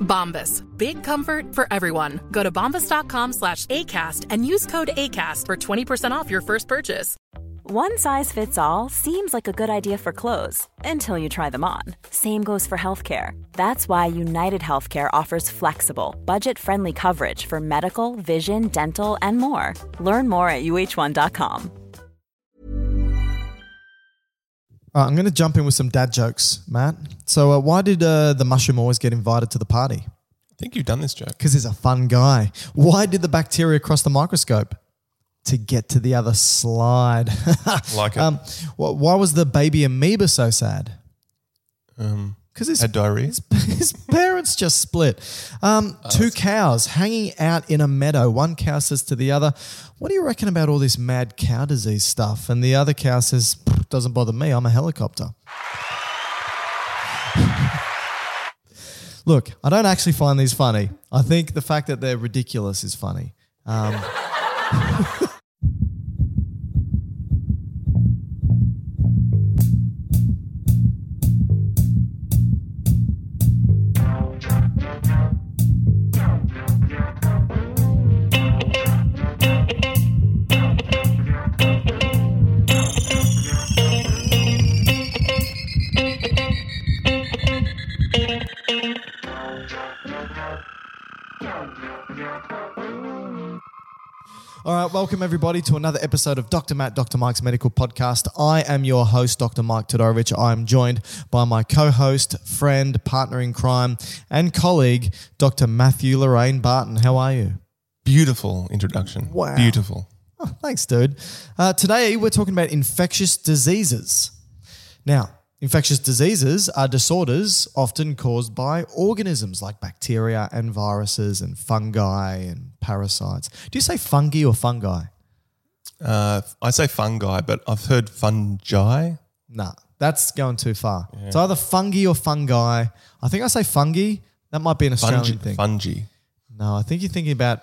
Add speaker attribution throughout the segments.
Speaker 1: Bombas. Big comfort for everyone. Go to bombas.com slash ACAST and use code ACAST for 20% off your first purchase.
Speaker 2: One size fits all seems like a good idea for clothes until you try them on. Same goes for healthcare. That's why United Healthcare offers flexible, budget friendly coverage for medical, vision, dental, and more. Learn more at uh1.com.
Speaker 3: All right, Uh, I'm going to jump in with some dad jokes, Matt. So, uh, why did uh, the mushroom always get invited to the party?
Speaker 4: I think you've done this joke.
Speaker 3: Because he's a fun guy. Why did the bacteria cross the microscope? To get to the other slide.
Speaker 4: Like it.
Speaker 3: Um, wh- why was the baby amoeba so sad?
Speaker 4: Um,
Speaker 3: Because his,
Speaker 4: had diarrhea. Oh,
Speaker 3: his, his parents just split. Um, two cows hanging out in a meadow. One cow says to the other, What do you reckon about all this mad cow disease stuff? And the other cow says, "Pfft, Doesn't bother me. I'm a helicopter. Look, I don't actually find these funny. I think the fact that they're ridiculous is funny. Um, All right, welcome everybody to another episode of Dr. Matt, Dr. Mike's Medical Podcast. I am your host, Dr. Mike Todorovich. I am joined by my co host, friend, partner in crime, and colleague, Dr. Matthew Lorraine Barton. How are you?
Speaker 4: Beautiful introduction.
Speaker 3: Wow.
Speaker 4: Beautiful.
Speaker 3: Oh, thanks, dude. Uh, today, we're talking about infectious diseases. Now, infectious diseases are disorders often caused by organisms like bacteria and viruses and fungi and parasites. Do you say fungi or fungi?
Speaker 4: Uh, I say fungi, but I've heard fungi.
Speaker 3: Nah, that's going too far. It's either fungi or fungi. I think I say fungi. That might be an Australian
Speaker 4: Fungi.
Speaker 3: thing.
Speaker 4: Fungi.
Speaker 3: no, I think you're thinking about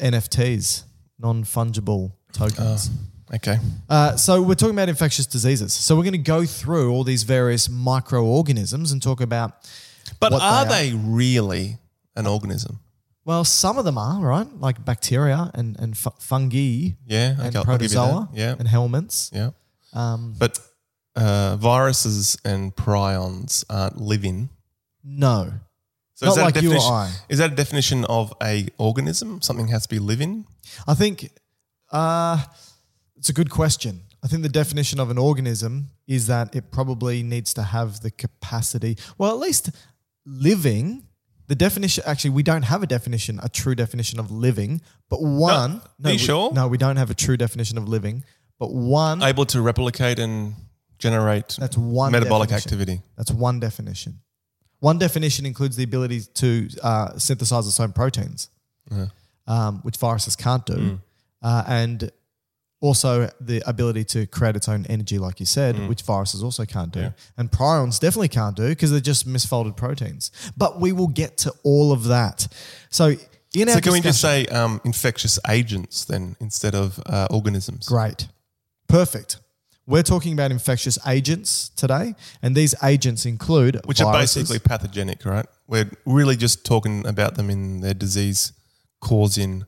Speaker 3: NFTs, non fungible tokens.
Speaker 4: Okay.
Speaker 3: Uh, so we're talking about infectious diseases. So we're going to go through all these various microorganisms and talk about.
Speaker 4: But
Speaker 3: What
Speaker 4: are
Speaker 3: they
Speaker 4: they, really an organism?
Speaker 3: Well, some of them are right, like bacteria and and fu- fungi.
Speaker 4: Yeah,
Speaker 3: and
Speaker 4: okay, I'll give you that.
Speaker 3: protozoa.
Speaker 4: Yeah.
Speaker 3: and helminths.
Speaker 4: Yeah.
Speaker 3: Um,
Speaker 4: But uh, viruses and prions aren't living.
Speaker 3: no,
Speaker 4: So
Speaker 3: Not like
Speaker 4: a
Speaker 3: you or
Speaker 4: definition-
Speaker 3: I.
Speaker 4: Is that a definition of a organism? Something has to be living?
Speaker 3: I think uh, it's a good question. I think the definition of an organism is that it probably needs to have the capacity, well, at least living. The definition, actually, we don't have a definition, a true definition of living, but one.
Speaker 4: Are you
Speaker 3: we-
Speaker 4: sure?
Speaker 3: No, we don't have a true definition of living, but one.
Speaker 4: Able to replicate and generate
Speaker 3: Mm. that's one
Speaker 4: metabolic
Speaker 3: definition.
Speaker 4: activity.
Speaker 3: That's one definition. One definition includes the ability to uh, synthesize its own proteins,
Speaker 4: Uh-huh.
Speaker 3: um, which viruses can't do,
Speaker 4: Mm.
Speaker 3: uh, and also the ability to create its own energy, like you said,
Speaker 4: Mm.
Speaker 3: which viruses also can't do, and prions definitely can't do because they're just misfolded proteins. But we will get to all of that. So, in
Speaker 4: So
Speaker 3: our
Speaker 4: can we just
Speaker 3: discussion-
Speaker 4: say um, infectious agents then instead of uh, organisms?
Speaker 3: Great. Perfect. We're talking about infectious agents today, and these agents include
Speaker 4: Which
Speaker 3: viruses.
Speaker 4: are basically pathogenic, right? We're really just talking about them in their disease causing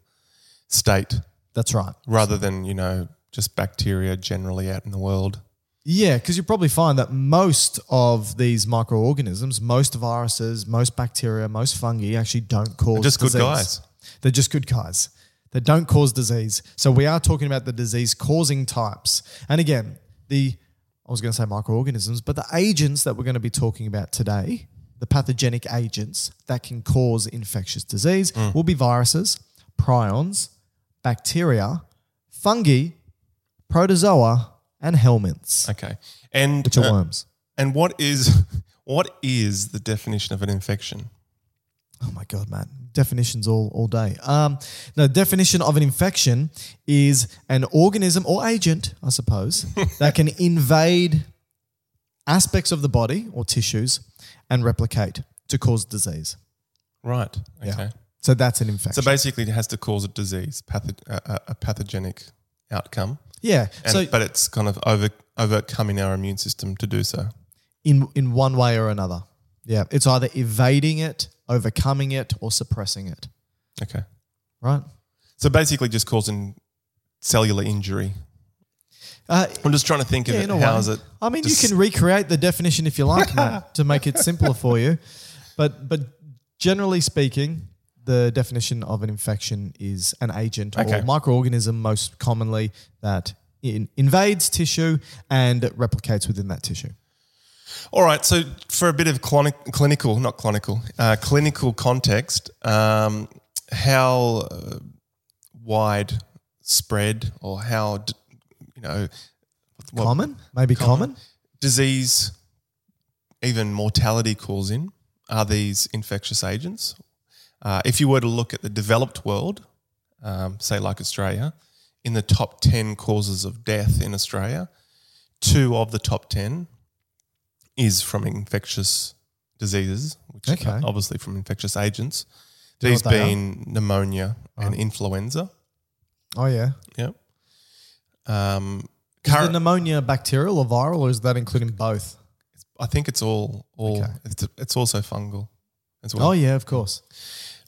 Speaker 4: state
Speaker 3: that's right.
Speaker 4: rather than, you know, just bacteria generally out in the world.
Speaker 3: Yeah, because you probably find that most of these microorganisms, most viruses, most bacteria, most fungi actually don't because
Speaker 4: just good
Speaker 3: disease.
Speaker 4: guys.
Speaker 3: They're just good guys. They're that don't cause disease. So we are talking about the disease causing types. And again, the I was going to say microorganisms, but the agents that we're going to be talking about today, the pathogenic agents that can cause infectious disease, will be viruses, prions, bacteria, fungi, protozoa, and helminths,
Speaker 4: Okay. And
Speaker 3: which are
Speaker 4: uh,
Speaker 3: worms.
Speaker 4: and what is what is the definition of an infection?
Speaker 3: Oh my god, man! Definitions all all day. Um, no, definition of an infection is an organism or agent, I suppose, that can invade aspects of the body or tissues and replicate to cause disease.
Speaker 4: Right. Okay.
Speaker 3: Yeah. So that's an infection.
Speaker 4: So basically, it has to cause a disease, patho- a- a, a pathogenic outcome.
Speaker 3: yeah.
Speaker 4: And
Speaker 3: so
Speaker 4: but it's kind of over overcoming our immune system to do so.
Speaker 3: in in one way or another, yeah, it's either evading it, overcoming it, or suppressing it.
Speaker 4: Okay.
Speaker 3: Right.
Speaker 4: So basically, just causing cellular injury.
Speaker 3: Uh,
Speaker 4: I'm just trying to think of
Speaker 3: Yeah,
Speaker 4: it.
Speaker 3: in a
Speaker 4: How
Speaker 3: way.
Speaker 4: is it?
Speaker 3: I mean,
Speaker 4: dis-
Speaker 3: you can recreate the definition if you like, Matt, to make it simpler for you. But but generally speaking, the definition of an infection is an agent
Speaker 4: Okay.
Speaker 3: or microorganism, most commonly that in, invades tissue and replicates within that tissue.
Speaker 4: All right. So for a bit of clonic, clinical, not clinical, uh, clinical context, um, how uh, wide spread or how d- you know what-
Speaker 3: common, maybe common.
Speaker 4: disease, even mortality causing are these infectious agents. Uh, if you were to look at the developed world, um, say like Australia, in the top 10 causes of death in Australia, two of the top 10 is from infectious diseases, which
Speaker 3: Okay.
Speaker 4: are obviously from infectious agents.
Speaker 3: Do you know
Speaker 4: These
Speaker 3: what they are?
Speaker 4: being pneumonia and influenza.
Speaker 3: Oh yeah.
Speaker 4: Yep. Um,
Speaker 3: Is the
Speaker 4: current-
Speaker 3: pneumonia bacterial or viral, or is that including both?
Speaker 4: I think it's all all
Speaker 3: Okay.
Speaker 4: it's, it's also fungal as well.
Speaker 3: oh yeah, of course.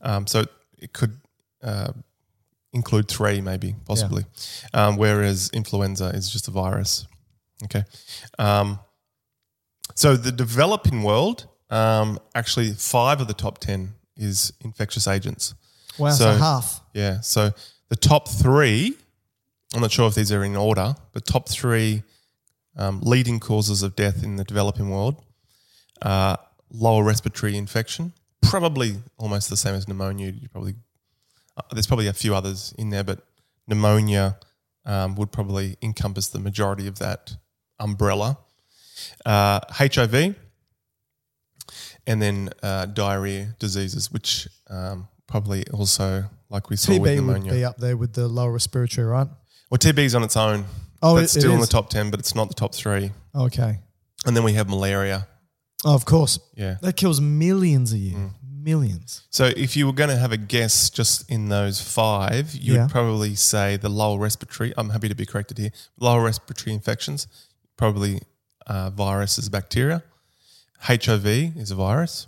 Speaker 4: Um, so it could uh, include three, maybe possibly. Um, whereas influenza is just a virus. Okay. Um, so the developing world, um, actually, five of the top ten is infectious agents.
Speaker 3: Wow, so,
Speaker 4: So-
Speaker 3: half.
Speaker 4: Yeah. So the top three, I'm not sure if these are in order, but top three um, leading causes of death in the developing world are lower respiratory infection, probably almost the same as pneumonia. You probably uh, there's probably a few others in there, but pneumonia um, would probably encompass the majority of that umbrella. Uh, HIV, and then uh, diarrhea diseases, which um, probably also, like we saw with
Speaker 3: TB would
Speaker 4: pneumonia.
Speaker 3: be up there with the lower respiratory, right?
Speaker 4: Well, TB's on its own.
Speaker 3: Oh,
Speaker 4: That's
Speaker 3: it- it
Speaker 4: still in the
Speaker 3: is?
Speaker 4: top 10, but it's not the top three.
Speaker 3: Okay.
Speaker 4: And then we have malaria.
Speaker 3: Oh, of course.
Speaker 4: Yeah. Mm.
Speaker 3: That kills millions a year. Millions.
Speaker 4: So if you were going to have a guess just in those five, you
Speaker 3: Yeah.
Speaker 4: would probably say the lower respiratory. I'm happy to be corrected here. Lower respiratory infections, probably uh, viruses, bacteria. HIV is a virus.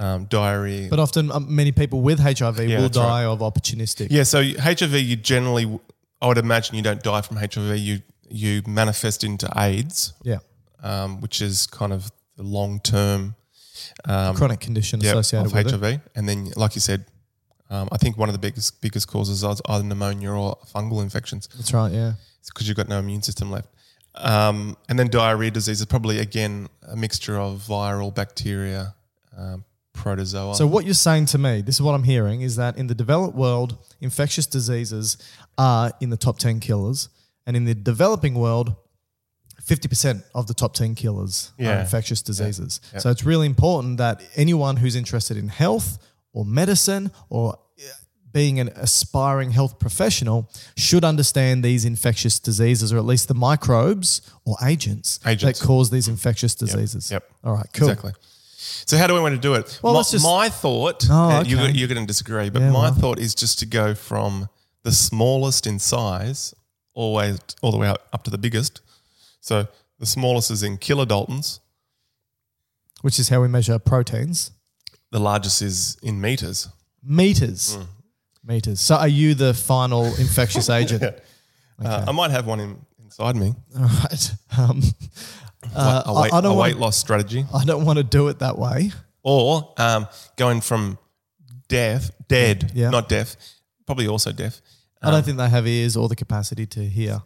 Speaker 4: Um, diarrhea.
Speaker 3: But often, um, many people with HIV
Speaker 4: Yeah,
Speaker 3: will
Speaker 4: that's right.
Speaker 3: die of opportunistic.
Speaker 4: yeah. So HIV, you generally, I would imagine you don't die from HIV. You you manifest into AIDS,
Speaker 3: Yeah.
Speaker 4: um, which is kind of the long term um,
Speaker 3: Chronic condition
Speaker 4: yeah,
Speaker 3: associated
Speaker 4: of
Speaker 3: with
Speaker 4: HIV.
Speaker 3: it.
Speaker 4: And then, like you said, um, I think one of the biggest biggest causes is either pneumonia or fungal infections
Speaker 3: That's right. Yeah.
Speaker 4: because you've got no immune system left. Um, and then diarrhea disease is probably again a mixture of viral, bacteria, um, protozoa.
Speaker 3: So, what you're saying to me, this is what I'm hearing, is that in the developed world, infectious diseases are in the top 10 killers. And in the developing world, 50% of the top 10 killers are
Speaker 4: Yeah.
Speaker 3: infectious diseases. So, it's really important that anyone who's interested in health or medicine or eh, being an aspiring health professional should understand these infectious diseases or at least the microbes or agents,
Speaker 4: Agents.
Speaker 3: that cause these infectious diseases.
Speaker 4: Yep.
Speaker 3: All right, cool.
Speaker 4: Exactly. So how do we want to do it?
Speaker 3: Well,
Speaker 4: my,
Speaker 3: let's just-
Speaker 4: my thought,
Speaker 3: Oh,
Speaker 4: and you're,
Speaker 3: okay.
Speaker 4: you're going to disagree, but
Speaker 3: Yeah,
Speaker 4: my
Speaker 3: well.
Speaker 4: thought is just to go from the smallest in size always all the way up, up to the biggest. So the smallest is in kilodaltons.
Speaker 3: Which is how we measure proteins.
Speaker 4: The largest is in meters.
Speaker 3: meters.
Speaker 4: Mm.
Speaker 3: Meters. So are you the final infectious agent?
Speaker 4: Uh, I might have one in, inside me.
Speaker 3: All right. Um, uh,
Speaker 4: a weight,
Speaker 3: I, I don't
Speaker 4: a weight
Speaker 3: want.
Speaker 4: loss strategy,
Speaker 3: I don't want to do it that way.
Speaker 4: or um, going from deaf, dead,
Speaker 3: Yeah.
Speaker 4: not deaf, probably also deaf,
Speaker 3: I don't think they have ears or the capacity to hear.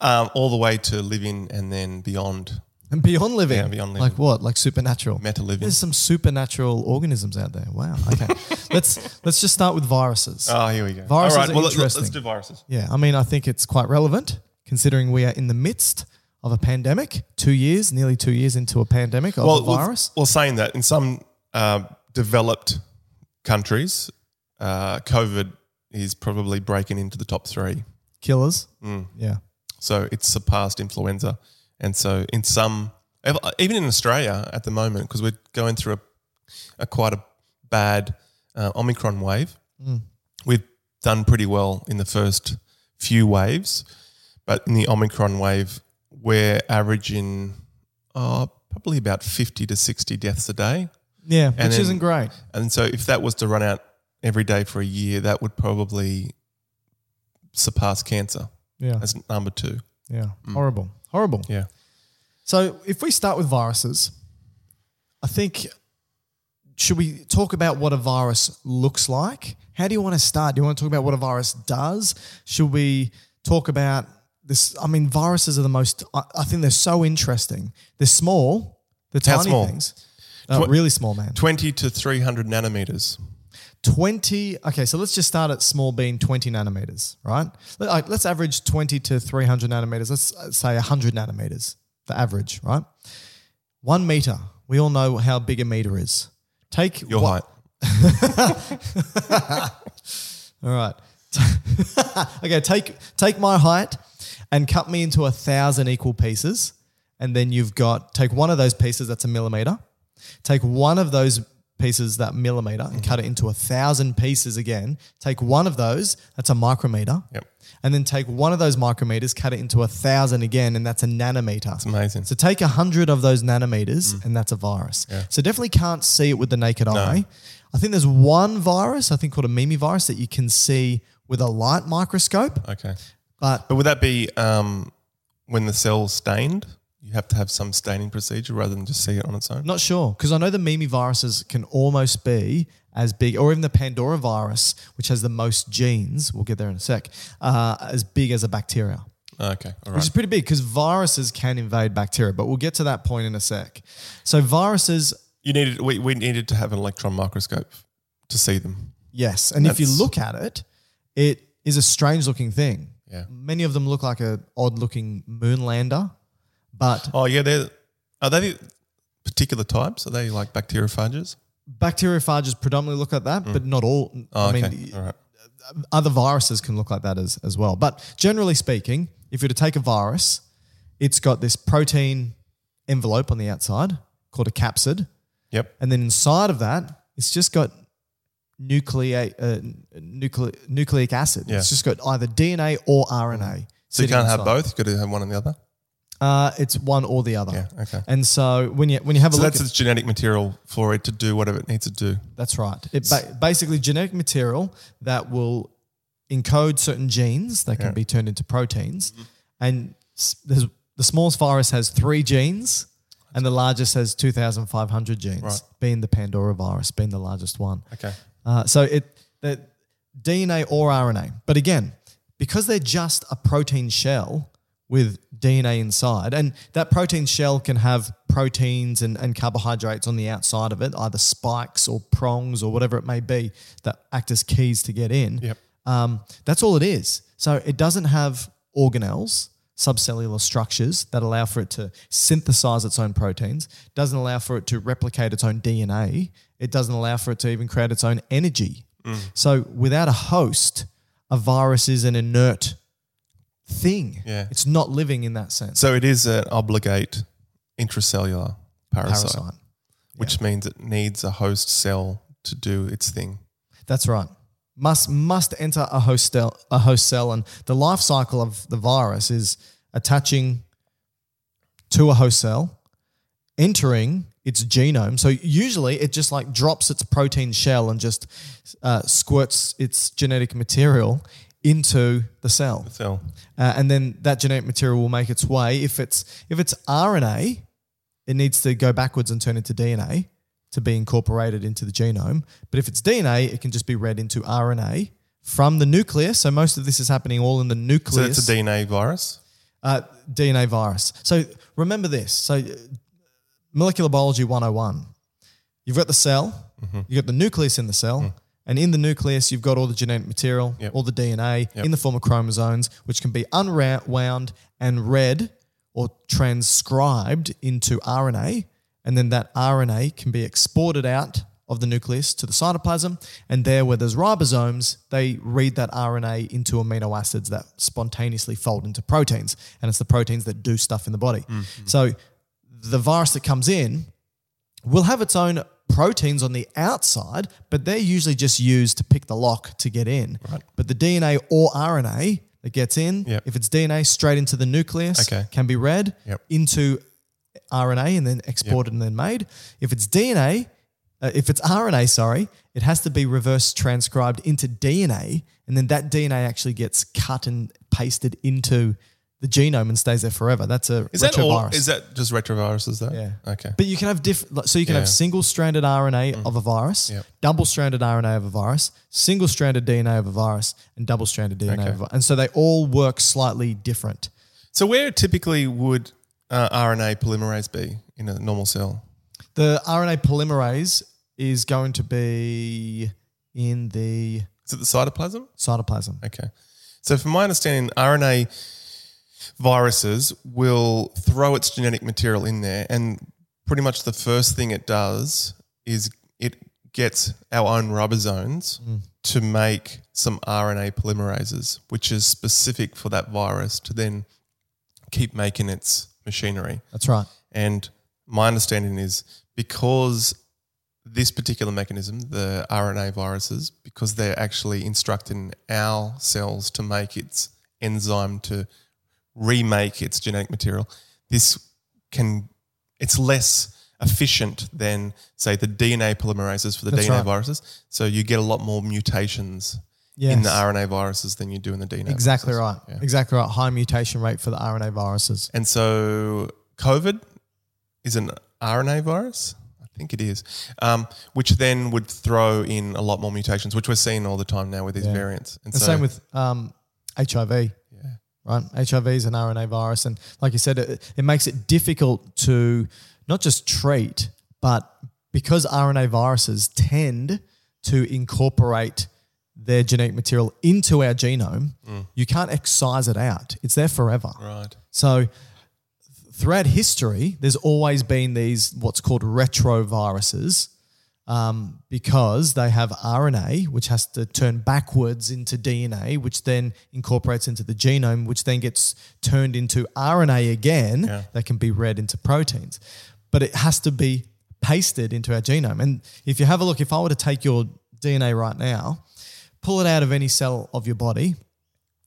Speaker 4: um, all the way to living and then beyond.
Speaker 3: And beyond living.
Speaker 4: Yeah, beyond
Speaker 3: Like
Speaker 4: living.
Speaker 3: what? Like supernatural.
Speaker 4: Meta living.
Speaker 3: There's some supernatural organisms out there. Wow. Okay. let's let's just start with viruses.
Speaker 4: Oh, here we go.
Speaker 3: Viruses are
Speaker 4: well, let- let-
Speaker 3: interesting.
Speaker 4: let's do viruses.
Speaker 3: yeah. I mean, I think it's quite relevant considering we are in the midst of a pandemic, two years, nearly two years into a pandemic of a
Speaker 4: well,
Speaker 3: virus.
Speaker 4: Well, saying that, in some um developed countries, uh, COVID is probably breaking into the top three.
Speaker 3: Killers.
Speaker 4: Mm.
Speaker 3: Yeah.
Speaker 4: So it's surpassed influenza. And so in some, ev- even in Australia at the moment, because we're going through a, a quite a bad uh, Omicron wave, we've done pretty well in the first few waves. But in the Omicron wave, we're averaging uh, probably about 50 to 60 deaths a day.
Speaker 3: Yeah. Which
Speaker 4: And then-
Speaker 3: isn't great.
Speaker 4: And so if that was to run out every day for a year, that would probably surpass cancer
Speaker 3: Yeah.
Speaker 4: as number two.
Speaker 3: Yeah. Horrible. Horrible.
Speaker 4: Mm. Yeah.
Speaker 3: So if we start with viruses, I think should we talk about what a virus looks like? How do you want to start? Do you want to talk about what a virus does? Should we talk about this? I mean, viruses are the most. I, I think they're so interesting. They're small. They're
Speaker 4: How
Speaker 3: tiny
Speaker 4: small?
Speaker 3: things. No,
Speaker 4: Twe-
Speaker 3: really small, man.
Speaker 4: 20 to 300 nanometers.
Speaker 3: 20 okay so let's just start at small being 20 nanometers right Let- like, let's average 20 to 300 nanometers let's uh, say 100 nanometers the average right one meter we all know how big a meter is take
Speaker 4: Your
Speaker 3: wha-
Speaker 4: height.
Speaker 3: all right okay take take my height and cut me into a thousand equal pieces and then you've got take one of those pieces that's a millimeter take one of those pieces that millimeter and cut it into a thousand pieces again take one of those that's a micrometer
Speaker 4: Yep.
Speaker 3: and then take one of those micrometers cut it into a thousand again and that's a nanometer that's
Speaker 4: amazing.
Speaker 3: so take a hundred of those nanometers
Speaker 4: Mm.
Speaker 3: and that's a virus so definitely can't see it with the naked eye i think there's one virus i think called a mimivirus that you can see with a light microscope
Speaker 4: Okay.
Speaker 3: but
Speaker 4: But would that be um, when the cell's stained? You have to have some staining procedure rather than just see it on its own?
Speaker 3: Not sure because I know the Mimi viruses can almost be as big, or even the Pandora virus, which has the most genes. We'll get there in a sec. Uh, as big as a bacteria,
Speaker 4: Okay. All
Speaker 3: which
Speaker 4: right.
Speaker 3: is pretty big because viruses can invade bacteria. But we'll get to that point in a sec. So viruses,
Speaker 4: You needed, we, we needed to have an electron microscope to see them.
Speaker 3: yes, and if you
Speaker 4: That's-
Speaker 3: look at it, it is a strange looking thing.
Speaker 4: Yeah.
Speaker 3: Many of them look like a odd looking moonlander, but
Speaker 4: Oh, yeah. They're, are they the particular types? Are they like bacteriophages?
Speaker 3: bacteriophages predominantly look like that, but not all.
Speaker 4: Oh,
Speaker 3: I mean,
Speaker 4: okay. all right.
Speaker 3: other viruses can look like that as, as well. But generally speaking, if you were to take a virus, it's got this protein envelope on the outside called a capsid.
Speaker 4: Yep.
Speaker 3: And then inside of that, it's just got nucleic, uh, nucle- nucleic acid.
Speaker 4: Yeah.
Speaker 3: It's just got either DNA or RNA.
Speaker 4: So you
Speaker 3: sitting
Speaker 4: can't have
Speaker 3: inside.
Speaker 4: both. You've got to have one and the other.
Speaker 3: Uh, it's one or the other.
Speaker 4: Yeah, okay.
Speaker 3: And so when you when you have a
Speaker 4: So
Speaker 3: look,
Speaker 4: that's
Speaker 3: at-
Speaker 4: its genetic material for it to do whatever it needs to do.
Speaker 3: That's right. It ba- basically genetic material that will encode certain genes that can be turned into proteins. And s- there's, the smallest virus has three genes, and the largest has 2,500 genes,
Speaker 4: Right.
Speaker 3: being the Pandora virus, being the largest one.
Speaker 4: Okay.
Speaker 3: Uh, so it the DNA or RNA. But again, because they're just a protein shell with DNA inside, and that protein shell can have proteins and, and carbohydrates on the outside of it, either spikes or prongs or whatever it may be that act as keys to get in.
Speaker 4: Yep.
Speaker 3: Um, that's all it is. So it doesn't have organelles, subcellular structures that allow for it to synthesize its own proteins, doesn't allow for it to replicate its own DNA, it doesn't allow for it to even create its own energy.
Speaker 4: Mm.
Speaker 3: So without a host, a virus is an inert thing.
Speaker 4: Yeah.
Speaker 3: It's not living in that sense.
Speaker 4: So it is an obligate intracellular parasite,
Speaker 3: Parasite.
Speaker 4: which means it needs a host cell to do its thing.
Speaker 3: That's right. Must must enter a host cell, a host cell, and the life cycle of the virus is attaching to a host cell, entering its genome. So usually, it just like drops its protein shell and just uh, squirts its genetic material into the cell,
Speaker 4: So
Speaker 3: uh, and then that genetic material will make its way. If it's if it's RNA, it needs to go backwards and turn into DNA to be incorporated into the genome. But if it's DNA, it can just be read into RNA from the nucleus. So most of this is happening all in the
Speaker 4: So
Speaker 3: nucleus.
Speaker 4: that's a DNA virus.
Speaker 3: uh, DNA virus. So remember this. So uh, molecular biology 101. You've got the cell,
Speaker 4: Mm-hmm.
Speaker 3: you've got the nucleus in the cell, and in the nucleus, you've got all the genetic material,
Speaker 4: Mm. Yep.
Speaker 3: all the DNA
Speaker 4: Yep.
Speaker 3: in the form of chromosomes, which can be unwound and read or transcribed into RNA. And then that RNA can be exported out of the nucleus to the cytoplasm. And there, where there's ribosomes, they read that RNA into amino acids that spontaneously fold into proteins. And it's the proteins that do stuff in the body.
Speaker 4: Mm-hmm.
Speaker 3: So the virus that comes in will have its own proteins on the outside, but they're usually just used to pick the lock to get in. But the DNA or RNA that gets in,
Speaker 4: Yep.
Speaker 3: if it's DNA, straight into the nucleus,
Speaker 4: Okay.
Speaker 3: can be read
Speaker 4: Yep.
Speaker 3: into RNA and then exported and then made. If it's DNA, uh, if it's RNA, sorry, it has to be reverse transcribed into DNA, and then that DNA actually gets cut and pasted into the genome and stays there forever. That's a
Speaker 4: Is that all?
Speaker 3: retrovirus.
Speaker 4: Is that just retroviruses? That
Speaker 3: Yeah.
Speaker 4: Okay.
Speaker 3: But you can have different. So you can
Speaker 4: Yeah. Mm.
Speaker 3: have single-stranded RNA of a virus,
Speaker 4: Yep.
Speaker 3: double-stranded RNA of a virus, single-stranded DNA of a virus, and double-stranded DNA
Speaker 4: Okay.
Speaker 3: of a virus. And so they all work slightly different.
Speaker 4: So where typically would uh, RNA polymerase be in a normal cell?
Speaker 3: The RNA polymerase is going to be in the
Speaker 4: Is it the cytoplasm?
Speaker 3: cytoplasm.
Speaker 4: Okay. So, from my understanding, RNA viruses will throw its genetic material in there, and pretty much the first thing it does is it gets our own ribosomes to make some RNA polymerases, which is specific for that virus to then keep making its machinery.
Speaker 3: That's right.
Speaker 4: And my understanding is because this particular mechanism, the RNA viruses, because they're actually instructing our cells to make its enzyme to remake its genetic material, this can it's less efficient than say the DNA polymerases for the
Speaker 3: That's
Speaker 4: DNA
Speaker 3: right.
Speaker 4: viruses. So you get a lot more mutations in the
Speaker 3: Yes.
Speaker 4: RNA viruses than you do in the DNA.
Speaker 3: Exactly
Speaker 4: viruses.
Speaker 3: right.
Speaker 4: Yeah.
Speaker 3: Exactly right. High mutation rate for the RNA viruses.
Speaker 4: And so COVID is an RNA virus. I think it is, um, which then would throw in a lot more mutations, which we're seeing all the time now with these
Speaker 3: Yeah.
Speaker 4: variants. And
Speaker 3: The same with um, HIV.
Speaker 4: Yeah.
Speaker 3: Right? HIV is an RNA virus. And like you said, it, it makes it difficult to not just treat, but because RNA viruses tend to incorporate their genetic material into our genome,
Speaker 4: Mm.
Speaker 3: you can't excise it out. It's there forever.
Speaker 4: right.
Speaker 3: So th- throughout history, there's always been these what's called retroviruses um, because they have RNA, which has to turn backwards into DNA, which then incorporates into the genome, which then gets turned into RNA again that can be read into proteins. But it has to be pasted into our genome. And if you have a look, if I were to take your DNA right now, pull it out of any cell of your body,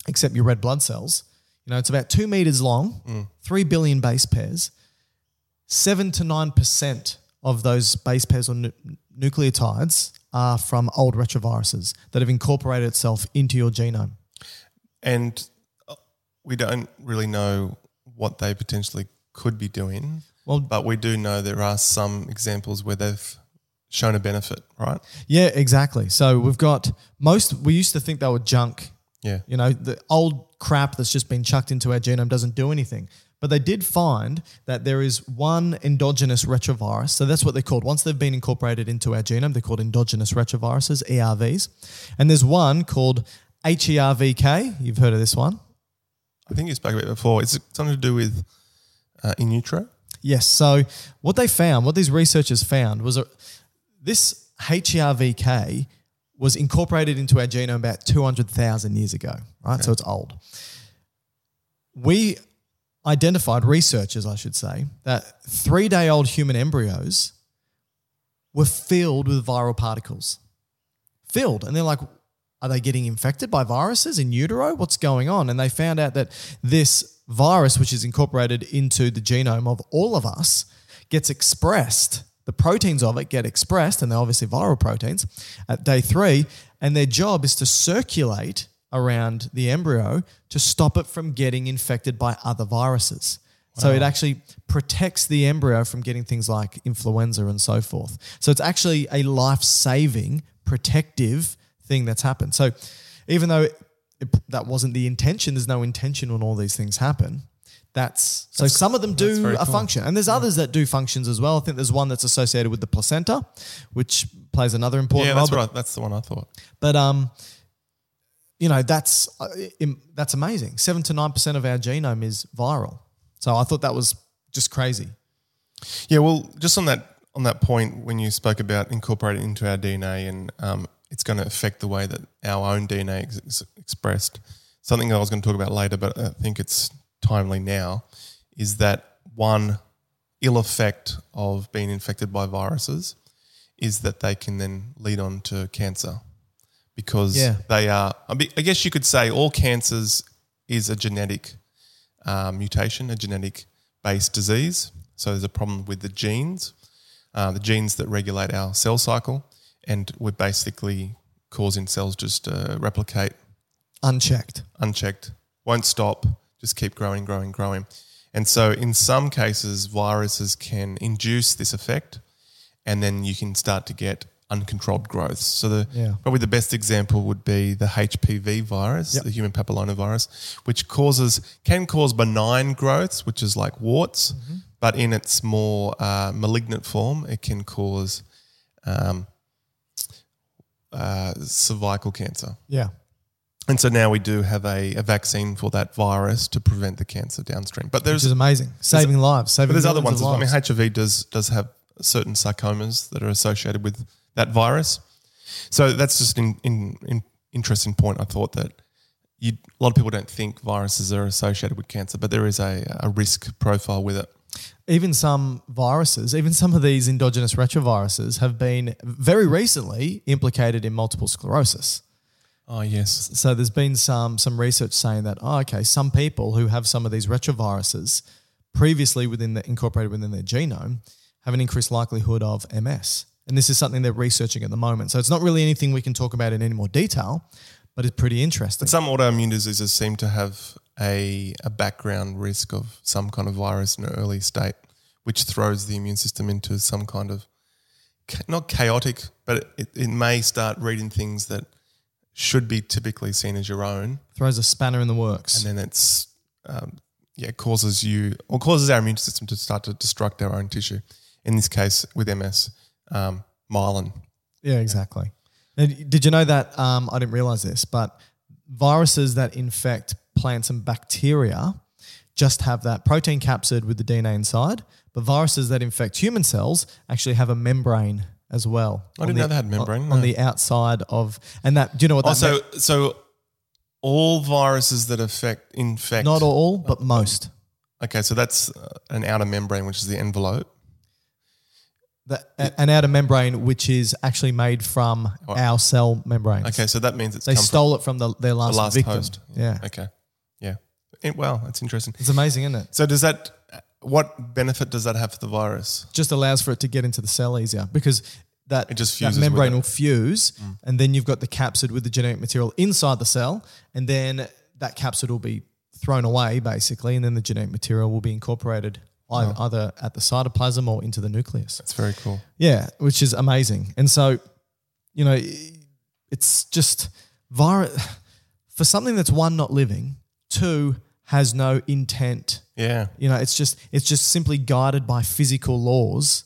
Speaker 3: except your red blood cells. You know, it's about two meters long, three billion base pairs. Seven to nine percent of those base pairs or nu- nucleotides are from old retroviruses that have incorporated itself into your genome.
Speaker 4: And uh, we don't really know what they potentially could be doing,
Speaker 3: Well,
Speaker 4: but we do know there are some examples where they've shown a benefit, right?
Speaker 3: yeah, exactly. So we've got most. We used to think they were junk
Speaker 4: Yeah.
Speaker 3: You know, the old crap that's just been chucked into our genome doesn't do anything. But they did find that there is one endogenous retrovirus. So that's what they're called. Once they've been incorporated into our genome, they're called endogenous retroviruses, ERVs. And there's one called E HERVK. You've heard of this one.
Speaker 4: I think you spoke about it before. Is it something to do with uh, in utero?
Speaker 3: Yes. So what they found, what these researchers found, was a, this E HERVK was incorporated into our genome about 200,000 years ago, right? So it's old. We identified, researchers, I should say, that three day old human embryos were filled with viral particles. Filled. And they're like, are they getting infected by viruses in utero? What's going on? And they found out that this virus, which is incorporated into the genome of all of us, gets expressed. The proteins of it get expressed, and they're obviously viral proteins at day three. And their job is to circulate around the embryo to stop it from getting infected by other viruses. So it actually protects the embryo from getting things like influenza and so forth. So it's actually a life saving, protective thing that's happened. So even though it, that wasn't the intention, there's no intention when all these things happen. That's so some of them
Speaker 4: that's
Speaker 3: do
Speaker 4: very
Speaker 3: a
Speaker 4: cool.
Speaker 3: function, and there's others that do functions as well. I think there's one that's associated with the placenta, which plays another important
Speaker 4: yeah,
Speaker 3: role.
Speaker 4: that's
Speaker 3: but-
Speaker 4: right. That's the one I thought.
Speaker 3: but um, you know that's uh, im- that's amazing. Seven to nine percent of our genome is viral. So I thought that was just crazy.
Speaker 4: Yeah, well, just on that on that point when you spoke about incorporating into our DNA and um, it's going to affect the way that our own DNA is ex- expressed. Something that I was going to talk about later, but I think it's timely now, is that one ill effect of being infected by viruses is that they can then lead on to cancer because
Speaker 3: Yeah.
Speaker 4: they are. I be- I guess you could say all cancers is a genetic uh, mutation, a genetic based disease. So there's a problem with the genes, uh, the genes that regulate our cell cycle, and we're basically causing cells just to replicate
Speaker 3: Unchecked.
Speaker 4: unchecked, won't stop, just keep growing, growing, growing. And so, in some cases, viruses can induce this effect, and then you can start to get uncontrolled growth. So, the
Speaker 3: Yeah.
Speaker 4: probably the best example would be the HPV virus,
Speaker 3: Yep.
Speaker 4: the human papillomavirus, which causes can cause benign growths, which is like warts,
Speaker 3: Mm-hmm.
Speaker 4: but in its more uh, malignant form, it can cause um, uh, cervical cancer.
Speaker 3: Yeah.
Speaker 4: And so now we do have a, a vaccine for that virus to prevent the cancer downstream. But
Speaker 3: Which
Speaker 4: there's
Speaker 3: is amazing. Saving lives.
Speaker 4: but
Speaker 3: Saving
Speaker 4: there's other
Speaker 3: millions
Speaker 4: ones.
Speaker 3: of
Speaker 4: As well. I mean,
Speaker 3: lives.
Speaker 4: HIV does does have certain sarcomas that are associated with that virus. So that's just an in, in, interesting point. I thought that you, a lot of people don't think viruses are associated with cancer, but there is a, a risk profile with it.
Speaker 3: even some viruses, even some of these endogenous retroviruses, have been very recently implicated in multiple sclerosis.
Speaker 4: Oh yes,
Speaker 3: So there's been some some research saying that oh, okay, some people who have some of these retroviruses previously within the, incorporated within their genome have an increased likelihood of MS, and this is something they're researching at the moment. So it's not really anything we can talk about in any more detail, but it's pretty interesting.
Speaker 4: some autoimmune diseases seem to have a a background risk of some kind of virus in an early state, which throws the immune system into some kind of cha- not chaotic, but it, it may start reading things that should be typically seen as your own,
Speaker 3: Throws a spanner in the works.
Speaker 4: and then it's um, yeah causes you or causes our immune system to start to destruct our own tissue. In this case, with MS, um, myelin.
Speaker 3: Yeah, exactly. And did you know that? Um, I didn't realize this, but viruses that infect plants and bacteria just have that protein capsid with the DNA inside, but viruses that infect human cells actually have a membrane as well.
Speaker 4: I
Speaker 3: on
Speaker 4: didn't
Speaker 3: the-
Speaker 4: know they had membrane,
Speaker 3: on,
Speaker 4: no.
Speaker 3: the outside of, and that. Do you know what? That
Speaker 4: Also,
Speaker 3: me-
Speaker 4: so all viruses that affect infect
Speaker 3: not all, but most.
Speaker 4: Okay, so that's uh, an outer membrane, which is the envelope.
Speaker 3: The, a- an outer membrane, which is actually made from our cell membranes.
Speaker 4: Okay, so that means it's
Speaker 3: they
Speaker 4: come
Speaker 3: stole it from the, their
Speaker 4: from
Speaker 3: last,
Speaker 4: the last
Speaker 3: victim.
Speaker 4: host.
Speaker 3: Yeah,
Speaker 4: Okay. Yeah. It- wow, that's interesting.
Speaker 3: it's amazing, isn't it?
Speaker 4: So does that? uh, What benefit does that have for the virus?
Speaker 3: just allows for it to get into the cell easier because that,
Speaker 4: It just
Speaker 3: that
Speaker 4: fuses with
Speaker 3: membrane
Speaker 4: it. Mm.
Speaker 3: will fuse and then you've got the capsid with the genetic material inside the cell and then that capsid will be thrown away basically and then the genetic material will be incorporated ei- either at the cytoplasm or into the nucleus.
Speaker 4: That's very cool.
Speaker 3: Yeah, which is amazing. And so, you know, it's just vir- for something that's one, not living, two, has no intent
Speaker 4: Yeah.
Speaker 3: you know, it's just it's just simply guided by physical laws.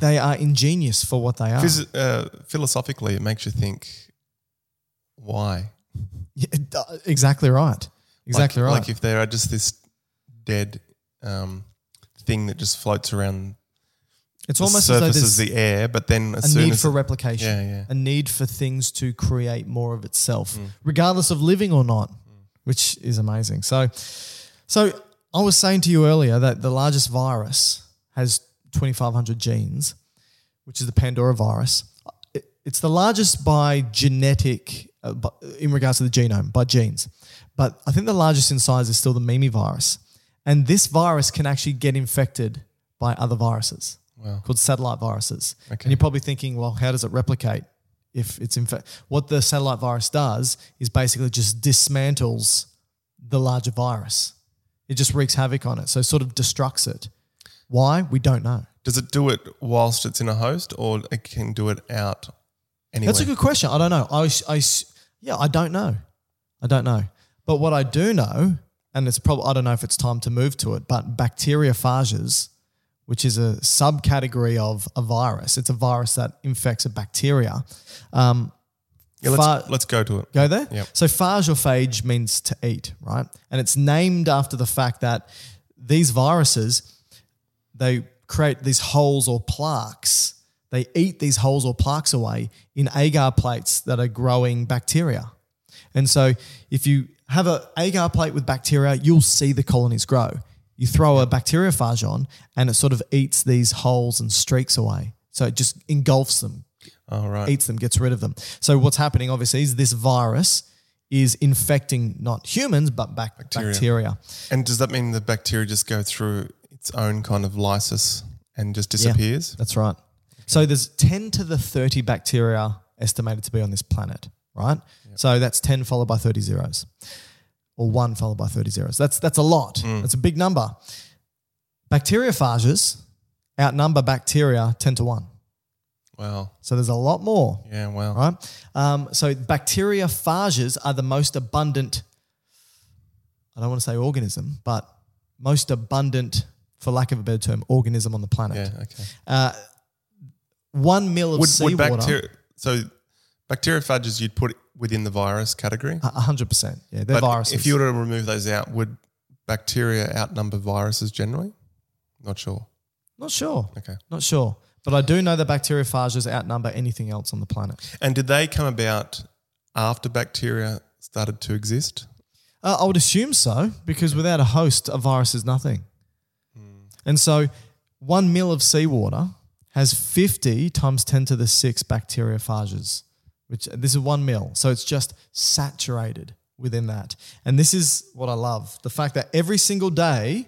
Speaker 3: They are ingenious for what they are.
Speaker 4: Hmm. Phys- uh, philosophically, it makes you think. Why?
Speaker 3: Yeah, d- exactly right. Exactly
Speaker 4: like,
Speaker 3: right.
Speaker 4: Like if there are just this dead um, thing that just floats around
Speaker 3: it's
Speaker 4: the
Speaker 3: almost as though
Speaker 4: surface
Speaker 3: there's
Speaker 4: of the air, but then as
Speaker 3: a
Speaker 4: soon
Speaker 3: need
Speaker 4: as
Speaker 3: for
Speaker 4: it-
Speaker 3: replication,
Speaker 4: Yeah, yeah. Mm.
Speaker 3: a need for things to create more of itself, regardless of living or not, which is amazing. So, so I was saying to you earlier that the largest virus has 2,500 genes, which is the Pandora virus. It- It's the largest by genetic, uh, bu- in regards to the genome, by genes. But I think the largest in size is still the Mimi virus. And this virus can actually get infected by other viruses called satellite viruses. And you're probably thinking, well, how does it replicate? If it's in fact what the satellite virus does is basically just dismantles the larger virus. It just wreaks havoc on it. So it sort of destructs it. Why? We don't know.
Speaker 4: does it do it whilst it's in a host, or it can do it out? Anywhere?
Speaker 3: That's a good question. I don't know. I, s- I s- Yeah, I don't know. I don't know. But what I do know, and it's probably, I don't know if it's time to move to it, but bacteriophages, which is a subcategory of a virus, it's a virus that infects a bacteria. Um,
Speaker 4: Yeah, let's,
Speaker 3: Fa-
Speaker 4: let's go to it.
Speaker 3: Go there?
Speaker 4: Yep.
Speaker 3: So phage or phage means to eat, right? And it's named after the fact that these viruses, they create these holes or plaques. They eat these holes or plaques away in agar plates that are growing bacteria. And so if you have an agar plate with bacteria, you'll see the colonies grow. You throw a bacteriophage on and it sort of eats these holes and streaks away. So it just engulfs them,
Speaker 4: All right.
Speaker 3: eats them, gets rid of them. So what's happening obviously is this virus is infecting not humans but bac- bacteria.
Speaker 4: And does that mean the bacteria just go through its own kind of lysis and just disappears?
Speaker 3: That's right. So there's 10 to the 30 bacteria estimated to be on this planet, right? So that's 10 followed by 30 zeros. Or one followed by 30 zeros. That's that's a lot. That's a big number. Bacteriophages outnumber bacteria 10 to 1.
Speaker 4: Wow.
Speaker 3: So there's a lot more.
Speaker 4: Yeah, wow.
Speaker 3: right? Um, so bacteriophages are the most abundant, I don't want to say organism, but most abundant, for lack of a better term, organism on the planet.
Speaker 4: Yeah, okay.
Speaker 3: Uh, one mil of
Speaker 4: Would, would
Speaker 3: seawater,
Speaker 4: bacteria, so bacteriophages you'd put within the virus category?
Speaker 3: a 100%. Yeah, Uh, they're
Speaker 4: But
Speaker 3: viruses.
Speaker 4: If you were to remove those out, would bacteria outnumber viruses generally? Not sure.
Speaker 3: Not sure.
Speaker 4: Okay.
Speaker 3: Not sure. But I do know that bacteriophages outnumber anything else on the planet.
Speaker 4: And did they come about after bacteria started to exist?
Speaker 3: Uh, I would assume so, because without a host, a virus is nothing. And so, one mil of seawater has 50 times 10 to the 6 bacteriophages, which this is one mil. So, it's just saturated within that. And this is what I love the fact that every single day,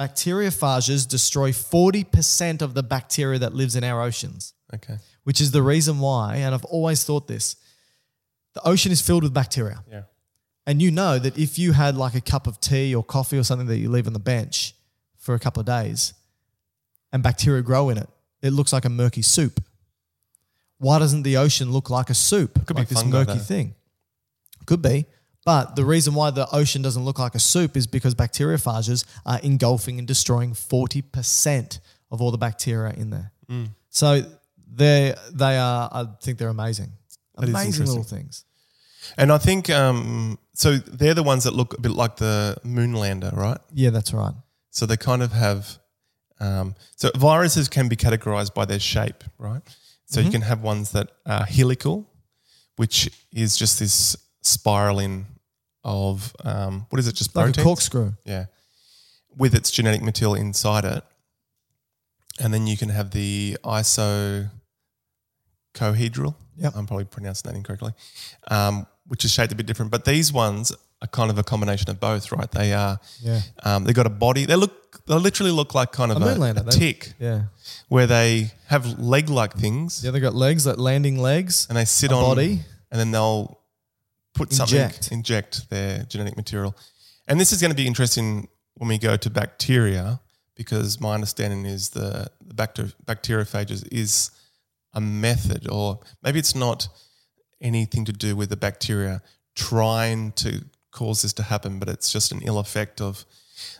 Speaker 3: bacteriophages destroy 40% of the bacteria that lives in our oceans
Speaker 4: Okay.
Speaker 3: which is the reason why, and I've always thought this the ocean is filled with bacteria.
Speaker 4: Yeah.
Speaker 3: And you know that if you had like a cup of tea or coffee or something that you leave on the bench for a couple of days and bacteria grow in it, it looks like a murky soup. Why doesn't the ocean look like a soup?
Speaker 4: Could be
Speaker 3: like this
Speaker 4: fungi,
Speaker 3: murky
Speaker 4: though.
Speaker 3: thing. Could be. But the reason why the ocean doesn't look like a soup is because bacteriophages are engulfing and destroying 40% of all the bacteria in there.
Speaker 4: Mm.
Speaker 3: So they they are. I think they're amazing.
Speaker 4: That is
Speaker 3: Amazing little
Speaker 4: interesting.
Speaker 3: things.
Speaker 4: And I think um, so. They're the ones that look a bit like the moon lander, right?
Speaker 3: Yeah, that's right.
Speaker 4: So they kind of have. Um, so viruses can be categorized by their shape, right? So
Speaker 3: Mm-hmm.
Speaker 4: you can have ones that are helical, which is just this spiraling of um, what is it? Just
Speaker 3: Like a
Speaker 4: proteins?
Speaker 3: corkscrew.
Speaker 4: Yeah. With its genetic material inside it. And then you can have the isocohedral.
Speaker 3: Yep.
Speaker 4: I'm probably pronouncing that incorrectly, um, which is shaped a bit different. But these ones are kind of a combination of both, right? They are,
Speaker 3: Yeah.
Speaker 4: um, they've got a body. They look, they literally look like kind of
Speaker 3: A
Speaker 4: a,
Speaker 3: moonlander,
Speaker 4: a
Speaker 3: they-
Speaker 4: tick
Speaker 3: Yeah.
Speaker 4: where they have leg like things
Speaker 3: Yeah, they got legs, like landing legs.
Speaker 4: and they sit
Speaker 3: a
Speaker 4: on
Speaker 3: body.
Speaker 4: and then they'll put
Speaker 3: Inject.
Speaker 4: something inject their genetic material. And this is going to be interesting when we go to bacteria because my understanding is the, the bacter, bacteriophages is a method or maybe it's not anything to do with the bacteria trying to cause this to happen, but it's just an ill effect of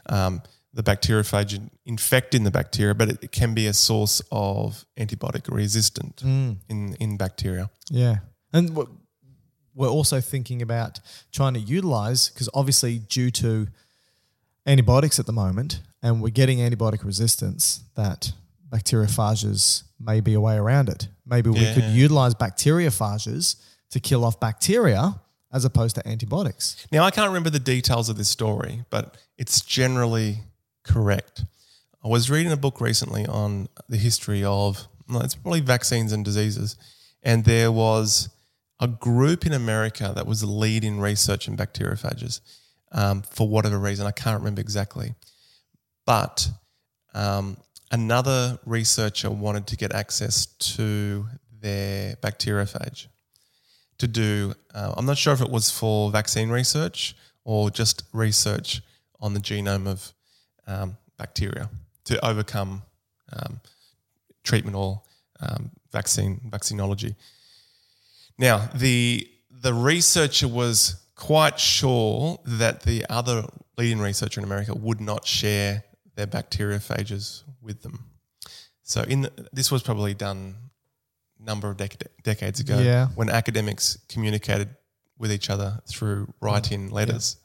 Speaker 4: um, the bacteriophage in- infecting the bacteria, but it, it can be a source of antibiotic resistant
Speaker 3: Hmm.
Speaker 4: in, in bacteria.
Speaker 3: Yeah. And we're- we're also thinking about trying to utilize, because obviously, due to antibiotics at the moment, and we're getting antibiotic resistance, that bacteriophages may be a way around it. Maybe we could
Speaker 4: Yeah.
Speaker 3: utilize bacteriophages to kill off bacteria as opposed to antibiotics.
Speaker 4: Now, I can't remember the details of this story, but it's generally correct. I was reading a book recently on the history of, no, it's probably vaccines and diseases. And there was a group in America that was the lead in research in bacteriophages um, for whatever reason. I can't remember exactly. But um, another researcher wanted to get access to their bacteriophage to do. Uh, I'm not sure if it was for vaccine research or just research on the genome of um, bacteria to overcome um, treatment or um, vaccine vaccinology. Now the the researcher was quite sure that the other leading researcher in America would not share their bacteriophages with them. So in the, this was probably done a number of dec- decades ago
Speaker 3: Yeah.
Speaker 4: when academics communicated with each other through writing letters.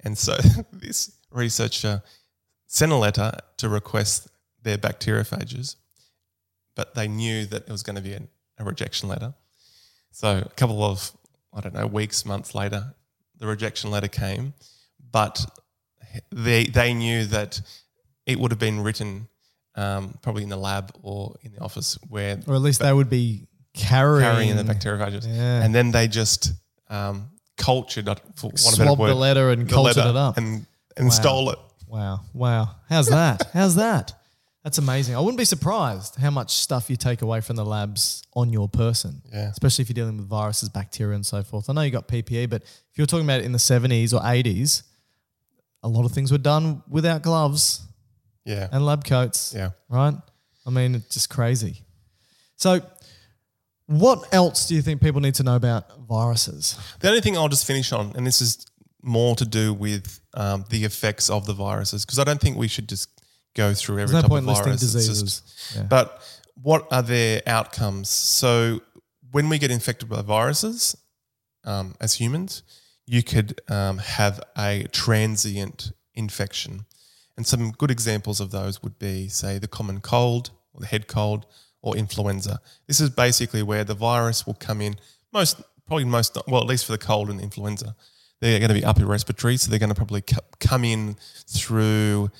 Speaker 4: And so this researcher sent a letter to request their bacteriophages, but they knew that it was going to be an, a rejection letter. So a couple of, I don't know, weeks, months later, the rejection letter came, but they, they knew that it would have been written um, probably in the lab or in the office where
Speaker 3: Or at least they would be carrying,
Speaker 4: carrying the bacteriophages.
Speaker 3: Yeah.
Speaker 4: And then they just um, cultured, uh, for want of a better
Speaker 3: Swabbed
Speaker 4: word,
Speaker 3: the letter and cultured it up.
Speaker 4: and, and
Speaker 3: Wow.
Speaker 4: stole it.
Speaker 3: Wow. Wow. How's that? How's that? That's amazing. I wouldn't be surprised how much stuff you take away from the labs on your person.
Speaker 4: Yeah.
Speaker 3: Especially if you're dealing with viruses, bacteria, and so forth. I know you got PPE, but if you're talking about it in the 70s or 80s, a lot of things were done without gloves
Speaker 4: Yeah.
Speaker 3: and lab coats.
Speaker 4: Yeah.
Speaker 3: Right? I mean, it's just crazy. So, what else do you think people need to know about viruses?
Speaker 4: The only thing I'll just finish on, and this is more to do with um, the effects of the viruses, because I don't think we should just go through every
Speaker 3: There's no
Speaker 4: type
Speaker 3: point
Speaker 4: of
Speaker 3: in
Speaker 4: virus.
Speaker 3: listing
Speaker 4: It's just-
Speaker 3: diseases. Yeah.
Speaker 4: But what are their outcomes? So when we get infected by viruses, um, as humans, you could um, have a transient infection. And some good examples of those would be, say, the common cold or the head cold or influenza. This is basically where the virus will come in, most probably most, well, at least for the cold and the influenza. They're going to be upper respiratory, so they're going to probably co- come in through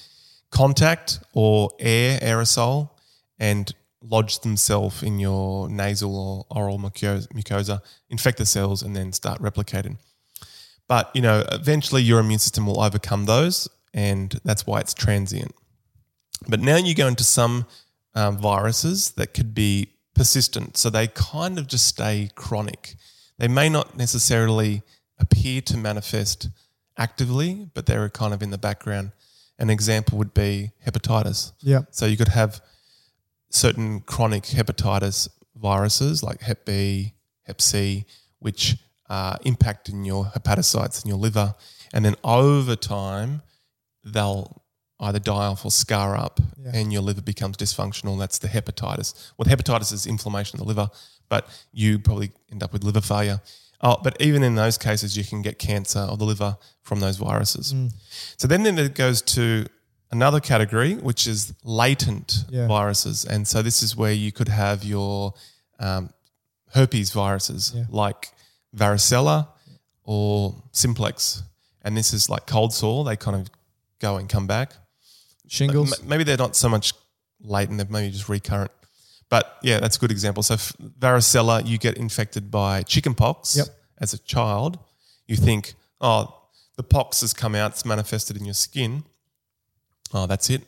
Speaker 4: contact or air, aerosol, and lodge themselves in your nasal or oral muco- mucosa, infect the cells, and then start replicating. But you know, eventually your immune system will overcome those, and that's why it's transient. But now you go into some um, viruses that could be persistent, so they kind of just stay chronic. They may not necessarily appear to manifest actively, but they're kind of in the background. An example would be hepatitis.
Speaker 3: Yeah.
Speaker 4: So you could have certain chronic hepatitis viruses like Hep B, Hep C, which are impacting your hepatocytes in your liver, and then over time they'll either die off or scar up, and your liver becomes dysfunctional. That's the hepatitis. Well, hepatitis is inflammation of the liver, but you probably end up with liver failure. Oh, but even in those cases, you can get cancer of the liver from those viruses. So then, then it goes to another category, which is latent
Speaker 3: Yeah.
Speaker 4: viruses. And so this is where you could have your um, herpes viruses like varicella or simplex. And this is like cold sore, they kind of go and come back.
Speaker 3: Shingles?
Speaker 4: M- maybe they're not so much latent, they're maybe just recurrent. But yeah, that's a good example. So, f- varicella, you get infected by chickenpox
Speaker 3: Yep.
Speaker 4: as a child. You think, oh, the pox has come out, it's manifested in your skin. Oh, that's it.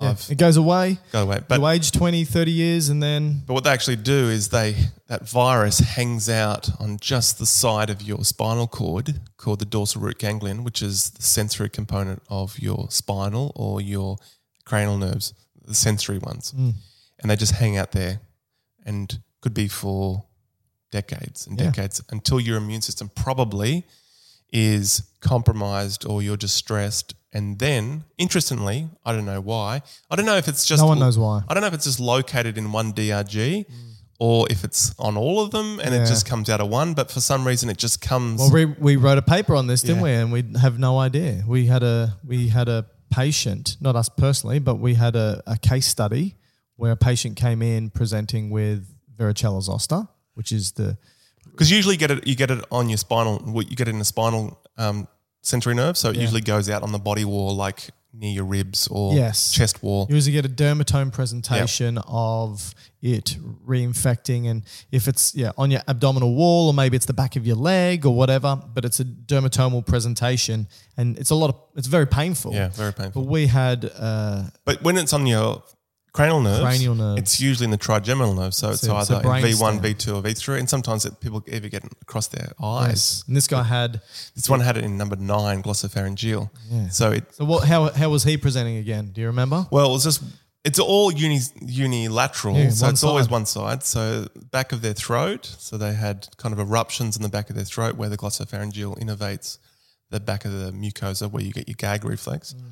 Speaker 3: Yeah.
Speaker 4: I've
Speaker 3: It goes away.
Speaker 4: got away. But
Speaker 3: you age 20, 30 years, and then
Speaker 4: But what they actually do is they that virus hangs out on just the side of your spinal cord, called the dorsal root ganglion, which is the sensory component of your spinal or your cranial nerves, the sensory ones,
Speaker 3: Mm.
Speaker 4: and they just hang out there, and could be for decades and
Speaker 3: Yeah.
Speaker 4: decades until your immune system probably is compromised or you're just stressed. And then, interestingly, I don't know why. I don't know if it's just
Speaker 3: No one knows why.
Speaker 4: I don't know if it's just located in one DRG or if it's on all of them and
Speaker 3: Mm. Yeah.
Speaker 4: it just comes out of one. But for some reason, it just comes.
Speaker 3: well, we, we wrote a paper on this, didn't
Speaker 4: Yeah.
Speaker 3: we? And we have no idea. We had a we had a patient, not us personally, but we had a, a case study where a patient came in presenting with varicella zoster, which is the
Speaker 4: Because usually you get it, you get it on your spinal. well, You get it in the spinal um, sensory nerve, so it usually goes out on the body wall, like near your ribs or
Speaker 3: Yes.
Speaker 4: chest wall.
Speaker 3: You usually get a dermatome presentation of it reinfecting, and if it's yeah on your abdominal wall, or maybe it's the back of your leg or whatever, but it's a dermatomal presentation, and it's a lot of it's very painful.
Speaker 4: Yeah, very painful.
Speaker 3: But we had uh,
Speaker 4: But when it's on your cranial nerves,
Speaker 3: Cranial nerves.
Speaker 4: it's usually in the trigeminal nerve. So it's
Speaker 3: So it's
Speaker 4: either
Speaker 3: the
Speaker 4: in V1,
Speaker 3: brainstem.
Speaker 4: V2, or V3. And sometimes it, people even get it across their eyes.
Speaker 3: eyes, and this guy had.
Speaker 4: This one had it in number nine, glossopharyngeal. So it,
Speaker 3: So what? How how was he presenting again? Do you remember?
Speaker 4: well, it was just, It's all uni, unilateral,
Speaker 3: Yeah,
Speaker 4: so
Speaker 3: one
Speaker 4: it's always
Speaker 3: side.
Speaker 4: one side. So back of their throat, so they had kind of eruptions in the back of their throat where the glossopharyngeal innervates the back of the mucosa where you get your gag reflex.
Speaker 3: Mm.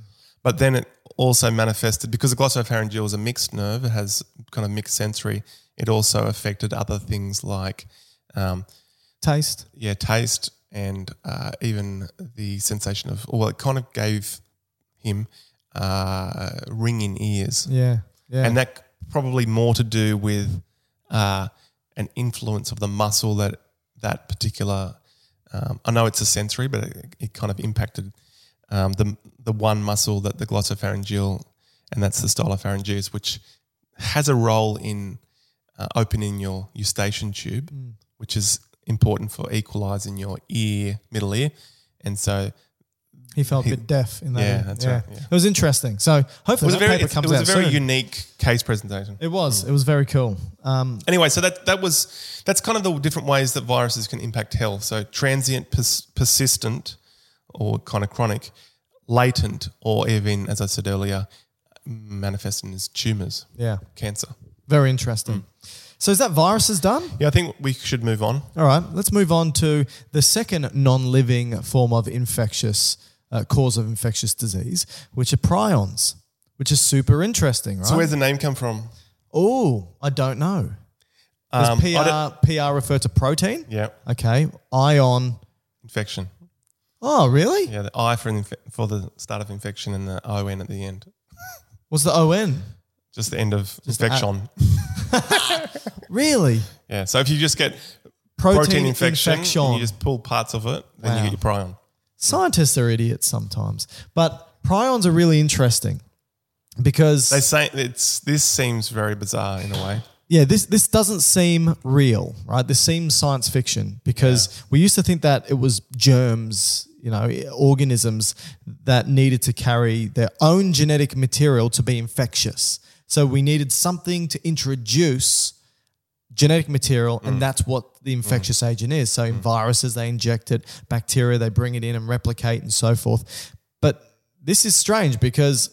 Speaker 4: But then it also manifested because the glossopharyngeal is a mixed nerve; it has kind of mixed sensory. It also affected other things like, um,
Speaker 3: Taste.
Speaker 4: yeah, taste and uh, even the sensation of. Well, it kind of gave him uh, ringing ears
Speaker 3: Yeah. Yeah.
Speaker 4: and that probably more to do with uh, an influence of the muscle that that particular. Um, I know it's a sensory, but it, it kind of impacted um, the the one muscle that the glossopharyngeal, and that's the stylopharyngeus, which has a role in uh, opening your eustachian tube,
Speaker 3: Mm.
Speaker 4: which is important for equalizing your ear, middle ear, and so
Speaker 3: he felt
Speaker 4: he-
Speaker 3: a bit deaf in that.
Speaker 4: Yeah,
Speaker 3: end.
Speaker 4: that's right, yeah.
Speaker 3: It was interesting. So
Speaker 4: it
Speaker 3: hopefully
Speaker 4: was a
Speaker 3: that
Speaker 4: very
Speaker 3: paper
Speaker 4: it,
Speaker 3: comes
Speaker 4: was a
Speaker 3: out
Speaker 4: very
Speaker 3: soon.
Speaker 4: unique Mm. case presentation.
Speaker 3: It was. It was very cool. Um,
Speaker 4: Anyway, so that that was that's kind of the different ways that viruses can impact health. So transient, pers- persistent, or kind of chronic, latent, or even, as I said earlier, manifesting as tumors,
Speaker 3: yeah.
Speaker 4: cancer.
Speaker 3: Very interesting.
Speaker 4: Mm.
Speaker 3: So is that viruses done?
Speaker 4: Yeah, I think we should move on.
Speaker 3: All right, let's move on to the second non living form of infectious uh, cause of infectious disease, which are prions, which is super interesting, right?
Speaker 4: So where's the name come from?
Speaker 3: oh, I don't know. Does
Speaker 4: Um, I don't-
Speaker 3: PR, PR refer to protein?
Speaker 4: yeah,
Speaker 3: Okay, ion.
Speaker 4: infection.
Speaker 3: Oh, really?
Speaker 4: Yeah, the I for, an infe- for the start of infection and the O N at the end.
Speaker 3: What's the on?
Speaker 4: Just the end of
Speaker 3: the
Speaker 4: infection.
Speaker 3: Really?
Speaker 4: Yeah, so if you just get
Speaker 3: Protein,
Speaker 4: protein, infection, and
Speaker 3: infection.
Speaker 4: you just pull parts of it, then
Speaker 3: Wow.
Speaker 4: you get your prion.
Speaker 3: Scientists are idiots sometimes, but prions are really interesting because
Speaker 4: They say it's this seems very bizarre in a way.
Speaker 3: Yeah, this this doesn't seem real, right? This seems science fiction because we used to think that it was germs, you know, organisms that needed to carry their own genetic material to be infectious. So we needed something to introduce genetic material, and that's what the infectious agent is. So in viruses, they inject it, bacteria, they bring it in and replicate and so forth. But this is strange because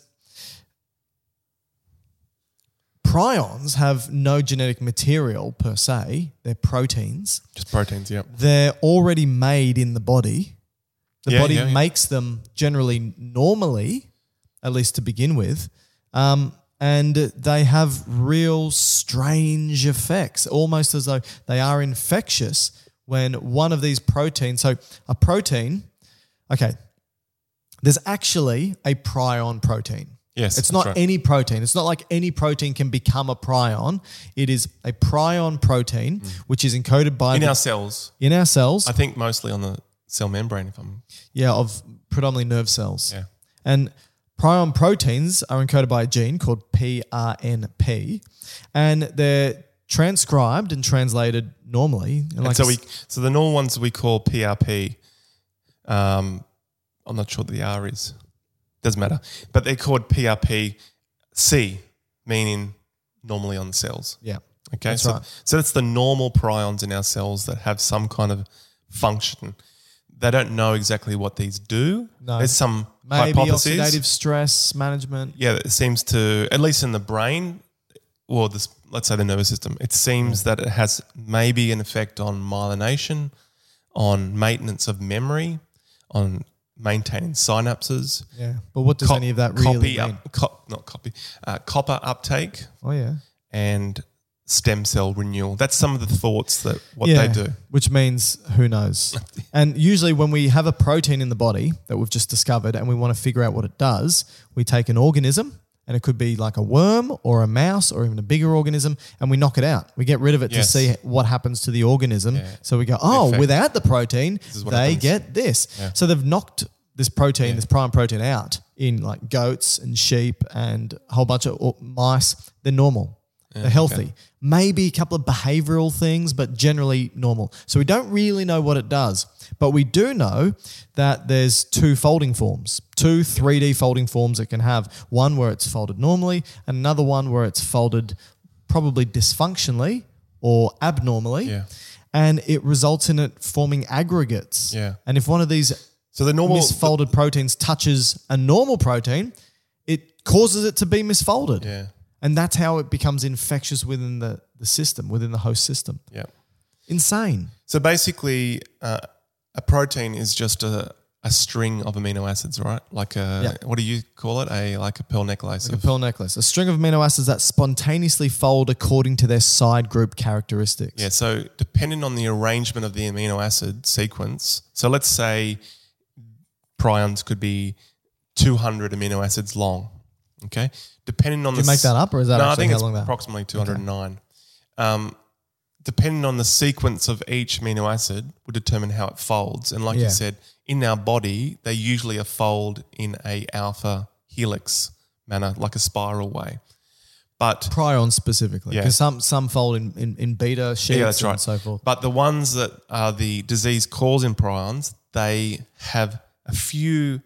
Speaker 3: prions have no genetic material per se. They're proteins.
Speaker 4: Just proteins, yeah.
Speaker 3: They're already made in the body. The
Speaker 4: Yeah,
Speaker 3: body
Speaker 4: yeah, yeah.
Speaker 3: makes them generally normally, at least to begin with. Um, and they have real strange effects, almost as though they are infectious when one of these proteins, so a protein, okay, there's actually a prion protein. It's
Speaker 4: Yes, that's
Speaker 3: not
Speaker 4: right.
Speaker 3: any protein. It's not like any protein can become a prion. It is a prion protein, which is encoded by
Speaker 4: Mm. In
Speaker 3: the-
Speaker 4: our cells,
Speaker 3: in our cells.
Speaker 4: I think mostly on the cell membrane. If I'm
Speaker 3: yeah, of predominantly nerve cells.
Speaker 4: Yeah.
Speaker 3: And prion proteins are encoded by a gene called PRNP, and they're transcribed and translated normally. And
Speaker 4: and
Speaker 3: like
Speaker 4: so we so the normal ones we call PRP. Um, I'm not sure what the R is. Doesn't matter, but they're called PRP C, meaning normally on cells.
Speaker 3: yeah,
Speaker 4: Okay,
Speaker 3: That's
Speaker 4: so,
Speaker 3: right.
Speaker 4: so that's the normal prions in our cells that have some kind of function. They don't know exactly what these do.
Speaker 3: No.
Speaker 4: There's some
Speaker 3: maybe
Speaker 4: hypotheses.
Speaker 3: oxidative stress management.
Speaker 4: yeah, it seems to at least in the brain, or this let's say the nervous system, it seems that it has maybe an effect on myelination, on maintenance of memory, on maintaining synapses.
Speaker 3: Yeah, but what does
Speaker 4: co-
Speaker 3: any of that really
Speaker 4: copy
Speaker 3: mean?
Speaker 4: up, co- not copy, uh, copper uptake
Speaker 3: Oh yeah.
Speaker 4: and stem cell renewal. That's some of the thoughts that what they do.
Speaker 3: Which means who knows. and usually, when we have a protein in the body that we've just discovered and we want to figure out what it does, we take an organism and it could be like a worm or a mouse or even a bigger organism and we knock it out. We get rid of it
Speaker 4: Yes.
Speaker 3: to see what happens to the organism. So we go, oh,
Speaker 4: effect.
Speaker 3: without the protein,
Speaker 4: is what
Speaker 3: they
Speaker 4: happens.
Speaker 3: get this. So they've knocked this protein, this prime protein out in like goats and sheep and a whole bunch of or mice. They're normal. They're healthy. Maybe a couple of behavioral things, but generally normal. So we don't really know what it does, but we do know that there's two folding forms, two 3D folding forms it can have. One where it's folded normally, and another one where it's folded probably dysfunctionally or abnormally.
Speaker 4: Yeah.
Speaker 3: And it results in it forming aggregates.
Speaker 4: Yeah.
Speaker 3: And if one of these
Speaker 4: So the normal
Speaker 3: misfolded proteins touches a normal protein, it causes it to be misfolded.
Speaker 4: yeah.
Speaker 3: And that's how it becomes infectious within the, the system, within the host system.
Speaker 4: Yeah.
Speaker 3: Insane.
Speaker 4: So basically, uh, a protein is just a, a string of amino acids, right? Like a what do you call it? A like a pearl necklace.
Speaker 3: Like a
Speaker 4: of-
Speaker 3: pearl necklace, a string of amino acids that spontaneously fold according to their side group characteristics.
Speaker 4: Yeah, so depending on the arrangement of the amino acid sequence, so let's say prions could be 200 amino acids long. Okay, depending on
Speaker 3: Did
Speaker 4: the
Speaker 3: you make that up, or is that
Speaker 4: no, I
Speaker 3: actually
Speaker 4: think
Speaker 3: how
Speaker 4: it's
Speaker 3: long that-
Speaker 4: approximately 209. Um, depending on the sequence of each amino acid, will determine how it folds. And like
Speaker 3: Yeah.
Speaker 4: you said, in our body, they usually are fold in a alpha helix manner, like a spiral way. But
Speaker 3: Prions specifically.
Speaker 4: Yeah.
Speaker 3: Because some, some fold in, in, in beta sheets
Speaker 4: yeah, that's right.
Speaker 3: and so forth.
Speaker 4: But the ones that are the disease causing prions, they have a few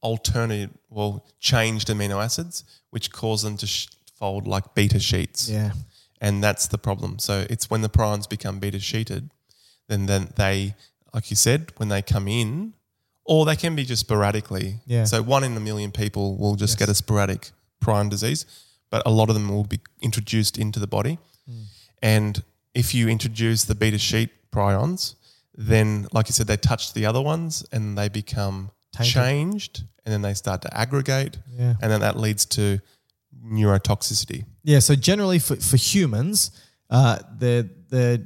Speaker 4: alternative, well, changed amino acids, which cause them to sh- fold like beta sheets.
Speaker 3: yeah.
Speaker 4: And that's the problem. So it's when the prions become beta sheeted, then, then they, like you said, when they come in, or they can be just sporadically.
Speaker 3: Yeah.
Speaker 4: So one in a million people will just get a sporadic prion disease, but a lot of them will be introduced into the body.
Speaker 3: Hmm.
Speaker 4: And if you introduce the beta sheet prions, then, like you said, they touch the other ones and they become
Speaker 3: Tainted.
Speaker 4: changed and then they start to aggregate.
Speaker 3: Yeah.
Speaker 4: And then that leads to neurotoxicity.
Speaker 3: Yeah, so generally for, for humans, uh, the the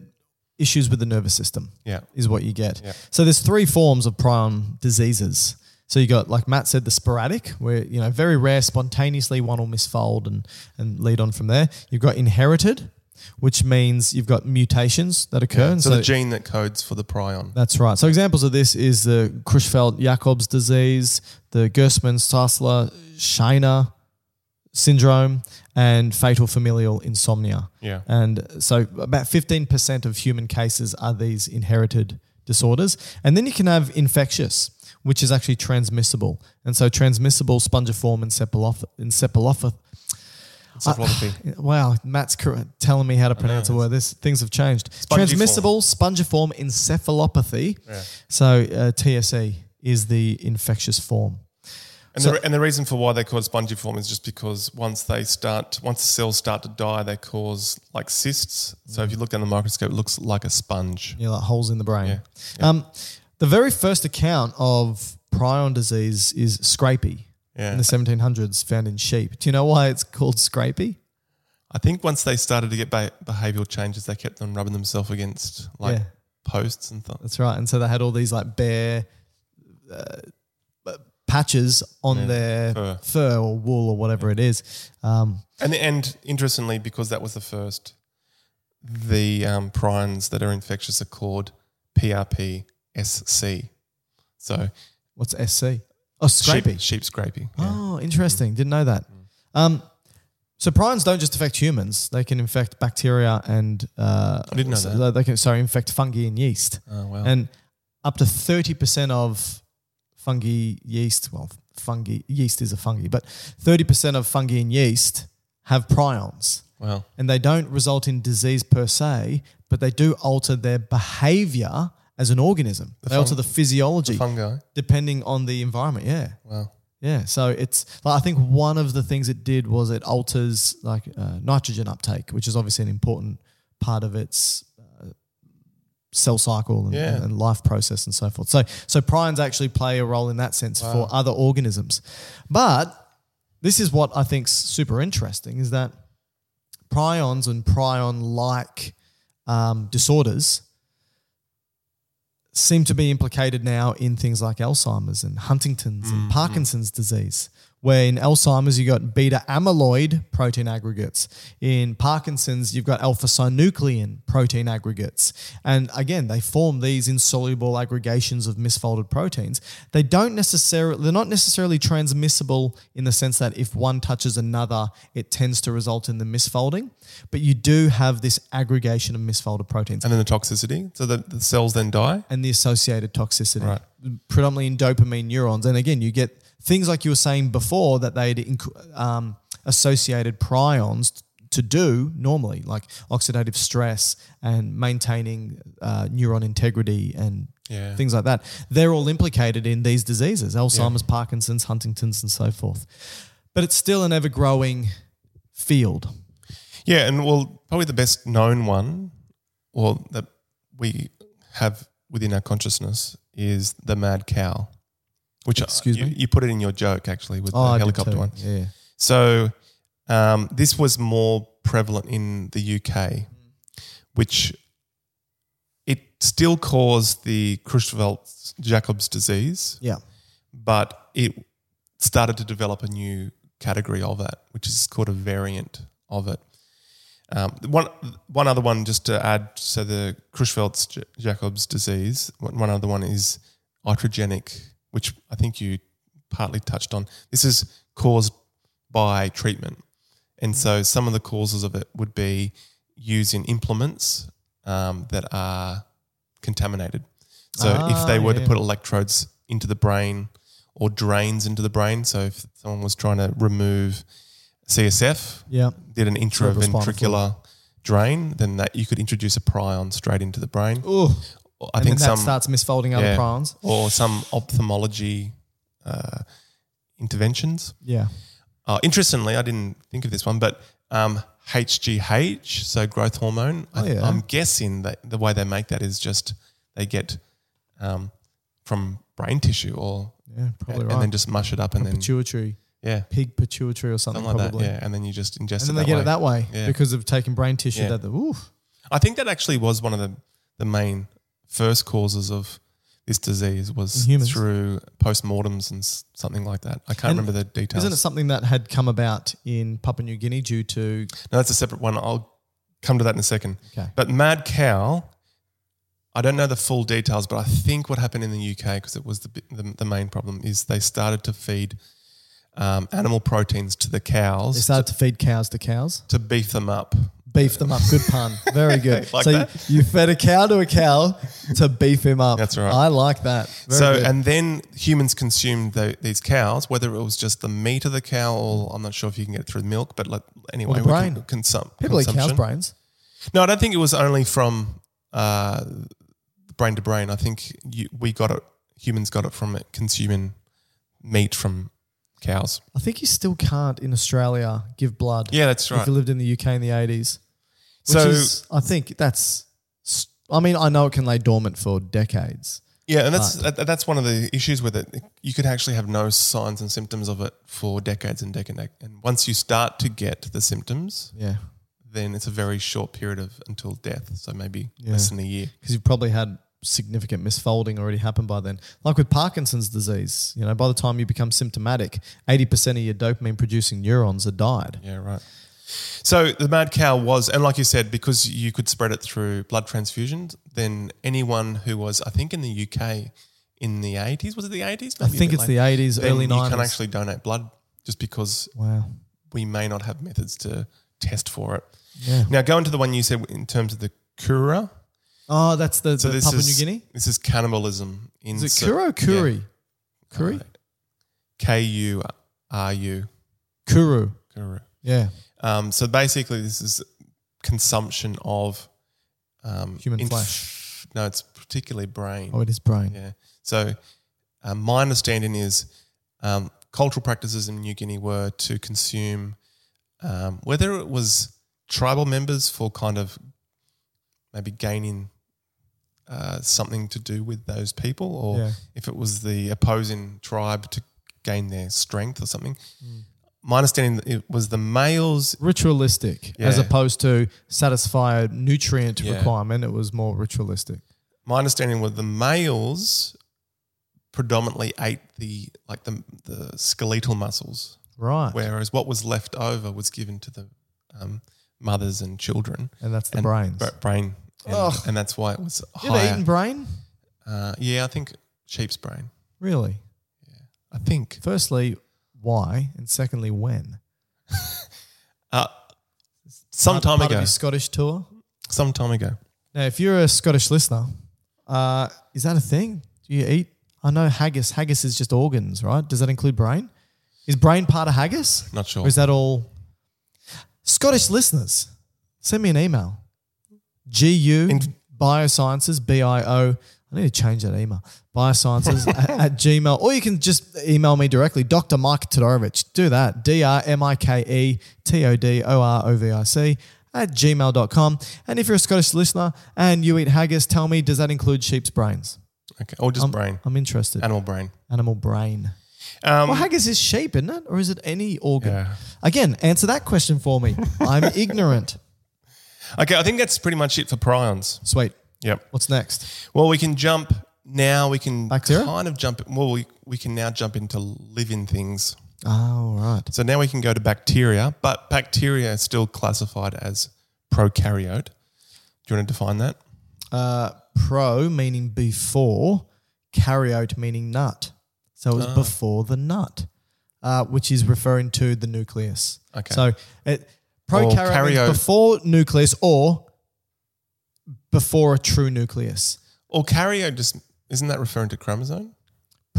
Speaker 3: issues with the nervous system
Speaker 4: Yeah.
Speaker 3: is what you get.
Speaker 4: Yeah.
Speaker 3: So there's three forms of prion diseases. So you got, like Matt said, the sporadic, where you know very rare, spontaneously one will misfold and and lead on from there. You've got inherited, which means you've got mutations that occur. and
Speaker 4: So, the gene that codes for the prion.
Speaker 3: that's right. So examples of this is the Creutzfeldt-Jacobs disease, the Gerstmann-Stassler-Scheiner syndrome, and fatal familial insomnia.
Speaker 4: Yeah.
Speaker 3: And so about 15% of human cases are these inherited disorders. And then you can have infectious, which is actually transmissible. And so transmissible spongiform encephalopathy. encephalopathy
Speaker 4: Encephalopathy.
Speaker 3: Wow, Matt's cor- telling me how to pronounce a word. This things have changed. Transmissible spongiform encephalopathy. So uh, TSE is the infectious form.
Speaker 4: and, the, and the reason for why they call it spongiform is just because once they start, once the cells start to die, they cause like cysts. So if you look down the microscope, it looks like a sponge.
Speaker 3: You know, like holes in the brain. Um, the very first account of prion disease is scrapie
Speaker 4: Yeah.
Speaker 3: in the 1700s, found in sheep. Do you know why it's called scrapie?
Speaker 4: I think once they started to get ba- behavioral changes, they kept on rubbing themselves against like
Speaker 3: Yeah.
Speaker 4: posts and things.
Speaker 3: That's right. And so they had all these like bare uh, patches on their fur.
Speaker 4: fur.
Speaker 3: or wool or whatever it is. Um,
Speaker 4: And and interestingly, because that was the first, the um, prions that are infectious are called PRPSC. So
Speaker 3: what's SC? Oh,
Speaker 4: sheep,
Speaker 3: scrapie.
Speaker 4: sheep scrapie. yeah. Mm.
Speaker 3: Oh, interesting. Didn't know that. Um, so prions don't just affect humans; they can infect bacteria and uh,
Speaker 4: I didn't know
Speaker 3: so
Speaker 4: that.
Speaker 3: they can sorry infect fungi and yeast.
Speaker 4: Oh, wow.
Speaker 3: And up to thirty percent of fungi yeast, well, fungi yeast is a fungi, but thirty percent of fungi and yeast have prions,
Speaker 4: Wow.
Speaker 3: and they don't result in disease per se, but they do alter their behavior as an organism. they alter the physiology
Speaker 4: Fungi.
Speaker 3: depending on the environment. Yeah.
Speaker 4: Wow.
Speaker 3: Yeah, so it's like I think one of the things it did was it alters like uh, nitrogen uptake, which is obviously an important part of its uh, cell cycle and,
Speaker 4: Yeah.
Speaker 3: and life process and so forth. So so prions actually play a role in that sense for other organisms, but this is what I think's super interesting is that prions and prion like um, disorders seem to be implicated now in things like Alzheimer's and Huntington's and Parkinson's disease. Where in Alzheimer's you got beta amyloid protein aggregates, in Parkinson's you've got alpha synuclein protein aggregates, and again they form these insoluble aggregations of misfolded proteins. They don't necessarily they're not necessarily transmissible in the sense that if one touches another, it tends to result in the misfolding, but you do have this aggregation of misfolded proteins
Speaker 4: And then the toxicity. So the, the cells then die.
Speaker 3: and the associated toxicity, predominantly in dopamine neurons. And again, you get things like you were saying before that they'd inc- um, associated prions t- to do normally, like oxidative stress and maintaining uh, neuron integrity and
Speaker 4: Yeah.
Speaker 3: things like that. They're all implicated in these diseases Alzheimer's, Parkinson's, Huntington's, and so forth. But it's still an ever growing field.
Speaker 4: Yeah, and well, probably the best known one, or that we have within our consciousness, is the mad cow, which uh,
Speaker 3: Excuse
Speaker 4: you,
Speaker 3: me? Oh,
Speaker 4: you put it in your joke actually with
Speaker 3: I
Speaker 4: the
Speaker 3: did
Speaker 4: helicopter
Speaker 3: too.
Speaker 4: one.
Speaker 3: Yeah.
Speaker 4: So um, this was more prevalent in the UK, which it still caused the Creutzfeldt Jacobs disease,
Speaker 3: Yeah.
Speaker 4: but it started to develop a new category of that, which is called a variant of it. Um, one one other one just to add, so the Creutzfeldt Jacobs disease. One one other one is iatrogenic, which I think you partly touched on. This is caused by treatment, and so some of the causes of it would be using implements um, that are contaminated. So
Speaker 3: Ah,
Speaker 4: if they were
Speaker 3: yeah.
Speaker 4: to put electrodes into the brain or drains into the brain, so if someone was trying to remove CSF,
Speaker 3: Yeah.
Speaker 4: did an
Speaker 3: Cerebrospinal
Speaker 4: intraventricular drain, then that you could introduce a prion straight into the brain.
Speaker 3: Ooh.
Speaker 4: Or I
Speaker 3: and
Speaker 4: think
Speaker 3: then
Speaker 4: some
Speaker 3: that starts misfolding
Speaker 4: yeah,
Speaker 3: other prions.
Speaker 4: or some ophthalmology uh, interventions.
Speaker 3: Yeah.
Speaker 4: Uh, interestingly, I didn't think of this one, but um, HGH, so growth hormone.
Speaker 3: Oh, yeah.
Speaker 4: I, am guessing that the way they make that is just they get um, from brain tissue or
Speaker 3: Yeah. Probably
Speaker 4: and
Speaker 3: right.
Speaker 4: then just mush it up and then
Speaker 3: pituitary,
Speaker 4: yeah,
Speaker 3: pig pituitary or something,
Speaker 4: something like
Speaker 3: probably.
Speaker 4: that. Yeah, and then you just ingest
Speaker 3: And then
Speaker 4: it.
Speaker 3: they get it that way
Speaker 4: Yeah.
Speaker 3: because of taking brain tissue
Speaker 4: Yeah.
Speaker 3: that the oof.
Speaker 4: I think that actually was one of the, the main first causes of this disease was
Speaker 3: In humans.
Speaker 4: through postmortems and s- something like that. I can't
Speaker 3: And
Speaker 4: remember the details.
Speaker 3: Isn't it something that had come about in Papua New Guinea due to
Speaker 4: no, that's a separate one. I'll come to that in a second.
Speaker 3: Okay.
Speaker 4: But mad cow, I don't know the full details, but I think what happened in the UK because it was the, bi- the the main problem is they started to feed um, animal proteins to the cows
Speaker 3: they started to feed cows to cows?
Speaker 4: to beef them up.
Speaker 3: Beef them up. Good pun. Very good.
Speaker 4: Like
Speaker 3: so
Speaker 4: that?
Speaker 3: you you fed a cow to a cow to beef him up.
Speaker 4: That's right.
Speaker 3: I like that. Very
Speaker 4: so
Speaker 3: good.
Speaker 4: and then humans consumed the, these cows, whether it was just the meat of the cow, or I'm not sure if you can get it through milk, but like, anyway,
Speaker 3: the
Speaker 4: we
Speaker 3: brain.
Speaker 4: Can, consum-
Speaker 3: people eat cow's
Speaker 4: consumption.
Speaker 3: brains.
Speaker 4: No, I don't think it was only from uh, brain to brain. I think you, we got it. Humans got it from it, consuming meat from cows.
Speaker 3: I think you still can't in Australia give blood.
Speaker 4: Yeah, that's
Speaker 3: If
Speaker 4: right.
Speaker 3: you lived in the UK in the 80s. Which
Speaker 4: So-
Speaker 3: is, I think that's, I mean, I know it can lay dormant for decades.
Speaker 4: Yeah, and that's that, that's one of the issues with it. You could actually have no signs and symptoms of it for decades and decades. And once you start to get the symptoms,
Speaker 3: Yeah.
Speaker 4: then it's a very short period of until death. So maybe
Speaker 3: Yeah.
Speaker 4: less than a year.
Speaker 3: because you've probably had significant misfolding already happen by then. Like with Parkinson's disease, you know, by the time you become symptomatic, 80% of your dopamine producing neurons are died.
Speaker 4: Yeah, right. So the mad cow was, and like you said, because you could spread it through blood transfusions, then anyone who was, I think, in the UK in the 80s, was it the 80s?
Speaker 3: I think
Speaker 4: a bit
Speaker 3: it's the 80s,
Speaker 4: then
Speaker 3: early
Speaker 4: you can
Speaker 3: 90s.
Speaker 4: actually donate blood just because
Speaker 3: Wow.
Speaker 4: we may not have methods to test for it.
Speaker 3: Yeah.
Speaker 4: Now, go into the one you said in terms of the cura.
Speaker 3: Oh, that's the,
Speaker 4: So
Speaker 3: the
Speaker 4: this
Speaker 3: Papua
Speaker 4: is
Speaker 3: New Guinea?
Speaker 4: This is cannibalism. In
Speaker 3: Is it
Speaker 4: so-
Speaker 3: Kuro or Kuri?
Speaker 4: Yeah.
Speaker 3: Kuri?
Speaker 4: K U R U.
Speaker 3: Kuru.
Speaker 4: Kuru.
Speaker 3: Yeah.
Speaker 4: Um, so basically, this is consumption of um,
Speaker 3: Human
Speaker 4: inf-
Speaker 3: flesh.
Speaker 4: No, it's particularly brain.
Speaker 3: Oh, it is brain.
Speaker 4: Yeah. So um, my understanding is um, cultural practices in New Guinea were to consume um, whether it was tribal members for kind of maybe gaining uh, something to do with those people, or
Speaker 3: Yeah.
Speaker 4: if it was the opposing tribe to gain their strength or something.
Speaker 3: Mm.
Speaker 4: My understanding it was the males
Speaker 3: Ritualistic as
Speaker 4: Yeah.
Speaker 3: opposed to satisfy a nutrient
Speaker 4: Yeah.
Speaker 3: requirement. It was more ritualistic.
Speaker 4: my understanding was the males predominantly ate the like the the skeletal muscles,
Speaker 3: Right.
Speaker 4: whereas what was left over was given to the um, mothers and children.
Speaker 3: And that's the brains.
Speaker 4: bra- brain, and,
Speaker 3: Ugh.
Speaker 4: and that's why it was
Speaker 3: you ever
Speaker 4: higher.
Speaker 3: eaten brain?
Speaker 4: uh, yeah, I think sheep's brain.
Speaker 3: Really?
Speaker 4: I think.
Speaker 3: Firstly, why? And secondly, when?
Speaker 4: Uh, some
Speaker 3: Part-
Speaker 4: time
Speaker 3: part of
Speaker 4: ago.
Speaker 3: your Scottish tour.
Speaker 4: Some time ago.
Speaker 3: Now, if you're a Scottish listener, uh, is that a thing? Do you eat? I know haggis. Haggis is just organs, right? Does that include brain? Is brain part of haggis?
Speaker 4: Not sure.
Speaker 3: Or is that all? Scottish listeners, send me an email. GU
Speaker 4: In-
Speaker 3: Biosciences, B I O. I need to change that email. Biosciences at, at Gmail. Or you can just email me directly, Dr. Mike Todorovic. Do that. D R M I K E T O D O R O V I C at gmail.com. And if you're a Scottish listener and you eat haggis, tell me, does that include sheep's brains?
Speaker 4: Okay. Or just
Speaker 3: I'm,
Speaker 4: brain.
Speaker 3: I'm interested.
Speaker 4: Animal brain.
Speaker 3: Animal brain.
Speaker 4: Um,
Speaker 3: Well, haggis is sheep, isn't it? Or is it any organ?
Speaker 4: Yeah.
Speaker 3: Again, answer that question for me. I'm ignorant.
Speaker 4: okay, I think that's pretty much it for prions.
Speaker 3: Sweet.
Speaker 4: Yep.
Speaker 3: What's next?
Speaker 4: Well, we can jump now. We can
Speaker 3: Bacteria?
Speaker 4: kind of jump. Well, we, we can now jump into living things.
Speaker 3: Oh, right.
Speaker 4: So now we can go to bacteria, but bacteria is still classified as prokaryote. Do you want to define that?
Speaker 3: Uh, pro meaning before, karyote meaning nut. So it was
Speaker 4: Ah.
Speaker 3: before the nut, uh, which is referring to the nucleus.
Speaker 4: Okay.
Speaker 3: So it, prokaryote means
Speaker 4: karyote.
Speaker 3: before nucleus or before a true nucleus.
Speaker 4: Or karyote just isn't that referring to chromosome?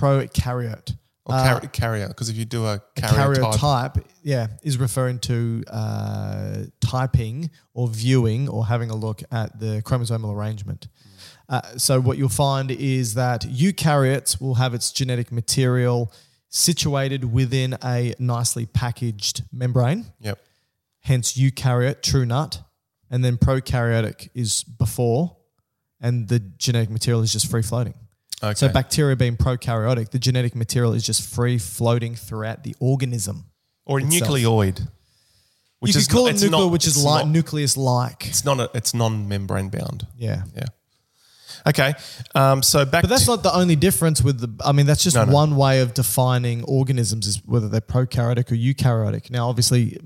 Speaker 3: Prokaryote.
Speaker 4: Or
Speaker 3: Uh,
Speaker 4: uh, carrier? Because if you do a
Speaker 3: karyotype,
Speaker 4: karyotype,
Speaker 3: yeah, is referring to uh, typing or viewing or having a look at the chromosomal arrangement. Uh, so what you'll find is that eukaryotes will have its genetic material situated within a nicely packaged membrane,
Speaker 4: yep,
Speaker 3: hence eukaryote, true nut, and then prokaryotic is before, and the genetic material is just free floating.
Speaker 4: okay,
Speaker 3: So bacteria being prokaryotic, the genetic material is just free floating throughout the organism.
Speaker 4: or a
Speaker 3: itself.
Speaker 4: nucleoid,
Speaker 3: you could call
Speaker 4: not-
Speaker 3: it
Speaker 4: it's
Speaker 3: nuclear,
Speaker 4: not-
Speaker 3: which is
Speaker 4: it's
Speaker 3: like
Speaker 4: not-
Speaker 3: nucleus like.
Speaker 4: It's not. A, it's non-membrane bound.
Speaker 3: Yeah.
Speaker 4: Yeah. Okay. Um, so back.
Speaker 3: But that's not the only difference with the. I mean, that's just
Speaker 4: No, no.
Speaker 3: one way of defining organisms is whether they're prokaryotic or eukaryotic. Now, obviously,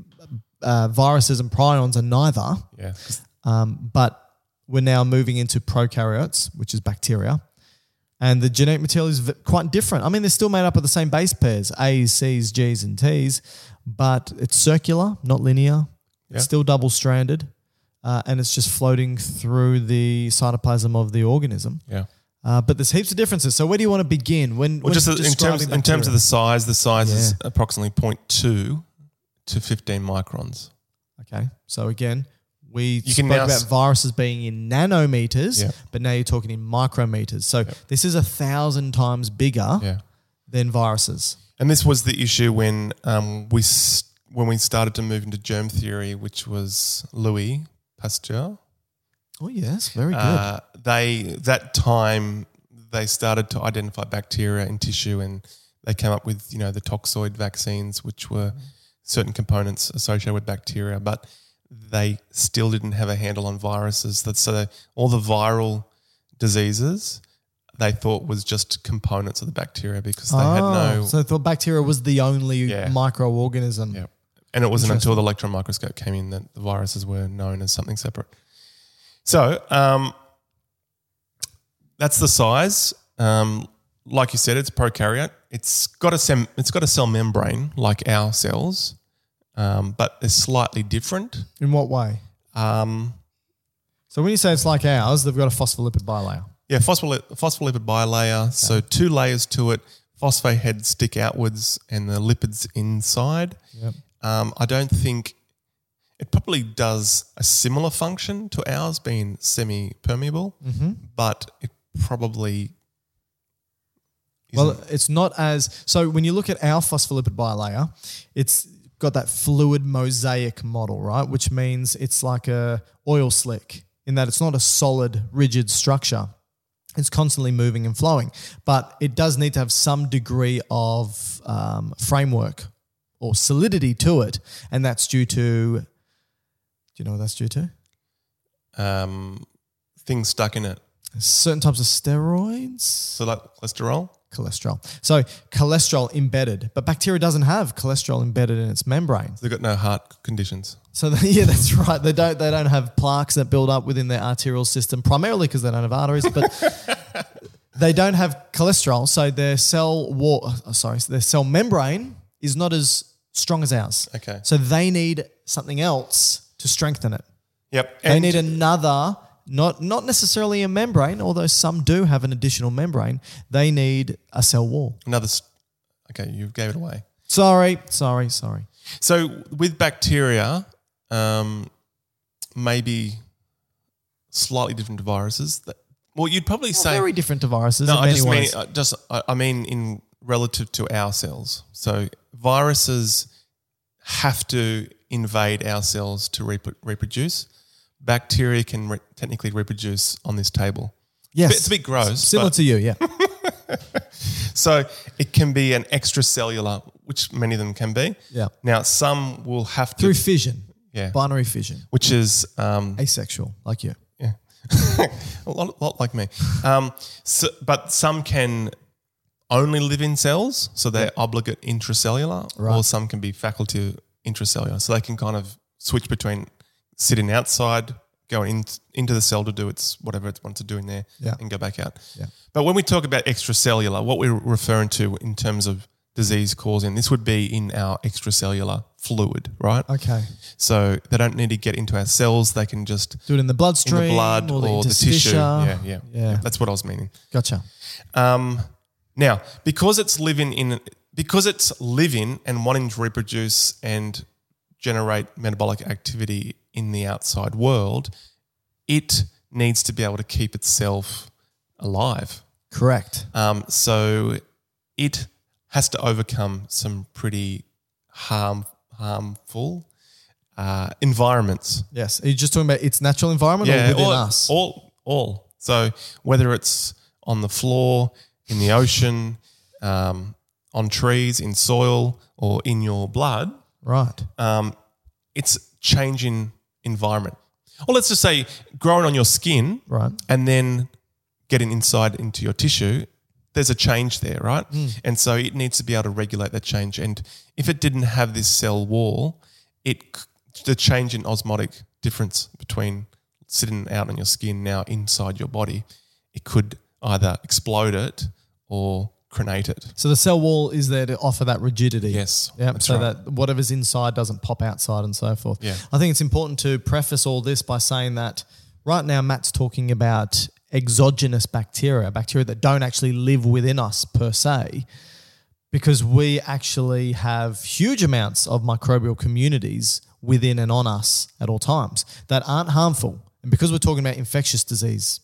Speaker 3: uh, viruses and prions are neither,
Speaker 4: Yeah.
Speaker 3: um, but we're now moving into prokaryotes, which is bacteria. And the genetic material is v- quite different. I mean, they're still made up of the same base pairs A's, C's, G's, and T's, but it's circular, not linear.
Speaker 4: Yeah.
Speaker 3: It's still double stranded. Uh, and it's just floating through the cytoplasm of the organism.
Speaker 4: Yeah.
Speaker 3: Uh, but there's heaps of differences. So where do you want to begin? When, when
Speaker 4: Well, just in terms
Speaker 3: describing
Speaker 4: in terms of the size, the size is
Speaker 3: Yeah.
Speaker 4: approximately 0.2 to 15 microns.
Speaker 3: bacteria? Okay. So again, we
Speaker 4: You
Speaker 3: spoke
Speaker 4: can now
Speaker 3: about
Speaker 4: s-
Speaker 3: viruses being in nanometers,
Speaker 4: Yeah.
Speaker 3: but now you're talking in micrometers. So this is a thousand times bigger
Speaker 4: Yeah.
Speaker 3: than viruses.
Speaker 4: And this was the issue when um, we s- when we started to move into germ theory, which was Louis Pasteur.
Speaker 3: Oh yes, very good.
Speaker 4: Uh, they that time they started to identify bacteria in tissue, and they came up with you know the toxoid vaccines, which were certain components associated with bacteria, but they still didn't have a handle on viruses. That so all the viral diseases they thought was just components of the bacteria because they had no
Speaker 3: Ah, so I thought bacteria was the only
Speaker 4: Yeah.
Speaker 3: microorganism.
Speaker 4: yeah. And it wasn't until the electron microscope came in that the viruses were known as something separate. So um, that's the size. Um, like you said, it's prokaryote. It's got a sem- it's got a cell membrane like our cells, um, but it's slightly different.
Speaker 3: In what way?
Speaker 4: Um,
Speaker 3: So when you say it's like ours, they've got a phospholipid bilayer.
Speaker 4: yeah, phospholip- phospholipid bilayer. So two layers to it. Phosphate heads stick outwards, and the lipids inside.
Speaker 3: Yep.
Speaker 4: Um, I don't think it probably does a similar function to ours, being semi-permeable,
Speaker 3: Mm-hmm.
Speaker 4: but it probably
Speaker 3: Well, it's not as so when you look at our phospholipid bilayer, it's got that fluid mosaic model, right? Which means it's like a oil slick in that it's not a solid, rigid structure. It's constantly moving and flowing, but it does need to have some degree of um, framework or solidity to it, and that's due to. Do you know what that's due to?
Speaker 4: um, things stuck in it.
Speaker 3: Certain types of steroids.
Speaker 4: So like cholesterol.
Speaker 3: cholesterol. So cholesterol embedded, but bacteria doesn't have cholesterol embedded in its membrane.
Speaker 4: They've got no heart conditions.
Speaker 3: So they- yeah, that's right. They don't they don't have plaques that build up within their arterial system primarily because they don't have arteries, but they don't have cholesterol, so their cell wall oh, sorry, their cell membrane is not as strong as ours.
Speaker 4: Okay.
Speaker 3: So they need something else to strengthen it.
Speaker 4: Yep.
Speaker 3: They need another, not not necessarily a membrane, although some do have an additional membrane. They need a cell wall.
Speaker 4: another. St- okay, you gave it away.
Speaker 3: Sorry, sorry, sorry.
Speaker 4: So with bacteria, um, maybe slightly different to viruses. That Well, you'd probably
Speaker 3: Well,
Speaker 4: say
Speaker 3: very different to viruses.
Speaker 4: No,
Speaker 3: in
Speaker 4: I
Speaker 3: many
Speaker 4: just mean
Speaker 3: ways.
Speaker 4: I just I, I mean in relative to our cells. So viruses have to invade our cells to repro- reproduce. Bacteria can re- technically reproduce on this table.
Speaker 3: yes,
Speaker 4: it's a bit gross,
Speaker 3: Similar
Speaker 4: but-
Speaker 3: to you, yeah.
Speaker 4: So it can be an extracellular, which many of them can be.
Speaker 3: Yeah.
Speaker 4: Now some will have to,
Speaker 3: Through fission,
Speaker 4: yeah,
Speaker 3: binary fission,
Speaker 4: which is um,
Speaker 3: asexual, like you.
Speaker 4: Yeah. a lot, lot like me. Um, so, but some can only live in cells, so they're obligate intracellular, or some can be facultative intracellular. So they can kind of switch between sitting outside, going in, into the cell to do its whatever it wants to do in there,
Speaker 3: Yeah.
Speaker 4: and go back out.
Speaker 3: Yeah.
Speaker 4: But when we talk about extracellular, what we're referring to in terms of disease causing, this would be in our extracellular fluid, right?
Speaker 3: Okay,
Speaker 4: So they don't need to get into our cells, they can just
Speaker 3: do it in the bloodstream,
Speaker 4: in the blood or the, tissue.
Speaker 3: interstitia.
Speaker 4: Yeah, yeah,
Speaker 3: Yeah.
Speaker 4: That's what I was meaning.
Speaker 3: Gotcha.
Speaker 4: Um, now, because it's living in, because it's living and wanting to reproduce and generate metabolic activity in the outside world, it needs to be able to keep itself alive.
Speaker 3: Correct.
Speaker 4: Um, so it has to overcome some pretty harm harmful uh, environments.
Speaker 3: Yes. Are you just talking about its natural environment or within
Speaker 4: all,
Speaker 3: us?
Speaker 4: All, all. So whether it's on the floor, in the ocean, um, on trees, in soil, or in your blood,
Speaker 3: right.
Speaker 4: um, it's changing environment. Or let's just say growing on your skin,
Speaker 3: Right.
Speaker 4: and then getting inside into your tissue. There's a change there, right?
Speaker 3: Hmm.
Speaker 4: And so it needs to be able to regulate that change. And if it didn't have this cell wall, it c- the change in osmotic difference between sitting out on your skin now inside your body, it could either explode it or crenate it.
Speaker 3: So the cell wall is there to offer that rigidity.
Speaker 4: Yes,
Speaker 3: Yep,
Speaker 4: that's
Speaker 3: so
Speaker 4: right.
Speaker 3: that whatever's inside doesn't pop outside and so forth.
Speaker 4: Yeah.
Speaker 3: I think it's important to preface all this by saying that right now Matt's talking about exogenous bacteria, bacteria that don't actually live within us per se, because we actually have huge amounts of microbial communities within and on us at all times that aren't harmful. And because we're talking about infectious disease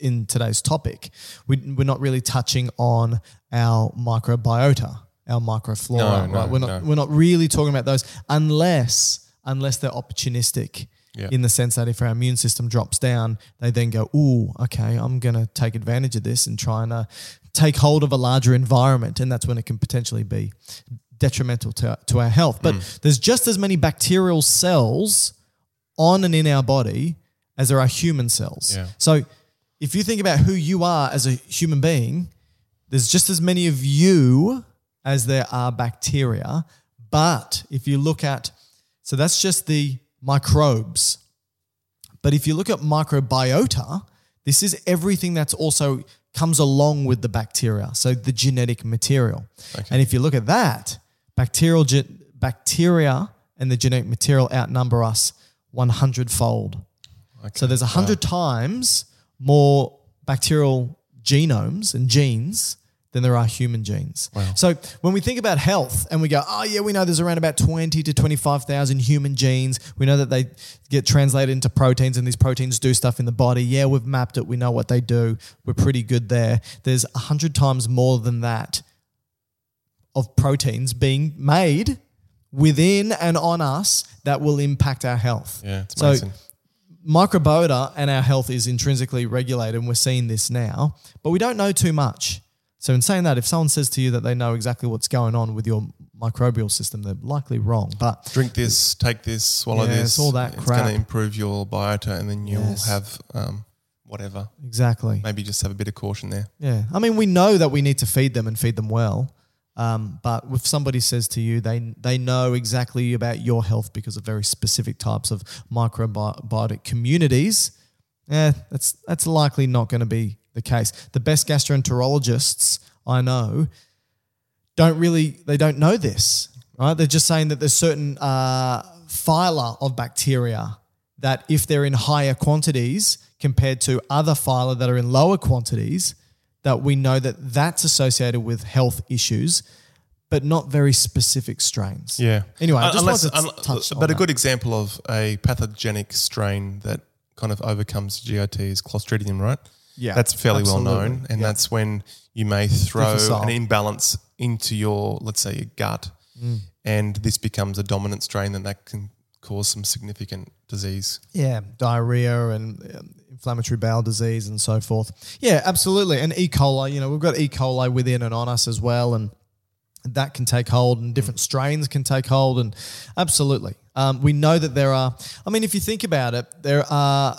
Speaker 3: in today's topic, we, we're not really touching on our microbiota, our microflora.
Speaker 4: No, no,
Speaker 3: right? We're not
Speaker 4: no.
Speaker 3: we're not really talking about those unless unless they're opportunistic.
Speaker 4: Yeah.
Speaker 3: In the sense that if our immune system drops down, they then go, "Ooh, okay, I'm going to take advantage of this and try and uh, take hold of a larger environment," and that's when it can potentially be detrimental to, to our health. But there's just as many bacterial cells on and in our body as there are human cells.
Speaker 4: Yeah.
Speaker 3: So if you think about who you are as a human being, there's just as many of you as there are bacteria. But if you look at, so that's just the microbes. But if you look at microbiota, this is everything that's also comes along with the bacteria, so the genetic material. And if you look at that, bacterial ge- bacteria and the genetic material outnumber us 100 fold. So there's 100
Speaker 4: Uh,
Speaker 3: times more bacterial genomes and genes than there are human genes. So when we think about health and we go, oh yeah, we know there's around about 20 to 25,000 human genes. We know that they get translated into proteins and these proteins do stuff in the body. Yeah, we've mapped it. We know what they do. We're pretty good there. There's 100 times more than that of proteins being made within and on us that will impact our health.
Speaker 4: Yeah, it's
Speaker 3: So
Speaker 4: amazing.
Speaker 3: microbiota and our health is intrinsically regulated, and we're seeing this now, but we don't know too much. So, in saying that, if someone says to you that they know exactly what's going on with your microbial system, they're likely wrong. But
Speaker 4: Drink this, take this, swallow
Speaker 3: Yeah,
Speaker 4: this.
Speaker 3: it's all that
Speaker 4: it's
Speaker 3: crap.
Speaker 4: going to improve your biota, and then you'll
Speaker 3: Yes.
Speaker 4: have um, whatever.
Speaker 3: exactly.
Speaker 4: Maybe just have a bit of caution there.
Speaker 3: Yeah. I mean, we know that we need to feed them and feed them well. Um, but if somebody says to you, they they know exactly about your health because of very specific types of microbiotic communities. Yeah, that's that's likely not going to be the case. The best gastroenterologists I know don't really they don't know this, right? They're just saying that there's certain uh, phyla of bacteria that if they're in higher quantities compared to other phyla that are in lower quantities, that we know that that's associated with health issues, but not very specific strains.
Speaker 4: Yeah.
Speaker 3: Anyway, I
Speaker 4: Un-
Speaker 3: just wanted to
Speaker 4: un-
Speaker 3: touch on
Speaker 4: But a
Speaker 3: that.
Speaker 4: good example of a pathogenic strain that kind of overcomes GIT is Clostridium, right?
Speaker 3: Yeah,
Speaker 4: that's fairly well
Speaker 3: absolutely.
Speaker 4: known, and
Speaker 3: Yeah.
Speaker 4: that's when you may throw
Speaker 3: Difficile.
Speaker 4: an imbalance into your, let's say, your gut,
Speaker 3: Mm.
Speaker 4: and this becomes a dominant strain, and that can cause some significant disease.
Speaker 3: Yeah, diarrhea and um, inflammatory bowel disease and so forth. Yeah, absolutely. And E. coli, you know, we've got E. coli within and on us as well, and that can take hold, and different strains can take hold, and absolutely. Um, we know that there are. I mean, if you think about it, there are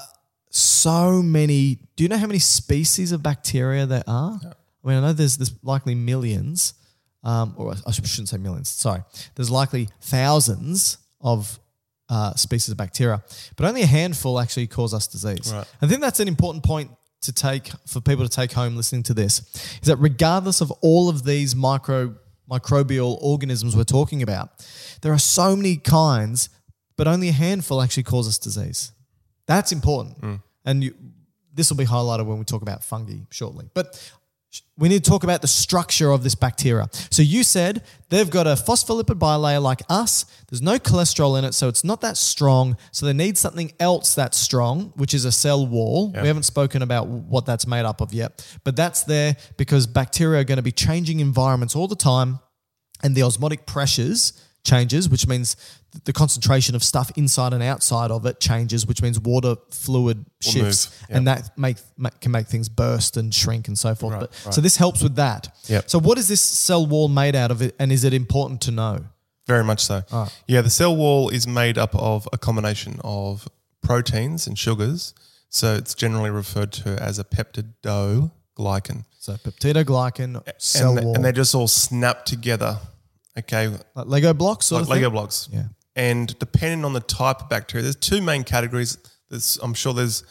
Speaker 3: so many. Do you know how many species of bacteria there are? I mean, I know there's there's likely millions, um, or I shouldn't say millions. Sorry, there's likely thousands of uh, species of bacteria, but only a handful actually cause us disease.
Speaker 4: Right.
Speaker 3: I think that's an important point to take for people to take home listening to this is that regardless of all of these micro microbial organisms we're talking about, there are so many kinds, but only a handful actually cause us disease. That's important. And you, this will be highlighted when we talk about fungi shortly. But sh- we need to talk about the structure of this bacteria. So you said they've got a phospholipid bilayer like us. There's no cholesterol in it, so it's not that strong. So they need something else that's strong, which is a cell wall. We haven't spoken about what that's made up of yet, but that's there because bacteria are going to be changing environments all the time and the osmotic pressures changes, which means th- the concentration of stuff inside and outside of it changes, which means water fluid shifts,
Speaker 4: move, yeah.
Speaker 3: and that make, ma- can make things burst and shrink and so forth. but, So this helps with that.
Speaker 4: Yep.
Speaker 3: So what is this cell wall made out of, it, and is it important to know?
Speaker 4: Very much so.
Speaker 3: Ah.
Speaker 4: Yeah, the cell wall is made up of a combination of proteins and sugars. So it's generally referred to as a peptidoglycan.
Speaker 3: So peptidoglycan, cell
Speaker 4: and, they-
Speaker 3: wall,
Speaker 4: and they just all snap together, okay,
Speaker 3: like Lego blocks, sort
Speaker 4: like
Speaker 3: of thing?
Speaker 4: Lego blocks.
Speaker 3: Yeah.
Speaker 4: And depending on the type of bacteria, there's two main categories. There's, I'm sure there's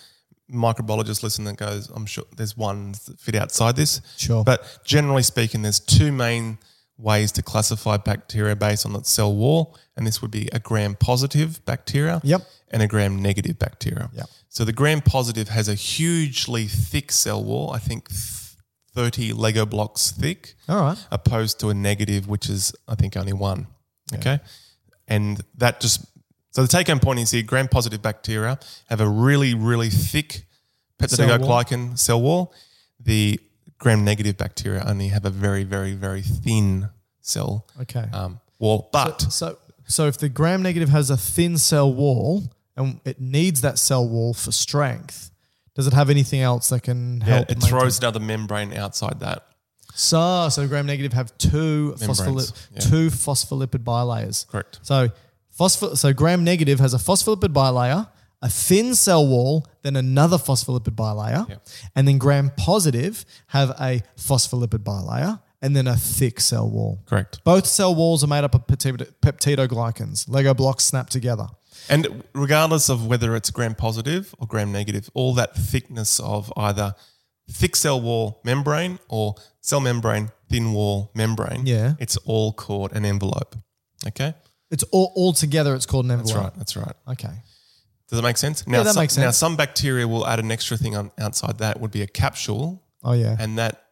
Speaker 4: microbiologists listening that goes, I'm sure there's ones that fit outside this.
Speaker 3: Sure.
Speaker 4: But generally speaking, there's two main ways to classify bacteria based on its cell wall, and this would be a gram positive bacteria
Speaker 3: Yep.
Speaker 4: and a gram negative bacteria.
Speaker 3: Yep.
Speaker 4: So the gram positive has a hugely thick cell wall, I think th- 30 Lego blocks thick
Speaker 3: All right.
Speaker 4: opposed to a negative, which is I think only one. Okay, and that just so the take-home point is here: gram positive bacteria have a really, really thick peptidoglycan cell wall. The gram negative bacteria only have a very, very, very thin cell
Speaker 3: Okay.
Speaker 4: um, wall. But
Speaker 3: So, so if the gram negative has a thin cell wall and it needs that cell wall for strength, does it have anything else that can
Speaker 4: yeah,
Speaker 3: help?
Speaker 4: it
Speaker 3: maintain-
Speaker 4: throws another membrane outside that.
Speaker 3: So, so gram negative have two
Speaker 4: Membranes,
Speaker 3: phospholipid
Speaker 4: yeah.
Speaker 3: two phospholipid bilayers.
Speaker 4: Correct.
Speaker 3: So, phosphor- so gram negative has a phospholipid bilayer, a thin cell wall, then another phospholipid bilayer, and then gram positive have a phospholipid bilayer and then a thick cell wall.
Speaker 4: Correct.
Speaker 3: Both cell walls are made up of peptido- peptidoglycans. Lego blocks snap together.
Speaker 4: And regardless of whether it's gram positive or gram negative, all that thickness of either thick cell wall membrane or cell membrane, thin wall membrane,
Speaker 3: Yeah.
Speaker 4: it's all called an envelope. Okay?
Speaker 3: It's all, all together. It's called an
Speaker 4: That's
Speaker 3: envelope.
Speaker 4: right. That's right.
Speaker 3: Okay.
Speaker 4: Does that make sense?
Speaker 3: Yeah, that
Speaker 4: some,
Speaker 3: makes
Speaker 4: Now,
Speaker 3: sense.
Speaker 4: some bacteria will add an extra thing on, outside that, would be a capsule.
Speaker 3: Oh yeah.
Speaker 4: And that,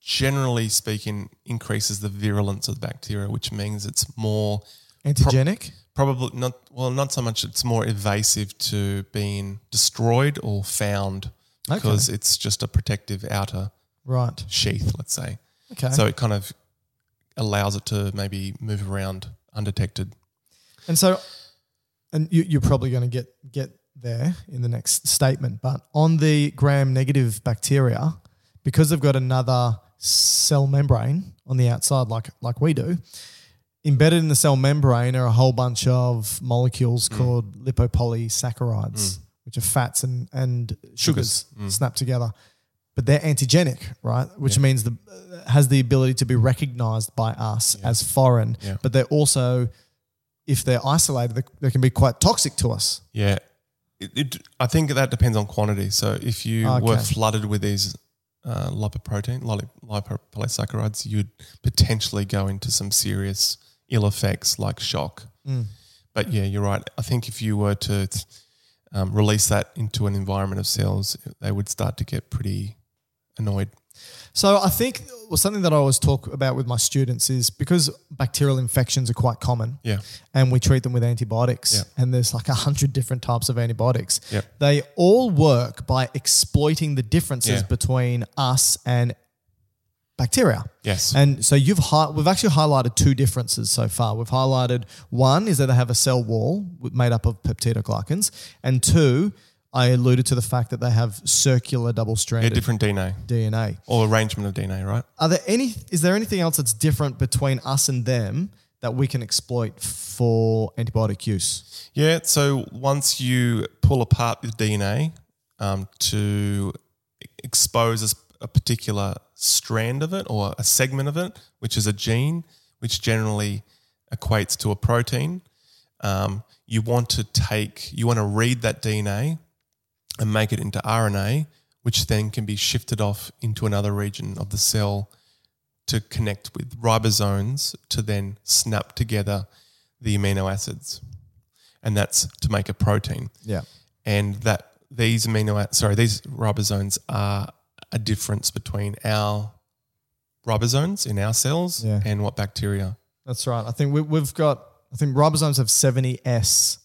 Speaker 4: generally speaking, increases the virulence of the bacteria, which means it's more
Speaker 3: Antigenic.
Speaker 4: probably not well not so much it's more evasive to being destroyed or found
Speaker 3: Okay.
Speaker 4: because it's just a protective outer
Speaker 3: right.
Speaker 4: sheath let's say
Speaker 3: Okay.
Speaker 4: so it kind of allows it to maybe move around undetected
Speaker 3: And so, and you, you're probably going to get get there in the next statement, but on the gram negative bacteria, because they've got another cell membrane on the outside, like like we do, embedded in the cell membrane are a whole bunch of molecules
Speaker 4: Mm.
Speaker 3: called lipopolysaccharides, which are fats and and sugars,
Speaker 4: Mm.
Speaker 3: snapped together. But they're antigenic, right? Which means the has the ability to be recognized by us as foreign,
Speaker 4: Yeah.
Speaker 3: but they're also if they're isolated, they, they can be quite toxic to us.
Speaker 4: yeah it, it, i think that depends on quantity so if you were
Speaker 3: Okay.
Speaker 4: flooded with these uh, lipoprotein loli- lipopolysaccharides you'd potentially go into some serious ill effects like shock But yeah, you're right. I think if you were to um, release that into an environment of cells, they would start to get pretty annoyed.
Speaker 3: So I think well, something that I always talk about with my students is because bacterial infections are quite common.
Speaker 4: Yeah.
Speaker 3: And we treat them with antibiotics,
Speaker 4: Yeah.
Speaker 3: and there's like a hundred different types of antibiotics.
Speaker 4: Yeah.
Speaker 3: They all work by exploiting the differences
Speaker 4: Yeah.
Speaker 3: between us and bacteria.
Speaker 4: Yes.
Speaker 3: And so you've hi- we've actually highlighted two differences so far. We've highlighted one is that they have a cell wall with- made up of peptidoglycans, and two, I alluded to the fact that they have circular
Speaker 4: Yeah,
Speaker 3: double-stranded
Speaker 4: different DNA
Speaker 3: DNA.
Speaker 4: or arrangement of DNA, right?
Speaker 3: Are there any? Is there anything else that's different between us and them that we can exploit for antibiotic use?
Speaker 4: Yeah. So once you pull apart the DNA um, to expose a, s- a particular strand of it or a segment of it, which is a gene, which generally equates to a protein, um, you want to take, you want to read that DNA and make it into RNA, which then can be shifted off into another region of the cell to connect with ribosomes to then snap together the amino acids. And that's to make a protein.
Speaker 3: Yeah.
Speaker 4: And that these amino acids, sorry, these ribosomes are a difference between our ribosomes in our cells
Speaker 3: Yeah.
Speaker 4: and what bacteria.
Speaker 3: That's right. I think we, we've got. I think ribosomes have seventy s.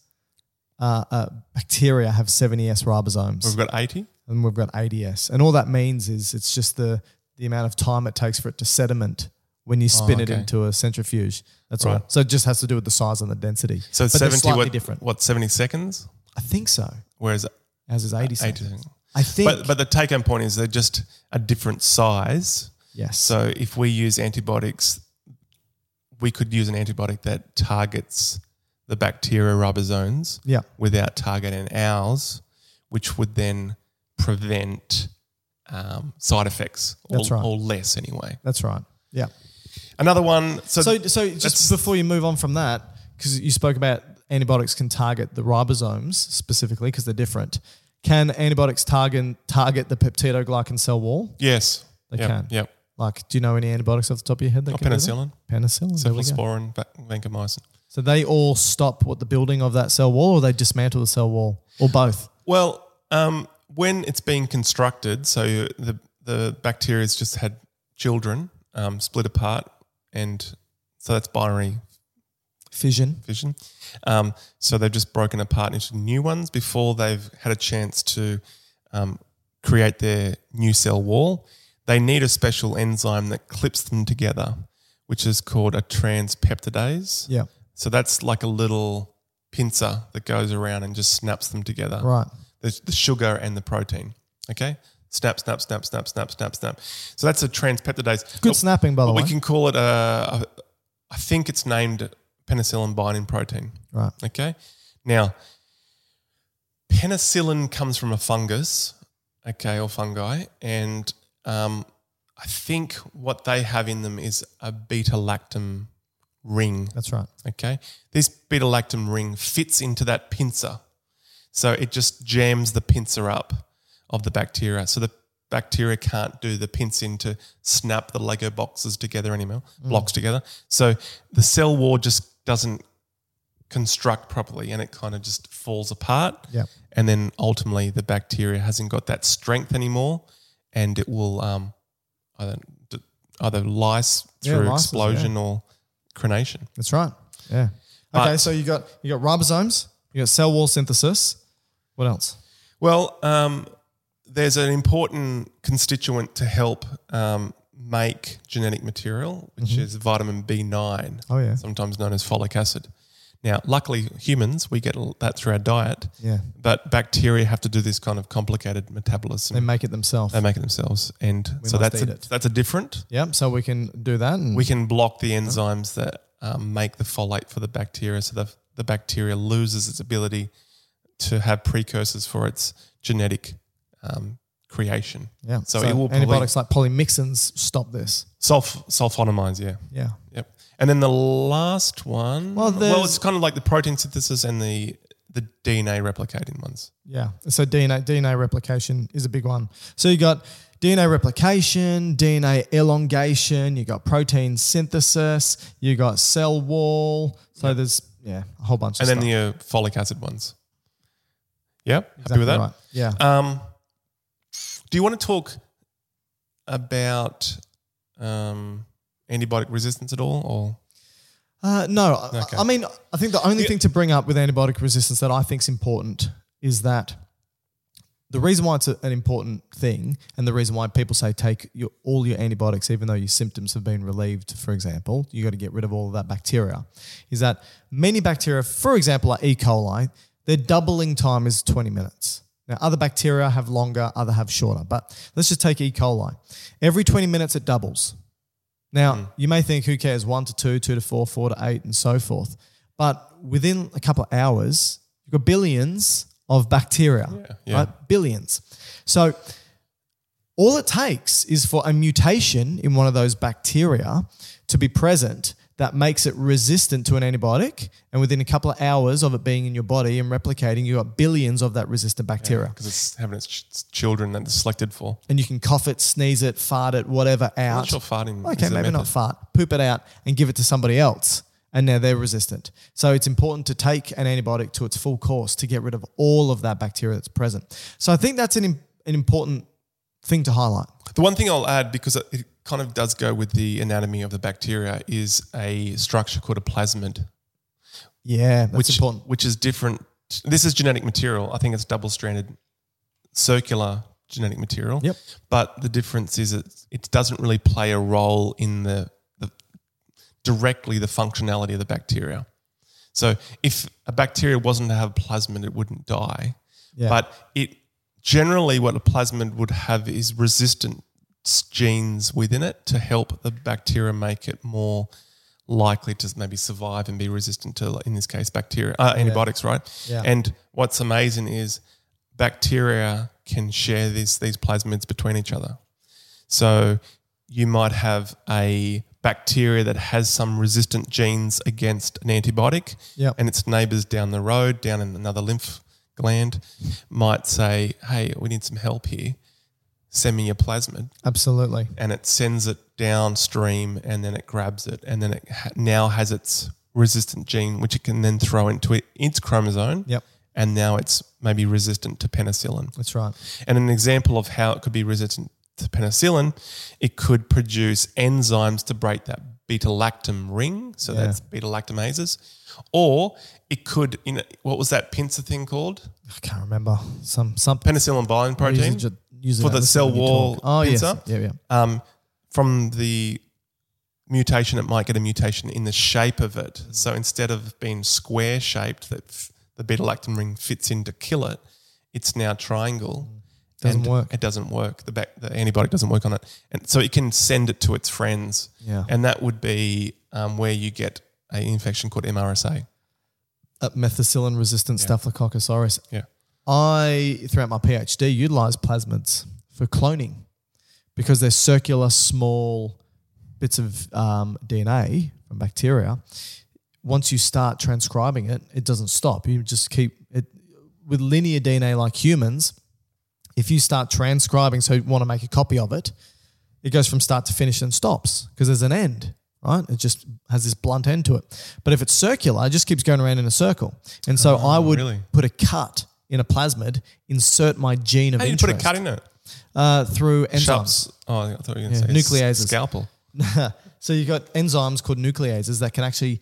Speaker 3: Uh, uh, bacteria have seventy s ribosomes.
Speaker 4: We've got 80.
Speaker 3: and we've got ADS. And all that means is it's just the the amount of time it takes for it to sediment when you spin it
Speaker 4: Oh, okay.
Speaker 3: into a centrifuge. That's all.
Speaker 4: Right.
Speaker 3: So it just has to do with the size and the density.
Speaker 4: So
Speaker 3: But they're
Speaker 4: 70,
Speaker 3: slightly
Speaker 4: what,
Speaker 3: different.
Speaker 4: what, 70 seconds?
Speaker 3: I think so.
Speaker 4: Whereas
Speaker 3: As is 80
Speaker 4: 80
Speaker 3: seconds.
Speaker 4: seconds.
Speaker 3: I think.
Speaker 4: But, but the take home point is they're just a different size.
Speaker 3: yes.
Speaker 4: So if we use antibiotics, we could use an antibiotic that targets the bacteria ribosomes
Speaker 3: Yeah.
Speaker 4: without targeting ours, which would then prevent um, side effects or,
Speaker 3: That's right.
Speaker 4: or less anyway.
Speaker 3: That's right. Yeah.
Speaker 4: Another one. So,
Speaker 3: So, so just
Speaker 4: that's-
Speaker 3: before you move on from that, because you spoke about antibiotics can target the ribosomes specifically because they're different. Can antibiotics target target the peptidoglycan cell wall?
Speaker 4: yes,
Speaker 3: They
Speaker 4: Yep,
Speaker 3: can.
Speaker 4: Yep.
Speaker 3: Like, do you know any antibiotics off the top of your head that
Speaker 4: Or
Speaker 3: can do that?
Speaker 4: Oh, penicillin,
Speaker 3: Penicillin. There we go.
Speaker 4: cephalosporin, va- vancomycin.
Speaker 3: So they all stop what the building of that cell wall, or they dismantle the cell wall, or both.
Speaker 4: Well, um, when it's being constructed, so the the bacteria's just had children um, split apart, and so that's binary
Speaker 3: Fission.
Speaker 4: fission. Um, so they've just broken apart into new ones before they've had a chance to um, create their new cell wall. They need a special enzyme that clips them together, which is called a transpeptidase.
Speaker 3: Yeah.
Speaker 4: So that's like a little pincer that goes around and just snaps them together
Speaker 3: Right.
Speaker 4: the, the sugar and the protein. Okay, snap, snap, snap, snap, snap, snap, snap. So that's a transpeptidase.
Speaker 3: Good
Speaker 4: But-
Speaker 3: snapping, by the
Speaker 4: oh, But we
Speaker 3: way.
Speaker 4: can call it a. a I think it's named penicillin binding protein.
Speaker 3: right.
Speaker 4: Okay, now penicillin comes from a fungus, okay, or fungi, and um, I think what they have in them is a beta lactam ring.
Speaker 3: That's right.
Speaker 4: Okay. This beta lactam ring fits into that pincer. So it just jams the pincer up of the bacteria. So the bacteria can't do the pincing to snap the Lego boxes together anymore,
Speaker 3: Mm.
Speaker 4: blocks together. So the cell wall just doesn't construct properly and it kind of just falls apart.
Speaker 3: Yeah.
Speaker 4: And then ultimately the bacteria hasn't got that strength anymore and it will um, either, d- either lice
Speaker 3: Yeah,
Speaker 4: through
Speaker 3: lices,
Speaker 4: explosion or crenation.
Speaker 3: That's right. Yeah.
Speaker 4: But-
Speaker 3: okay. So you got you got ribosomes. You got cell wall synthesis. What else?
Speaker 4: Well, um, there's an important constituent to help um, make genetic material, which is vitamin B9,
Speaker 3: Mm-hmm. Oh, yeah.
Speaker 4: sometimes known as folic acid. Now, luckily, humans, we get l- that through our diet,
Speaker 3: Yeah.
Speaker 4: but bacteria have to do this kind of complicated
Speaker 3: They
Speaker 4: metabolism.
Speaker 3: make it themselves.
Speaker 4: They, make it themselves. And
Speaker 3: We
Speaker 4: so
Speaker 3: must
Speaker 4: that's a,
Speaker 3: eat it.
Speaker 4: that's a different.
Speaker 3: Yep. So we can do that. And
Speaker 4: We can block the enzymes that um, make the folate for the bacteria, so the, the bacteria loses its ability to have precursors for its genetic um, creation.
Speaker 3: yeah.
Speaker 4: So, it will probably
Speaker 3: antibiotics like polymyxins stop this.
Speaker 4: sulf sulfonamides. Yeah.
Speaker 3: Yeah.
Speaker 4: Yep. And then the last one.
Speaker 3: Well,
Speaker 4: Well,
Speaker 3: there's-
Speaker 4: it's kind of like the protein synthesis and the the DNA replicating ones.
Speaker 3: Yeah. So DNA DNA replication is a big one. So you got DNA replication, DNA elongation, you got protein synthesis, you got cell wall. So there's yeah, a whole bunch of
Speaker 4: and
Speaker 3: stuff.
Speaker 4: then the uh, folic acid ones. Yep. Happy
Speaker 3: Exactly
Speaker 4: with that?
Speaker 3: right. Yeah.
Speaker 4: Um, do you want to talk about um, antibiotic resistance at all? Or
Speaker 3: Uh, no, I-
Speaker 4: Okay.
Speaker 3: I mean, I think the only
Speaker 4: Yeah.
Speaker 3: thing to bring up with antibiotic resistance that I think is important is that the reason why it's a, an important thing, and the reason why people say take your, all your antibiotics, even though your symptoms have been relieved, for example, you got to get rid of all of that bacteria, is that many bacteria, for example, like E. coli, their doubling time is 20 minutes. Now, other bacteria have longer, other have shorter, but let's just take E. coli. Every 20 minutes, it doubles. Now,
Speaker 4: Hmm.
Speaker 3: you may think, who cares, one to two, two to four, four to eight, and so forth. But within a couple of hours, you've got billions of bacteria,
Speaker 4: yeah.
Speaker 3: right? Billions. So, all it takes is for a mutation in one of those bacteria to be present that makes it resistant to an antibiotic. And within a couple of hours of it being in your body and replicating, you've got billions of that resistant bacteria
Speaker 4: because it's having its, ch- its children that it's selected for.
Speaker 3: and you can cough it, sneeze it, fart it, whatever out.
Speaker 4: not sure farting
Speaker 3: Okay,
Speaker 4: is Mm, a
Speaker 3: maybe not
Speaker 4: method.
Speaker 3: fart. Poop it out and give it to somebody else, and now they're resistant. So it's important to take an antibiotic to its full course to get rid of all of that bacteria that's present. So I think that's an im- an important thing to highlight.
Speaker 4: The one thing I'll add, because it- it kind of does go with the anatomy of the bacteria, is a structure called a plasmid,
Speaker 3: Yeah, that's
Speaker 4: which
Speaker 3: important.
Speaker 4: which is different. This is genetic material. I think it's double-stranded, circular genetic material.
Speaker 3: Yep.
Speaker 4: But the difference is it it doesn't really play a role in the, the directly the functionality of the bacteria. So if a bacteria wasn't to have plasmid, it wouldn't die.
Speaker 3: Yeah.
Speaker 4: But it generally what a plasmid would have is resistant genes within it to help the bacteria make it more likely to maybe survive and be resistant to, in this case, bacteria uh, antibiotics, right?
Speaker 3: Yeah.
Speaker 4: And what's amazing is bacteria can share this these plasmids between each other. So you might have a bacteria that has some resistant genes against an antibiotic,
Speaker 3: Yep.
Speaker 4: and its neighbors down the road, down in another lymph gland, might say, "Hey, we need some help here. Send me your plasmid."
Speaker 3: Absolutely.
Speaker 4: and it sends it downstream and then it grabs it and then it ha- now has its resistant gene which it can then throw into it, its chromosome
Speaker 3: Yep.
Speaker 4: and now it's maybe resistant to penicillin
Speaker 3: That's right.
Speaker 4: and an example of how it could be resistant to penicillin it could produce enzymes to break that beta lactam ring so
Speaker 3: Yeah.
Speaker 4: that's beta lactamases or it could you know what was that pincer thing called
Speaker 3: I can't remember some some
Speaker 4: penicillin binding protein
Speaker 3: Using- using
Speaker 4: for
Speaker 3: that,
Speaker 4: the
Speaker 3: listening
Speaker 4: cell
Speaker 3: when you
Speaker 4: wall
Speaker 3: talk. Oh yes.
Speaker 4: pincer?
Speaker 3: Yeah, yeah.
Speaker 4: um, from the mutation, it might get a mutation in the shape of it. So instead of being square shaped, that f- the beta lactam ring fits in to kill it, it's now triangle.
Speaker 3: Mm. Doesn't
Speaker 4: and
Speaker 3: work.
Speaker 4: It doesn't work. The back, the antibiotic doesn't work on it, and so it can send it to its friends.
Speaker 3: Yeah.
Speaker 4: and that would be um, where you get an infection called MRSA.
Speaker 3: Uh, methicillin resistant Staphylococcus aureus.
Speaker 4: Yeah,
Speaker 3: I, throughout my PhD, utilized plasmids for cloning because they're circular, small bits of um, DNA from bacteria. Once you start transcribing it, it doesn't stop. You just keep it with linear DNA like humans. If you start transcribing, so you want to make a copy of it, it goes from start to finish and stops because there's an end, right? It just has this blunt end to it. But if it's circular, it just keeps going around in a circle. And so I would
Speaker 4: Oh, really?
Speaker 3: put a cut in a plasmid, insert my gene of
Speaker 4: how do you
Speaker 3: interest
Speaker 4: put a cut in it?
Speaker 3: uh, through enzymes.
Speaker 4: Sharps. Oh, I thought you were going
Speaker 3: Yeah,
Speaker 4: to say
Speaker 3: nucleases.
Speaker 4: Scalpel.
Speaker 3: so you've got enzymes called nucleases that can actually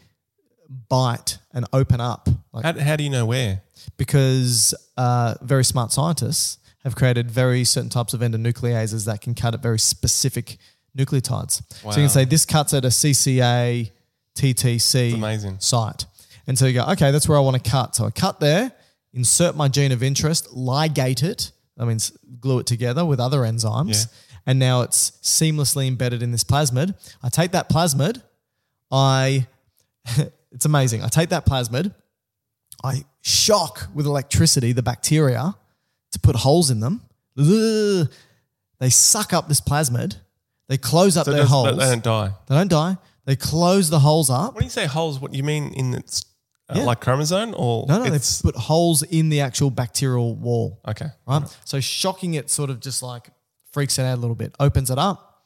Speaker 3: bite and open up like,
Speaker 4: How, how do you know where?
Speaker 3: because uh, very smart scientists have created very certain types of endonucleases that can cut at very specific nucleotides. So you
Speaker 4: Wow.
Speaker 3: can say this cuts at a CCA TTC
Speaker 4: That's amazing.
Speaker 3: site. And so you go, okay, that's where I want to cut. So I cut there, insert my gene of interest, ligate it, that means glue it together with other enzymes. And now it's seamlessly embedded in this plasmid. I take that plasmid, I, it's amazing. I take that plasmid, I shock with electricity the bacteria to put holes in them. Ugh. They suck up this plasmid. They close up
Speaker 4: So it
Speaker 3: their
Speaker 4: does-
Speaker 3: holes.
Speaker 4: They don't die.
Speaker 3: They don't die. They close the holes up.
Speaker 4: When you say holes, what do you mean in its uh,
Speaker 3: Yeah.
Speaker 4: like chromosome or
Speaker 3: No, no, they
Speaker 4: it's
Speaker 3: put holes in the actual bacterial wall.
Speaker 4: okay?
Speaker 3: Right? So shocking it sort of just like freaks it out a little bit, opens it up.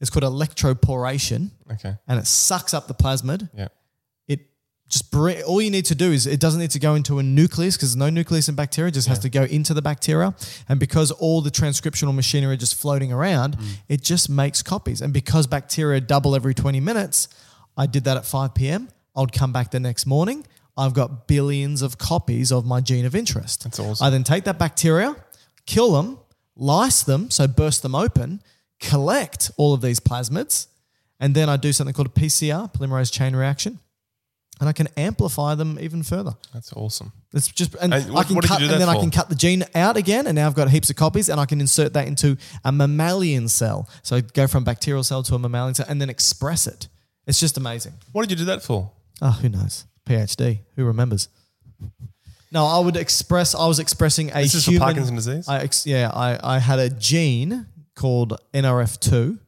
Speaker 3: It's called electroporation
Speaker 4: Okay,
Speaker 3: and it sucks up the plasmid.
Speaker 4: yeah,
Speaker 3: It just bre- all you need to do is it doesn't need to go into a nucleus because there's no nucleus in bacteria. It just has to go into the bacteria, and because all the transcriptional machinery is just floating around,
Speaker 4: Mm.
Speaker 3: it just makes copies. And because bacteria double every 20 minutes, I did that at 5 p.m. I'd come back the next morning. I've got billions of copies of my gene of interest.
Speaker 4: That's awesome.
Speaker 3: I then take that bacteria, kill them, lyse them, so burst them open, collect all of these plasmids, and then I do something called a PCR, polymerase chain reaction, and I can amplify them even further.
Speaker 4: That's awesome.
Speaker 3: It's just and
Speaker 4: And
Speaker 3: I
Speaker 4: what-
Speaker 3: can
Speaker 4: what did you
Speaker 3: cut,
Speaker 4: do
Speaker 3: and
Speaker 4: that
Speaker 3: then I
Speaker 4: for?
Speaker 3: can cut the gene out again, and now I've got heaps of copies, and I can insert that into a mammalian cell. So I go from bacterial cell to a mammalian cell, and then express it. It's just amazing.
Speaker 4: What did you do that for?
Speaker 3: Oh, who knows? PhD. Who remembers? No, I would express. I was expressing a
Speaker 4: This is for
Speaker 3: human
Speaker 4: Parkinson's disease?
Speaker 3: I ex, yeah, I, I had a gene called NRF2,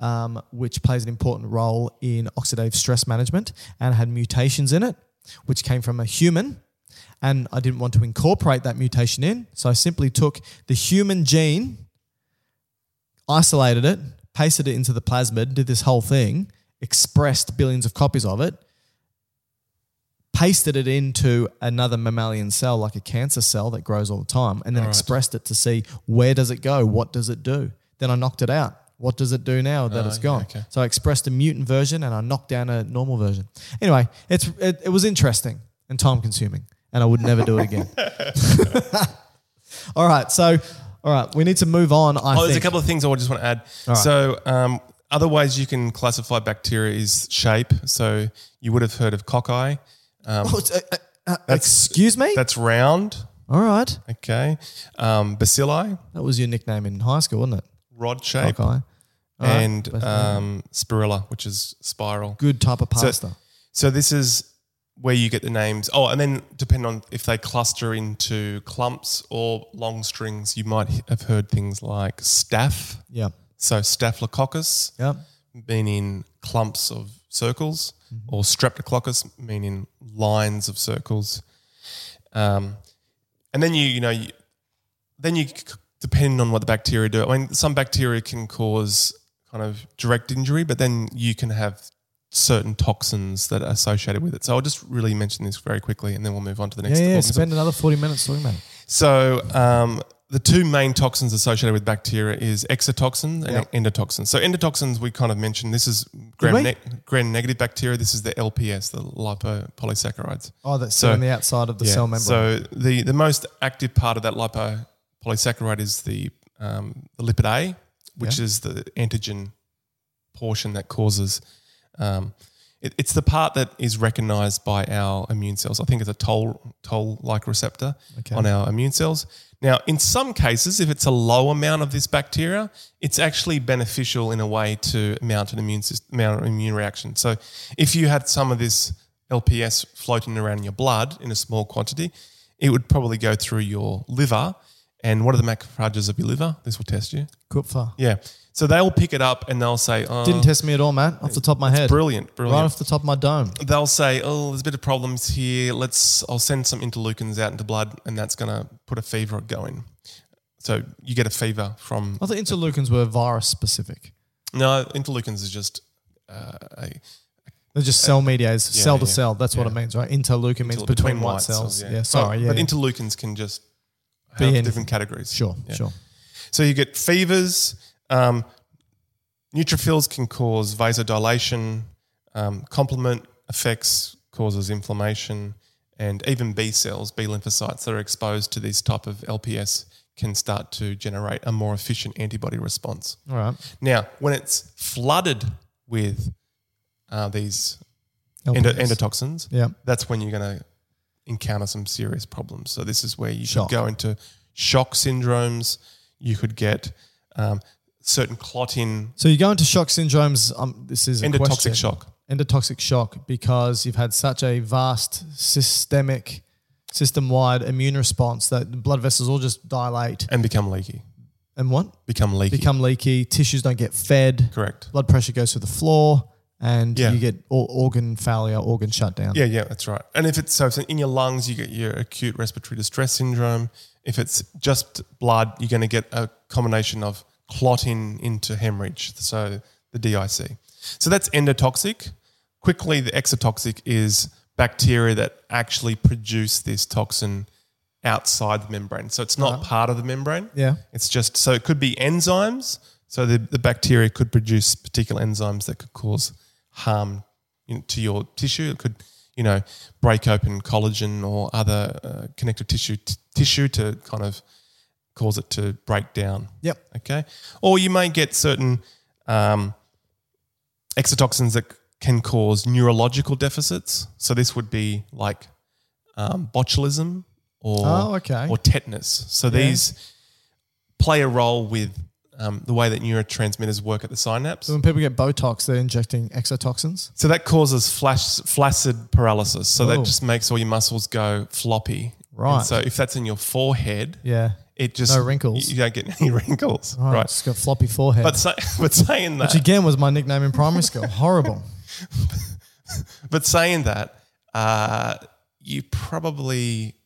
Speaker 3: um, which plays an important role in oxidative stress management, and had mutations in it, which came from a human, and I didn't want to incorporate that mutation in, so I simply took the human gene isolated it, pasted it into the plasmid, did this whole thing, expressed billions of copies of it, pasted it into another mammalian cell, like a cancer cell that grows all the time, and then expressed it to see where does it go, what does it do. Then I knocked it out. What does it do now that
Speaker 4: Oh,
Speaker 3: it's gone? So I expressed a mutant version and I knocked down a normal version. Anyway, it's it, it was interesting and time consuming, and I would never do it again. all right, so all right, we need to move on. I
Speaker 4: oh,
Speaker 3: think.
Speaker 4: there's a couple of things I just want to add. So, um, other ways you can classify bacteria is shape. So, you would have heard of cockeye. Um,
Speaker 3: Oh, it's- uh, uh, uh, excuse me?
Speaker 4: That's round.
Speaker 3: All right.
Speaker 4: Okay. Um, bacilli,
Speaker 3: That was your nickname in high school, wasn't it?
Speaker 4: rod shape,
Speaker 3: Cockeye. All right.
Speaker 4: and
Speaker 3: Bacilli.
Speaker 4: um, spirilla, which is spiral.
Speaker 3: Good type of
Speaker 4: So-
Speaker 3: pasta.
Speaker 4: So this is where you get the names. Oh, and then depending on if they cluster into clumps or long strings, you might h- have heard things like staph.
Speaker 3: yeah.
Speaker 4: So staphylococcus,
Speaker 3: Yeah.
Speaker 4: meaning clumps of circles,
Speaker 3: Mm-hmm.
Speaker 4: or streptococcus, meaning lines of circles. Um, and then you, you know, you, then you c- depend on what the bacteria do. I mean, some bacteria can cause kind of direct injury, but then you can have certain toxins that are associated with it. So I'll just really mention this very quickly, and then we'll move on to the
Speaker 3: Yeah,
Speaker 4: next.
Speaker 3: yeah.
Speaker 4: organism.
Speaker 3: Spend another 40 minutes talking about it.
Speaker 4: So um, the two main toxins associated with bacteria is exotoxin and endotoxin. So endotoxins we kind of mentioned. This is
Speaker 3: we?
Speaker 4: gram, ne- gram negative bacteria. This is the LPS, the lipopolysaccharides.
Speaker 3: Oh, that's
Speaker 4: So-
Speaker 3: on the outside of the
Speaker 4: Yeah.
Speaker 3: cell membrane.
Speaker 4: So the, the most active part of that lipopolysaccharide is the, um, the lipid A, which is the antigen portion that causes. Um, it, it's the part that is recognized by our immune cells. I think it's a toll toll like receptor on our immune cells. Now, in some cases, if it's a low amount of this bacteria, it's actually beneficial in a way to mount an immune system, mount an immune reaction. So, if you had some of this LPS floating around in your blood in a small quantity, it would probably go through your liver. And what are the macrophages of your liver? This will test you.
Speaker 3: Kupfer.
Speaker 4: Yeah. So they'll pick it up and they'll say, oh,
Speaker 3: Didn't test me at all, man. Off the top of my head.
Speaker 4: brilliant, brilliant.
Speaker 3: Right off the top of my dome.
Speaker 4: they'll say, "Oh, there's a bit of problems here. Let's I'll send some interleukins out into blood, and that's going to put a fever going." So you get a fever from
Speaker 3: I thought interleukins were virus specific.
Speaker 4: no interleukins is just uh, a,
Speaker 3: They're just cell mediators, cell to
Speaker 4: Uh, yeah,
Speaker 3: cell. That's what
Speaker 4: yeah.
Speaker 3: it means, right? Interleukin means
Speaker 4: inter-
Speaker 3: between, white, cells. Yeah. sorry.
Speaker 4: But-
Speaker 3: yeah.
Speaker 4: but
Speaker 3: yeah.
Speaker 4: interleukins can just
Speaker 3: Be
Speaker 4: have
Speaker 3: anything.
Speaker 4: different categories.
Speaker 3: sure.
Speaker 4: Yeah.
Speaker 3: Sure.
Speaker 4: So you get fevers. Um, neutrophils can cause vasodilation. Um, complement effects causes inflammation, and even B cells, B lymphocytes that are exposed to this type of LPS can start to generate a more efficient antibody response.
Speaker 3: All right.
Speaker 4: Now, when it's flooded with uh, these endo-
Speaker 3: LPS.
Speaker 4: endotoxins,
Speaker 3: Yeah.
Speaker 4: that's when you're going to encounter some serious problems. So this is where you
Speaker 3: Shock.
Speaker 4: could go into shock syndromes. You could get um, certain clotting,
Speaker 3: So you go into shock syndromes. Um, this is a
Speaker 4: endotoxic
Speaker 3: question.
Speaker 4: shock.
Speaker 3: Endotoxic shock because you've had such a vast systemic, system-wide immune response that the blood vessels all just dilate
Speaker 4: and become leaky.
Speaker 3: and what
Speaker 4: Become leaky.
Speaker 3: become leaky. Tissues don't get fed.
Speaker 4: correct.
Speaker 3: Blood pressure goes through the floor, and
Speaker 4: Yeah.
Speaker 3: you get all organ failure, organ shutdown.
Speaker 4: Yeah, yeah, that's right. And if it's so, if it's in your lungs, you get your acute respiratory distress syndrome. If it's just blood, you're going to get a combination of clotting into hemorrhage, so the DIC. So that's endotoxic. Quickly, the exotoxic is bacteria that actually produce this toxin outside the membrane. So it's not part of the membrane.
Speaker 3: Yeah.
Speaker 4: It's just so it could be enzymes. So the, the bacteria could produce particular enzymes that could cause harm in, to your tissue. It could, you know, break open collagen or other uh, connective tissue t- tissue to kind of cause it to break down.
Speaker 3: Yep.
Speaker 4: Okay. Or you may get certain um, exotoxins that c- can cause neurological deficits. So this would be like um, botulism or
Speaker 3: Oh, okay.
Speaker 4: or tetanus. So these play a role with um, the way that neurotransmitters work at the synapse.
Speaker 3: So when people get Botox, they're injecting exotoxins.
Speaker 4: So that causes flash, flaccid paralysis. So
Speaker 3: Oh.
Speaker 4: that just makes all your muscles go floppy.
Speaker 3: Right.
Speaker 4: And so if that's in your forehead,
Speaker 3: Yeah.
Speaker 4: it just
Speaker 3: No wrinkles. Oh,
Speaker 4: You, you don't get any wrinkles.
Speaker 3: Right.
Speaker 4: right.
Speaker 3: It's got floppy forehead.
Speaker 4: But say, but saying that,
Speaker 3: which again was my nickname in primary school. Horrible.
Speaker 4: but saying that, uh, you probably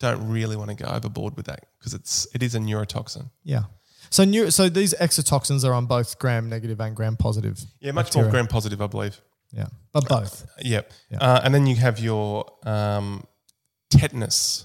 Speaker 4: don't really want to go overboard with that because it's it is a neurotoxin.
Speaker 3: Yeah. So new, so these exotoxins are on both gram negative and gram positive.
Speaker 4: Yeah, much more gram positive, I believe.
Speaker 3: Yeah. But both.
Speaker 4: Yep. Uh, and then you have your um, tetanus.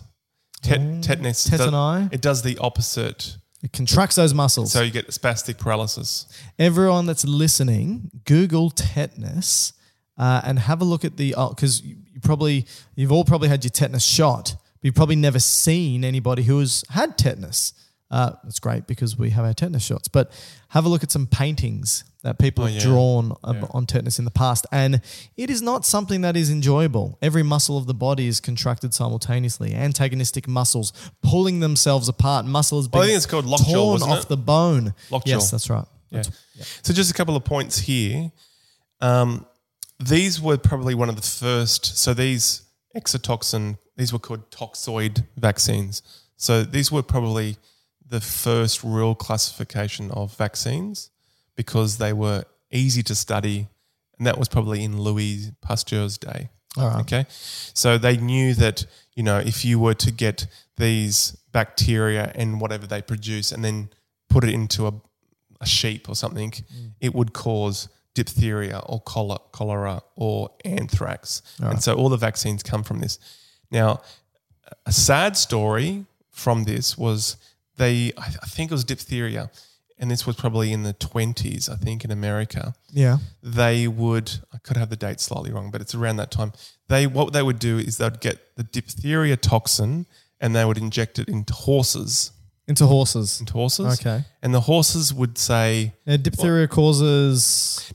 Speaker 4: Te-
Speaker 3: Oh.
Speaker 4: tetanus. does-
Speaker 3: tetani?
Speaker 4: It does the opposite.
Speaker 3: It contracts those muscles.
Speaker 4: So you get spastic paralysis.
Speaker 3: everyone that's listening, Google tetanus uh, and have a look at the because you you probably you've all probably had your tetanus shot, but you've probably never seen anybody who has had tetanus. Uh, that's great because we have our tetanus shots, but have a look at some paintings that
Speaker 4: Oh,
Speaker 3: people have drawn ab- on tetanus in the past, and it is not something that is enjoyable. Every muscle of the body is contracted simultaneously, antagonistic muscles pulling themselves apart. Muscles being
Speaker 4: Well, I think it's called lockjaw,
Speaker 3: torn
Speaker 4: wasn't
Speaker 3: off
Speaker 4: it?
Speaker 3: the bone.
Speaker 4: Lockjaw.
Speaker 3: Yes, that's right.
Speaker 4: Yeah. So just a couple of points here. Um, these were probably one of the first. So these exotoxin, these were called toxoid vaccines. So these were probably the first real classification of vaccines because they were easy to study, and that was probably in Louis Pasteur's day.
Speaker 3: All right.
Speaker 4: Okay. So they knew that, you know, if you were to get these bacteria and whatever they produce and then put it into a, a sheep or something,
Speaker 3: Mm.
Speaker 4: it would cause diphtheria or cholera, cholera or anthrax. And so all the vaccines come from this. Now, a sad story from this was they, I I think it was diphtheria, and this was probably in the 20s, I think, in America
Speaker 3: Yeah.
Speaker 4: they would I could have the date slightly wrong, but it's around that time. They what they would do is they'd get the diphtheria toxin and they would inject it into horses.
Speaker 3: Into horses.
Speaker 4: Into horses.
Speaker 3: Okay.
Speaker 4: And the horses would say
Speaker 3: Now, diphtheria causes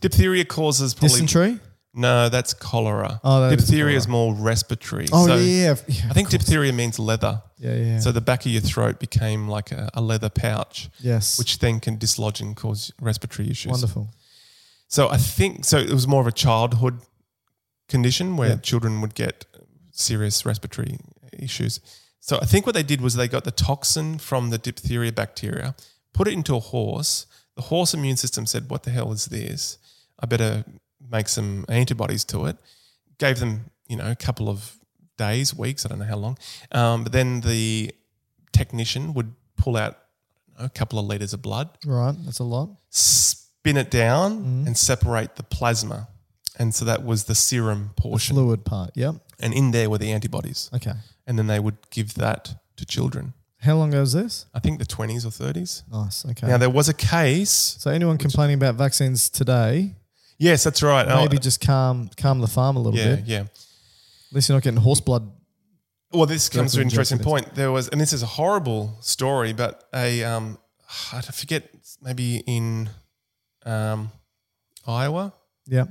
Speaker 4: diphtheria causes probably
Speaker 3: dysentery.
Speaker 4: No, that's cholera.
Speaker 3: Oh, that is
Speaker 4: diphtheria is, more respiratory.
Speaker 3: Oh, yeah, yeah, yeah,
Speaker 4: I
Speaker 3: of
Speaker 4: think
Speaker 3: course.
Speaker 4: diphtheria means leather.
Speaker 3: Yeah, yeah, yeah.
Speaker 4: So the back of your throat became like a, a leather pouch.
Speaker 3: Yes.
Speaker 4: Which then can dislodge and cause respiratory issues.
Speaker 3: Wonderful.
Speaker 4: So I think so. It was more of a childhood condition where
Speaker 3: Yeah.
Speaker 4: children would get serious respiratory issues. So I think what they did was they got the toxin from the diphtheria bacteria, put it into a horse. The horse immune system said, "What the hell is this? I better make some antibodies to it." Gave them, you know, a couple of days, weeks. I don't know how long. Um, but then the technician would pull out a couple of liters of blood
Speaker 3: Right. That's a lot.
Speaker 4: spin it down and separate the plasma. And so that was the serum portion.
Speaker 3: Fluid part. Yep.
Speaker 4: And in there were the antibodies.
Speaker 3: Okay.
Speaker 4: And then they would give that to children.
Speaker 3: How long ago is this?
Speaker 4: I think the 20s or 30s.
Speaker 3: Nice. Okay.
Speaker 4: Now, there was a case.
Speaker 3: so anyone complaining about vaccines today,
Speaker 4: Yes, that's right. Oh,
Speaker 3: maybe just calm calm the farm a little
Speaker 4: yeah,
Speaker 3: bit.
Speaker 4: yeah.
Speaker 3: At least you're not getting horse blood.
Speaker 4: Well, this comes to an
Speaker 3: Directly
Speaker 4: interesting
Speaker 3: injected
Speaker 4: point. There was, and this is a horrible story, but a um, I forget, maybe in um, Iowa,
Speaker 3: Yeah.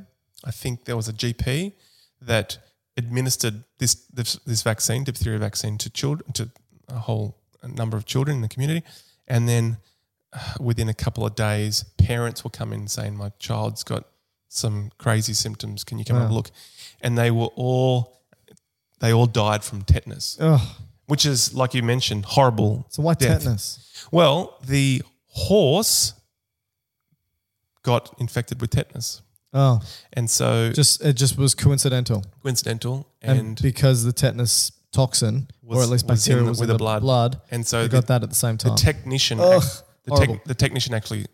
Speaker 4: I think there was a GP that administered this this, this vaccine, diphtheria vaccine, to children to a whole number of children in the community, and then uh, within a couple of days, parents will come in saying, "My child's got some crazy symptoms. Can you come and have a look?" And they were all they all died from tetanus,
Speaker 3: Ugh.
Speaker 4: which is like you mentioned, horrible.
Speaker 3: Oh. So why
Speaker 4: death.
Speaker 3: tetanus?
Speaker 4: Well, the horse got infected with tetanus.
Speaker 3: Oh,
Speaker 4: And so
Speaker 3: just it just was coincidental,
Speaker 4: coincidental
Speaker 3: and,
Speaker 4: and,
Speaker 3: because the tetinus toxin, or at least
Speaker 4: was in
Speaker 3: bacteria,
Speaker 4: the-
Speaker 3: was
Speaker 4: with
Speaker 3: in
Speaker 4: the
Speaker 3: the
Speaker 4: blood.
Speaker 3: blood.
Speaker 4: And so
Speaker 3: you
Speaker 4: the-
Speaker 3: got that at the same
Speaker 4: the
Speaker 3: time.
Speaker 4: technician
Speaker 3: Ugh,
Speaker 4: ac- the, tech-
Speaker 3: horrible.
Speaker 4: the technician actually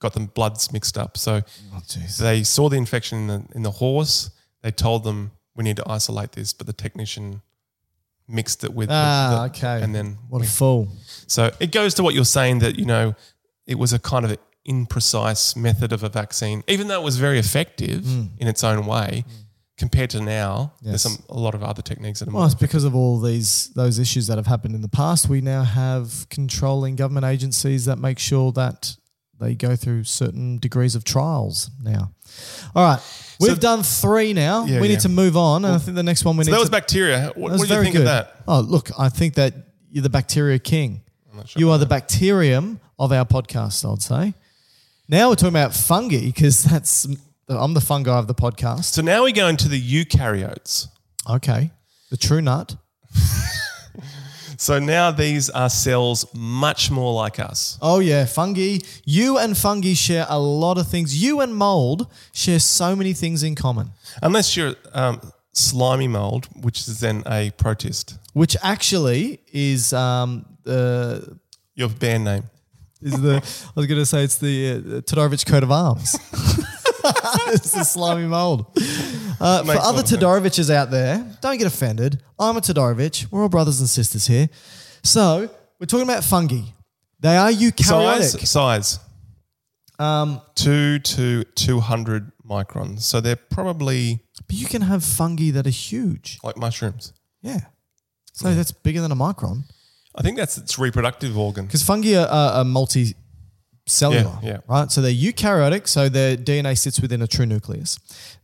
Speaker 4: got the bloods mixed up so
Speaker 3: oh, jeez.
Speaker 4: they saw the infection in the, in the horse they told them we need to isolate this, but the technician mixed it with the-
Speaker 3: Ah,
Speaker 4: the-
Speaker 3: okay.
Speaker 4: and then
Speaker 3: what a
Speaker 4: we-
Speaker 3: fool.
Speaker 4: so it goes to what you're saying that you know it was a kind of imprecise method of a vaccine, even though it was very effective in its own way. Compared to now, there's
Speaker 3: Hmm. Yes.
Speaker 4: some, a lot of other techniques that are
Speaker 3: Well,
Speaker 4: more
Speaker 3: it's because of all these those issues that have happened in the past. We now have controlling government agencies that make sure that they go through certain degrees of trials now. All right, we've done three now.
Speaker 4: Yeah,
Speaker 3: we
Speaker 4: yeah.
Speaker 3: need to move on, and I think the next one we
Speaker 4: So
Speaker 3: need.
Speaker 4: that was
Speaker 3: to,
Speaker 4: bacteria. What,
Speaker 3: that was
Speaker 4: what do you
Speaker 3: very
Speaker 4: think
Speaker 3: good.
Speaker 4: of that?
Speaker 3: Oh, look, I think that you're the bacteria king. you are the bacterium of our podcast. I'd say. Now we're talking about fungi because that's I'm the fungi of the podcast.
Speaker 4: So now we go into the eukaryotes.
Speaker 3: Okay, the true nut.
Speaker 4: So now these are cells much more like us.
Speaker 3: Oh yeah, fungi. You and fungi share a lot of things. You and mold share so many things in common,
Speaker 4: Unless you're um, slimy mold, which is then a protist.
Speaker 3: which actually is um uh,
Speaker 4: Your band name.
Speaker 3: is the I was going to say it's the uh, Todorovic coat of arms. it's the slimy mold. Uh, for
Speaker 4: makes
Speaker 3: other
Speaker 4: a lot of sense.
Speaker 3: Todoroviches out there, don't get offended. I'm a Todorovic. We're all brothers and sisters here. So we're talking about fungi. They are eukaryotic.
Speaker 4: Size? Size. Um, two to 200 microns. So they're probably
Speaker 3: But you can have fungi that are huge.
Speaker 4: like mushrooms.
Speaker 3: Yeah. So that's bigger than a micron.
Speaker 4: I think that's its reproductive organ.
Speaker 3: Because fungi are, are, are multicellular,
Speaker 4: Yeah, yeah.
Speaker 3: right? So they're eukaryotic, so their DNA sits within a true nucleus.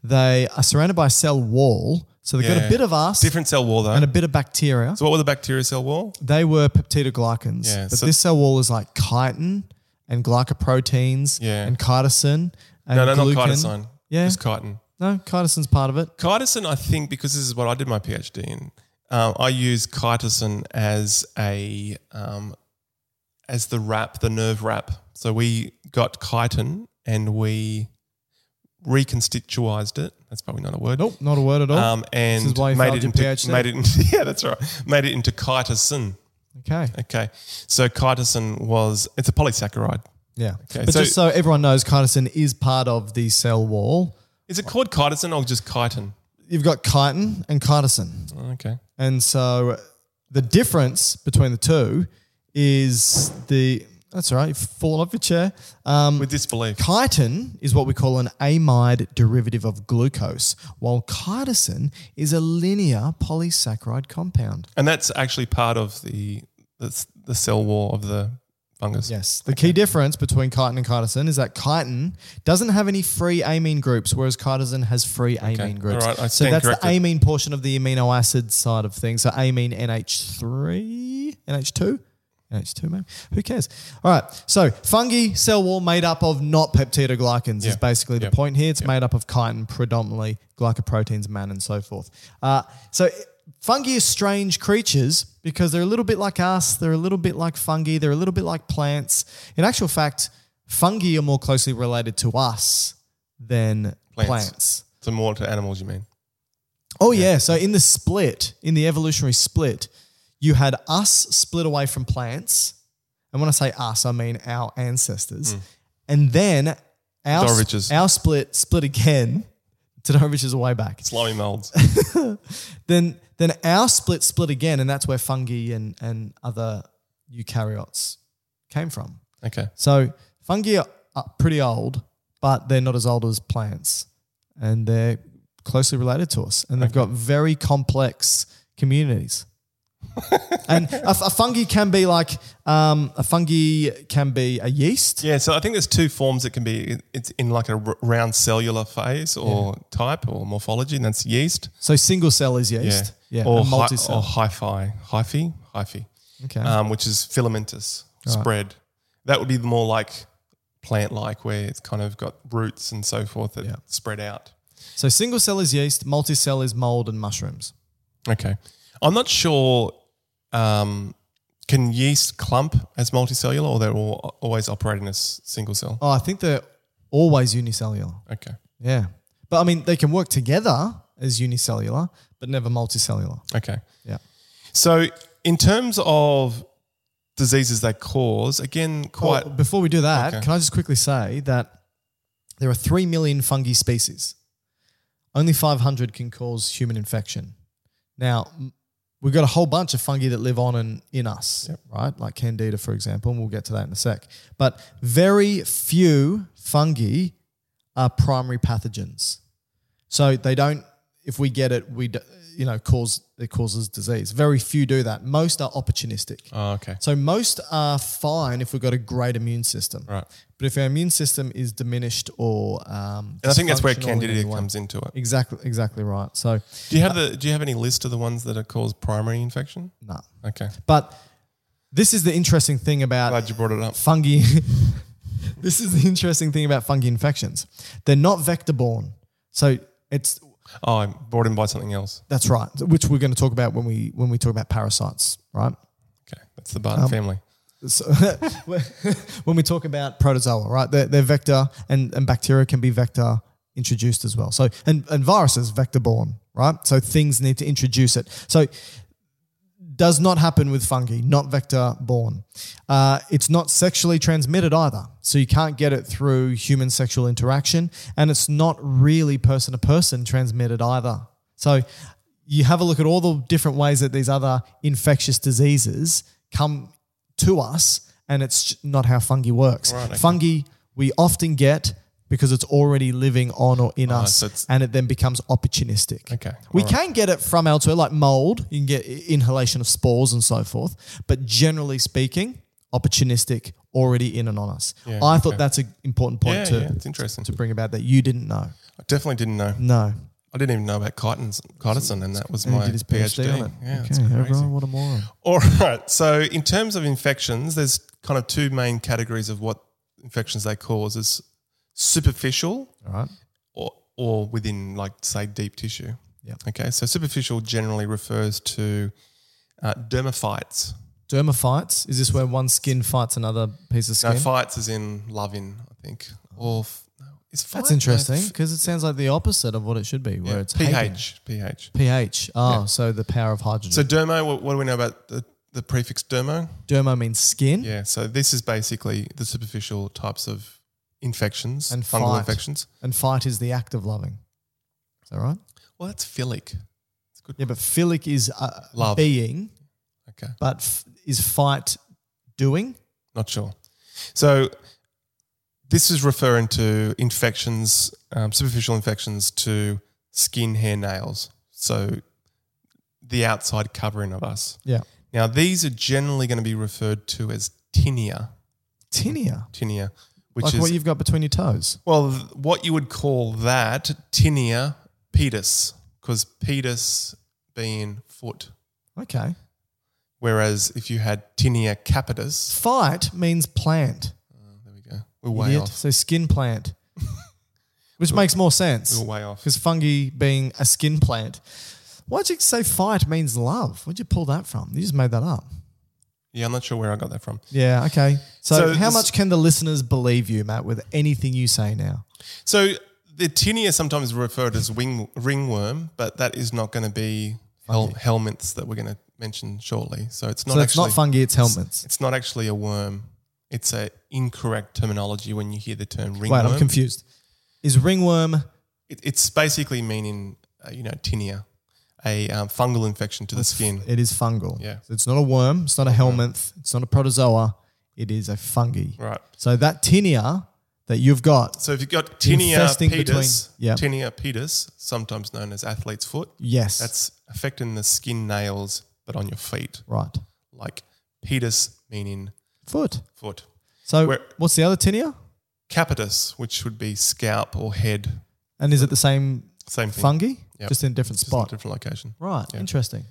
Speaker 3: They are surrounded by a cell wall, so they've got
Speaker 4: Yeah.
Speaker 3: a bit of us
Speaker 4: Different cell wall though.
Speaker 3: and a bit of bacteria.
Speaker 4: so what were the bacteria cell wall?
Speaker 3: they were peptidoglycans,
Speaker 4: Yeah,
Speaker 3: but
Speaker 4: so-
Speaker 3: this cell wall is like chitin and glycoproteins
Speaker 4: Yeah.
Speaker 3: and chitosan and
Speaker 4: No, no,
Speaker 3: glucan.
Speaker 4: not chitosan.
Speaker 3: Yeah.
Speaker 4: Just chitin.
Speaker 3: No, chitosan's part of it.
Speaker 4: Chitosan, I think, because this is what I did my PhD in. Um, I use chitosan as a um, as the wrap, the nerve wrap. So we got chitin and we reconstituized it. That's probably not a word.
Speaker 3: Nope, not a word at all.
Speaker 4: Um, and
Speaker 3: This is why you
Speaker 4: made
Speaker 3: failed
Speaker 4: it
Speaker 3: your
Speaker 4: into
Speaker 3: PhD.
Speaker 4: made it into, yeah, that's right. Made it into chitosan.
Speaker 3: okay.
Speaker 4: Okay, so chitosan was it's a polysaccharide.
Speaker 3: Yeah.
Speaker 4: Okay,
Speaker 3: but
Speaker 4: so-
Speaker 3: just so everyone knows, chitosan is part of the cell wall.
Speaker 4: Is it called chitosan or just chitin?
Speaker 3: You've got chitin and chitosan.
Speaker 4: Okay,
Speaker 3: And so the difference between the two is the that's all right, you've fallen off your chair. Um,
Speaker 4: with disbelief.
Speaker 3: chitin is what we call an amide derivative of glucose, while chitosan is a linear polysaccharide compound.
Speaker 4: And that's actually part of the the, the cell wall of the fungus.
Speaker 3: Yes. The key difference between chitin and chitosan is that chitin doesn't have any free amine groups, whereas chitosan has free amine groups.
Speaker 4: All right, I
Speaker 3: so
Speaker 4: stand
Speaker 3: that's the
Speaker 4: corrected.
Speaker 3: amine portion of the amino acid side of things. So amine NH3, NH2, NH2 maybe. Who cares? All right. So fungi cell wall made up of not peptidoglycans
Speaker 4: Yeah.
Speaker 3: is basically
Speaker 4: Yeah.
Speaker 3: the point here. It's made up of chitin, predominantly glycoproteins, man, and so forth. Uh, so fungi are strange creatures because they're a little bit like us. They're a little bit like fungi. They're a little bit like plants. In actual fact, fungi are more closely related to us than
Speaker 4: Plants.
Speaker 3: plants.
Speaker 4: So more to animals, you mean?
Speaker 3: Oh yeah. So in the split, in the evolutionary split, you had us split away from plants, and when I say us, I mean our ancestors, and then our
Speaker 4: Doroviches.
Speaker 3: our split split again. Todoroviches are way back.
Speaker 4: Slimy molds.
Speaker 3: Then then our split split again, and that's where fungi and and other eukaryotes came from.
Speaker 4: Okay.
Speaker 3: So fungi are uh, pretty old, but they're not as old as plants, and they're closely related to us, and they've got very complex communities. and a, a fungi can be like um, a fungi can be a yeast.
Speaker 4: Yeah. So I think there's two forms that can be. It's in like a r- round cellular phase or type or morphology, and that's yeast.
Speaker 3: So single cell is yeast. Yeah,
Speaker 4: Or
Speaker 3: and
Speaker 4: multi
Speaker 3: multi-cell.
Speaker 4: or hyphae, hyphae, hyphae,
Speaker 3: okay.
Speaker 4: um, which is filamentous spread. That would be more like plant-like, where it's kind of got roots and so forth that
Speaker 3: Yeah.
Speaker 4: spread out.
Speaker 3: so single cell is yeast. Multi cell is mold and mushrooms.
Speaker 4: Okay. I'm not sure. Um, can yeast clump as multicellular, or they're all, always operating as single cell?
Speaker 3: Oh, I think they're always unicellular.
Speaker 4: Okay.
Speaker 3: Yeah, but I mean they can work together as unicellular, but never multicellular.
Speaker 4: Okay.
Speaker 3: Yeah.
Speaker 4: So, in terms of diseases they cause, again, quite
Speaker 3: Well, Oh, before we do that,
Speaker 4: Okay.
Speaker 3: can I just quickly say that there are 3 million fungi species. Only 500 can cause human infection. Now, m- we've got a whole bunch of fungi that live on and in us, right? Like Candida, for example, and we'll get to that in a sec. But very few fungi are primary pathogens. So they don't, if we get it, we, d- you know, cause, it causes disease. Very few do that. Most are opportunistic.
Speaker 4: Oh, okay.
Speaker 3: So most are fine if we've got a great immune system.
Speaker 4: Right.
Speaker 3: But if our immune system is diminished or um,
Speaker 4: And I think that's where
Speaker 3: dysfunctional in
Speaker 4: Candida
Speaker 3: any way-
Speaker 4: comes into it.
Speaker 3: Exactly, exactly right. So
Speaker 4: Do you have the Do you have any list of the ones that are caused primary infection?
Speaker 3: uh no,
Speaker 4: Okay,
Speaker 3: but this is the interesting thing about
Speaker 4: glad you brought it up.
Speaker 3: fungi. this is the interesting thing about fungi infections. They're not vector borne. So it's
Speaker 4: Oh, I'm brought in by something else.
Speaker 3: that's right, which we're going to talk about when we when we talk about parasites, right?
Speaker 4: Okay, that's the
Speaker 3: Um,
Speaker 4: Barton family.
Speaker 3: So when we talk about protozoa, right? They're, they're vector and, and bacteria can be vector introduced as well. So, and, and viruses, vector borne, right? So things need to introduce it. So, does not happen with fungi, not vector borne. Uh, it's not sexually transmitted either. So, you can't get it through human sexual interaction. And it's not really person to person transmitted either. So, you have a look at all the different ways that these other infectious diseases come to us, and it's not how fungi works. Fungi we often get because it's already living on or in us,
Speaker 4: Oh, so it's-
Speaker 3: and it then becomes opportunistic.
Speaker 4: Okay,
Speaker 3: we
Speaker 4: all
Speaker 3: can get it from elsewhere, like mold. You can get i- inhalation of spores and so forth, but generally speaking, opportunistic, already in and on us. I thought that's an important point
Speaker 4: Yeah,
Speaker 3: to
Speaker 4: yeah, it's interesting.
Speaker 3: to bring about that you didn't know.
Speaker 4: I definitely didn't know.
Speaker 3: No,
Speaker 4: I didn't even know about Cotton's, Cotterson, and that was
Speaker 3: and he
Speaker 4: my
Speaker 3: did his PhD, on it.
Speaker 4: Yeah, it's
Speaker 3: okay,
Speaker 4: crazy.
Speaker 3: everyone, what a moron.
Speaker 4: All right. So in terms of infections, there's kind of two main categories of what infections they cause is superficial
Speaker 3: All right.
Speaker 4: or or within like say deep tissue.
Speaker 3: Yeah.
Speaker 4: Okay. So superficial generally refers to uh, dermophytes.
Speaker 3: Dermophytes. Is this where one skin fights another piece of
Speaker 4: No,
Speaker 3: skin?
Speaker 4: phytes is in loving, I think. Or f- no, it's phyte.
Speaker 3: That's
Speaker 4: No,
Speaker 3: interesting
Speaker 4: f-
Speaker 3: because it sounds like the opposite of what it should be, where
Speaker 4: yeah,
Speaker 3: it's hating.
Speaker 4: pH. pH.
Speaker 3: pH. Oh, so the power of hydrogen.
Speaker 4: So
Speaker 3: So
Speaker 4: dermo. What, what do we know about the, the prefix dermo?
Speaker 3: dermo means skin.
Speaker 4: Yeah. So this is basically the superficial types of infections
Speaker 3: And
Speaker 4: fungal
Speaker 3: phyte.
Speaker 4: infections.
Speaker 3: And fight is the act of loving. Is that right?
Speaker 4: Well, that's philic. It's good.
Speaker 3: Yeah, but philic is uh,
Speaker 4: Love.
Speaker 3: being,
Speaker 4: Okay.
Speaker 3: but f- is fight doing?
Speaker 4: Not sure. So this is referring to infections, um, superficial infections to skin, hair, nails. So the outside covering of us.
Speaker 3: Yeah.
Speaker 4: Now these are generally going to be referred to as tinea,
Speaker 3: Tinea.
Speaker 4: tinea, which
Speaker 3: like
Speaker 4: is
Speaker 3: what you've got between your toes.
Speaker 4: well, th- what you would call that tinea pedis, because pedis being foot.
Speaker 3: Okay.
Speaker 4: Whereas if you had tinea capitis,
Speaker 3: Fight means plant.
Speaker 4: there we go. We're way
Speaker 3: idiot.
Speaker 4: off.
Speaker 3: So skin plant, which makes more sense.
Speaker 4: We're way off.
Speaker 3: because fungi being a skin plant. Why'd you say fight means love? Where'd you pull that from? You just made that up.
Speaker 4: Yeah, I'm not sure where I got that from.
Speaker 3: Yeah, okay. So,
Speaker 4: So
Speaker 3: how
Speaker 4: this-
Speaker 3: much can the listeners believe you, Matt, with anything you say now?
Speaker 4: So the tinea is sometimes referred as wing, ringworm, but that is not going to be hel- helminths that we're going to mention shortly. So it's not
Speaker 3: so, it's
Speaker 4: actually
Speaker 3: not fungi, it's helmets.
Speaker 4: It's not actually a worm. It's a incorrect terminology when you hear the term
Speaker 3: Wait,
Speaker 4: ringworm.
Speaker 3: I'm confused. Is ringworm
Speaker 4: It, it's basically meaning uh, you know tinea, a um, fungal infection to the skin.
Speaker 3: It is fungal.
Speaker 4: Yeah.
Speaker 3: So it's not a worm. It's not a helminth. It's not a protozoa. It is a fungi.
Speaker 4: Right.
Speaker 3: So that tinea that you've got,
Speaker 4: So if you've got tinea
Speaker 3: Infesting
Speaker 4: pedis,
Speaker 3: between- yeah.
Speaker 4: tinea pedis, sometimes known as athlete's foot,
Speaker 3: yes,
Speaker 4: that's affecting the skin nails, but on your feet,
Speaker 3: right.
Speaker 4: like pedis meaning
Speaker 3: Foot.
Speaker 4: foot.
Speaker 3: So
Speaker 4: Where-
Speaker 3: what's the other tinea?
Speaker 4: Capitis, which would be scalp or head,
Speaker 3: And is it the same
Speaker 4: same thing.
Speaker 3: fungi?
Speaker 4: Yep.
Speaker 3: Just in a different
Speaker 4: Just in a
Speaker 3: spot.
Speaker 4: different location.
Speaker 3: Right.
Speaker 4: Yeah.
Speaker 3: Interesting.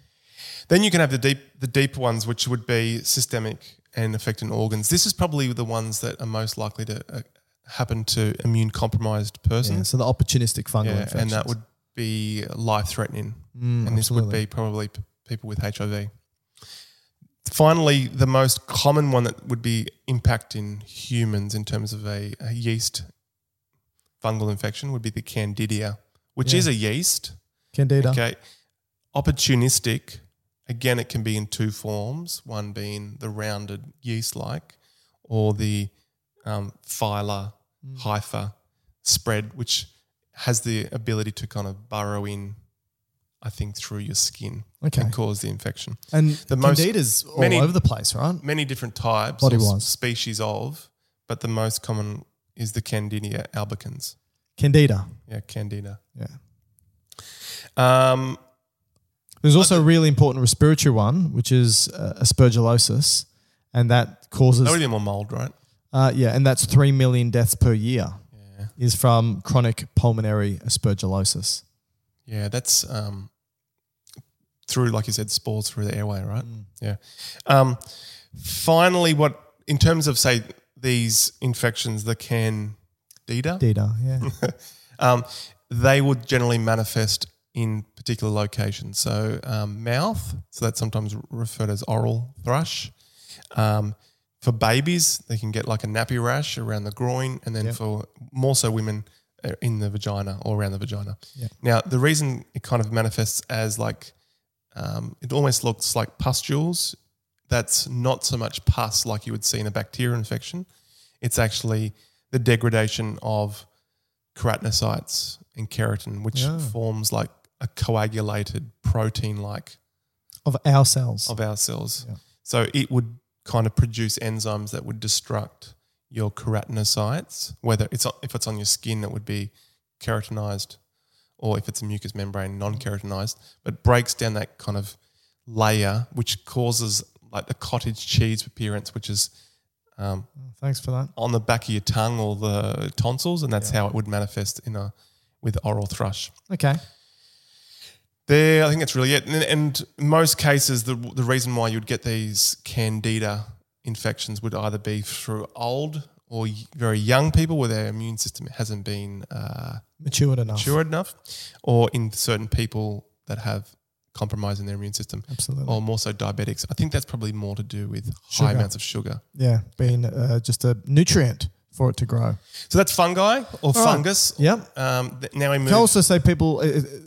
Speaker 4: Then you can have the deep, the deep ones, which would be systemic and affecting organs. This is probably the ones that are most likely to uh, happen to immune compromised
Speaker 3: Yeah,
Speaker 4: persons,
Speaker 3: so the opportunistic fungal
Speaker 4: Yeah,
Speaker 3: infections.
Speaker 4: and that would be life threatening.
Speaker 3: Mm,
Speaker 4: and this would
Speaker 3: absolutely.
Speaker 4: be probably p- people with HIV. Finally, the most common one that would be impacting humans in terms of a, a yeast fungal infection would be the Candida, which
Speaker 3: Yeah.
Speaker 4: is a yeast.
Speaker 3: candida.
Speaker 4: Okay. Opportunistic, again, it can be in two forms one being the rounded yeast like,
Speaker 3: Hmm.
Speaker 4: or the um, phyla hypha spread, which has the ability to kind of burrow in, I think, through your skin
Speaker 3: Okay.
Speaker 4: and cause the infection.
Speaker 3: And
Speaker 4: The most-
Speaker 3: candida's all
Speaker 4: many-
Speaker 3: over the place, right?
Speaker 4: Many different types
Speaker 3: Body
Speaker 4: or s-
Speaker 3: wise.
Speaker 4: species of, but the most common is the Candida albicans.
Speaker 3: Candida.
Speaker 4: Yeah, Candida.
Speaker 3: Yeah.
Speaker 4: Um,
Speaker 3: There's also a really important respiratory one, which is uh, aspergillosis, and that causes
Speaker 4: that would be more mold, right?
Speaker 3: Uh, yeah, and that's 3 million deaths per year is from chronic pulmonary aspergillosis.
Speaker 4: Yeah, that's um, through, like you said, spores through the airway, right? Yeah. Um, finally, what in terms of say these infections, the candida,
Speaker 3: Dida, yeah.
Speaker 4: um, they would generally manifest in particular locations. So um, mouth, so that's sometimes referred as oral thrush. Um, for babies, they can get like a nappy rash around the groin, and then for more so women uh, in the vagina or around the vagina. Now, the reason it kind of manifests as like um, it almost looks like pustules. That's not so much pus like you would see in a bacterial infection. It's actually the degradation of keratinocytes and keratin, which
Speaker 3: Yeah.
Speaker 4: forms like a coagulated protein like
Speaker 3: of our cells.
Speaker 4: of our cells.
Speaker 3: Yeah.
Speaker 4: So it would kind of produce enzymes that would destruct your keratinocytes. Whether it's on, if it's on your skin, it would be keratinized, or if it's a mucous membrane, non-keratinized. But breaks down that kind of layer, which causes like the cottage cheese appearance, which is um,
Speaker 3: Oh, Thanks for that.
Speaker 4: on the back of your tongue or the tonsils, and that's how it would manifest in a with oral thrush.
Speaker 3: Okay.
Speaker 4: There, I think that's really it. And, and in most cases, the the reason why you'd get these candida infections would either be through old or y- very young people where their immune system hasn't been uh,
Speaker 3: Matured enough.
Speaker 4: matured enough, or in certain people that have compromise in their immune system,
Speaker 3: Absolutely.
Speaker 4: or more so diabetics. I think that's probably more to do with high
Speaker 3: Sugar.
Speaker 4: amounts of sugar.
Speaker 3: Yeah, being uh, just a nutrient for it to grow.
Speaker 4: So that's fungi or
Speaker 3: right.
Speaker 4: fungus.
Speaker 3: Yep.
Speaker 4: Um, th- now we move.
Speaker 3: Can I also say people, it- it-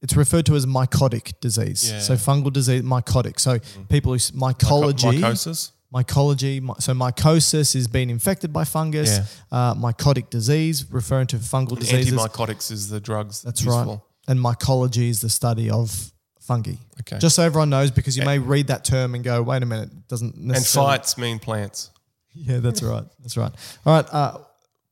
Speaker 3: it's referred to as mycotic disease.
Speaker 4: Yeah. Mm.
Speaker 3: So fungal disease, mycotic. So people who, s- mycology.
Speaker 4: Mycosis.
Speaker 3: mycology. My, so mycosis is being infected by fungus.
Speaker 4: Yeah.
Speaker 3: Uh, mycotic disease, referring to fungal diseases.
Speaker 4: Antimycotics is the drugs.
Speaker 3: That's right.
Speaker 4: useful.
Speaker 3: And mycology is the study of fungi.
Speaker 4: Okay.
Speaker 3: Just so everyone knows, because you may read that term and go, wait a minute, it doesn't
Speaker 4: And
Speaker 3: necessarily.
Speaker 4: phytes mean plants.
Speaker 3: Yeah, that's right. That's right. All right. Uh,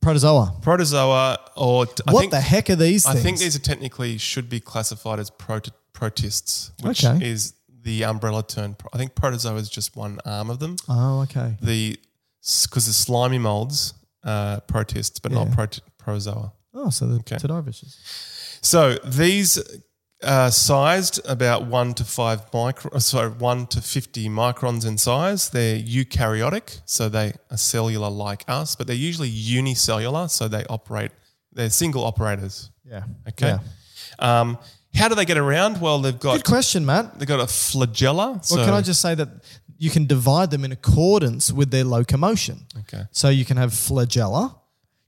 Speaker 3: protozoa.
Speaker 4: protozoa or I
Speaker 3: what
Speaker 4: think,
Speaker 3: the heck are these
Speaker 4: I
Speaker 3: things?
Speaker 4: think these are technically should be classified as proto- protists, which
Speaker 3: Okay.
Speaker 4: is the umbrella term. I think protozoa is just one arm of them.
Speaker 3: Oh, okay.
Speaker 4: The because the slimy molds uh, protists, but not
Speaker 3: Yeah.
Speaker 4: prot- protozoa.
Speaker 3: Oh, so the okay.
Speaker 4: So these are sized about one to five micro, uh, sorry, one to fifty microns in size. They're eukaryotic, so they are cellular like us, but they're usually unicellular, so they operate. They're single operators.
Speaker 3: Yeah.
Speaker 4: Okay. Um, how do they get around? Well, they've got
Speaker 3: Good question, Matt.
Speaker 4: they've got a flagella. so
Speaker 3: well, can I just say that you can divide them in accordance with their locomotion?
Speaker 4: okay?
Speaker 3: So you can have flagella,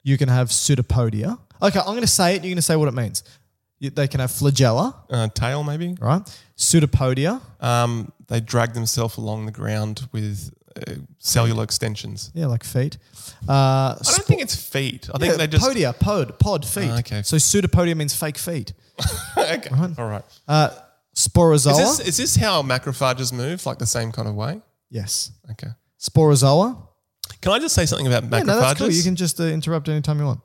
Speaker 3: you can have pseudopodia. Okay, I'm going to say it. You're going to say what it means. You- They can have flagella,
Speaker 4: Uh, tail maybe.
Speaker 3: right? Pseudopodia.
Speaker 4: Um, they drag themselves along the ground with uh, cellular extensions.
Speaker 3: Yeah, like feet. Uh,
Speaker 4: I don't think it's feet. I think they just
Speaker 3: podia, pod, pod, feet.
Speaker 4: Ah, okay.
Speaker 3: So pseudopodia means fake feet.
Speaker 4: okay. All right.
Speaker 3: Sporozoa.
Speaker 4: Is this, is this how macrophages move, like the same kind of way?
Speaker 3: yes.
Speaker 4: Okay.
Speaker 3: Sporozoa.
Speaker 4: Can I just say something about macrophages?
Speaker 3: Yeah, no, that's cool. You can just uh, interrupt anytime you want.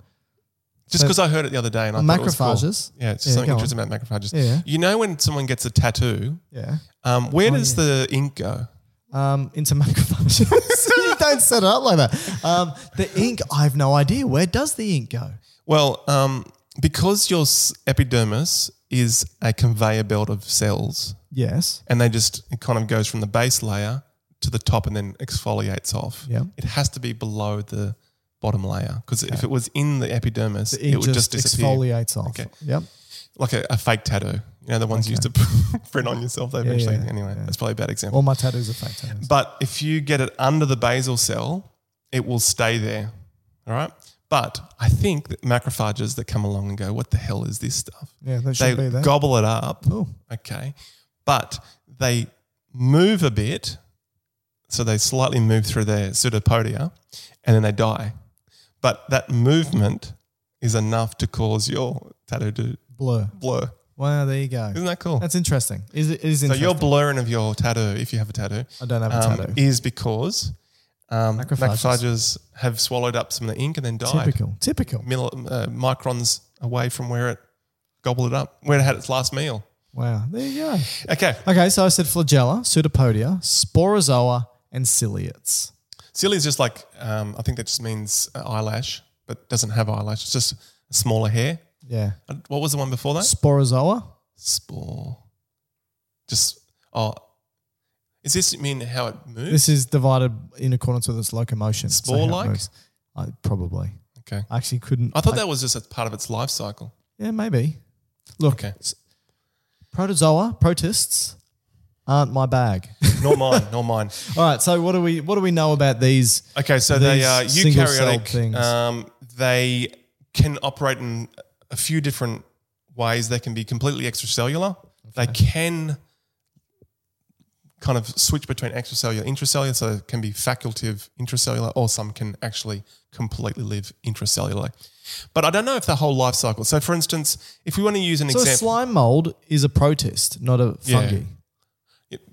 Speaker 4: just because I heard it the other day and I thought it was cool.
Speaker 3: Macrophages?
Speaker 4: Yeah, it's
Speaker 3: Yeah,
Speaker 4: just something
Speaker 3: go on.
Speaker 4: interesting about macrophages.
Speaker 3: Yeah. Oh,
Speaker 4: You know when someone gets a tattoo,
Speaker 3: Yeah.
Speaker 4: um, where does the ink go?
Speaker 3: Um, into macrophages. you don't set it up like that. Um, the ink, I have no idea. Where does the ink go?
Speaker 4: Well, um, because your s- epidermis is a conveyor belt of cells,
Speaker 3: Yes.
Speaker 4: and they just it kind of goes from the base layer to the top and then exfoliates off.
Speaker 3: Yeah.
Speaker 4: It has to be below the bottom layer because if it was in the epidermis,
Speaker 3: The
Speaker 4: it,
Speaker 3: ink
Speaker 4: would just, disappear.
Speaker 3: exfoliates off.
Speaker 4: Okay.
Speaker 3: Yep.
Speaker 4: like a, a fake tattoo. You know, the ones you used to print on yourself. They eventually,
Speaker 3: yeah,
Speaker 4: anyway, that's probably a bad example.
Speaker 3: All my tattoos are fake tattoos.
Speaker 4: but if you get it under the basal cell, it will stay there. All right. But I think that macrophages that come along and go, what the hell is this stuff?
Speaker 3: Yeah, that
Speaker 4: they
Speaker 3: should be there.
Speaker 4: gobble it up.
Speaker 3: Oh.
Speaker 4: Okay. But they move a bit. So they slightly move through their pseudopodia and then they die. But that movement is enough to cause your tattoo to
Speaker 3: Blur.
Speaker 4: blur.
Speaker 3: Wow, there you go.
Speaker 4: Isn't that cool?
Speaker 3: That's interesting. Is it is
Speaker 4: so
Speaker 3: interesting?
Speaker 4: your blurring of your tattoo, if you have a tattoo,
Speaker 3: I don't have a
Speaker 4: um,
Speaker 3: tattoo.
Speaker 4: is because um,
Speaker 3: Macrophages.
Speaker 4: macrophages. have swallowed up some of the ink and then died
Speaker 3: typical. Typical.
Speaker 4: mil- uh, microns away from where it gobbled it up, where it had its last meal.
Speaker 3: Wow, there you go.
Speaker 4: Okay,
Speaker 3: Okay, so I said flagella, pseudopodia, sporozoa, and ciliates.
Speaker 4: Silly is just like um, I think that just means uh, eyelash, but doesn't have eyelash. It's just a smaller hair.
Speaker 3: Yeah.
Speaker 4: Uh, What was the one before that?
Speaker 3: Sporozoa?
Speaker 4: Spore. Just oh, is this mean how it moves?
Speaker 3: This is divided in accordance with its locomotion. so how it
Speaker 4: Spore-like?
Speaker 3: moves. I, probably.
Speaker 4: okay.
Speaker 3: I actually couldn't.
Speaker 4: I thought that was just a part of its life cycle.
Speaker 3: Yeah, maybe. Look,
Speaker 4: Okay.
Speaker 3: s- protozoa, protists aren't my bag.
Speaker 4: Nor mine, nor mine.
Speaker 3: All right, so what do we what do we know about these?
Speaker 4: Okay, so
Speaker 3: These
Speaker 4: they uh, are
Speaker 3: single-celled
Speaker 4: eukaryotic.
Speaker 3: things.
Speaker 4: Um, they can operate in a few different ways. They can be completely extracellular. They can kind of switch between extracellular, intracellular. So it can be facultative intracellular, or some can actually completely live intracellular. But I don't know if the whole life cycle. So, for instance, if we want to use an
Speaker 3: So a
Speaker 4: example,
Speaker 3: slime mold is a protist, not a
Speaker 4: Yeah.
Speaker 3: fungi.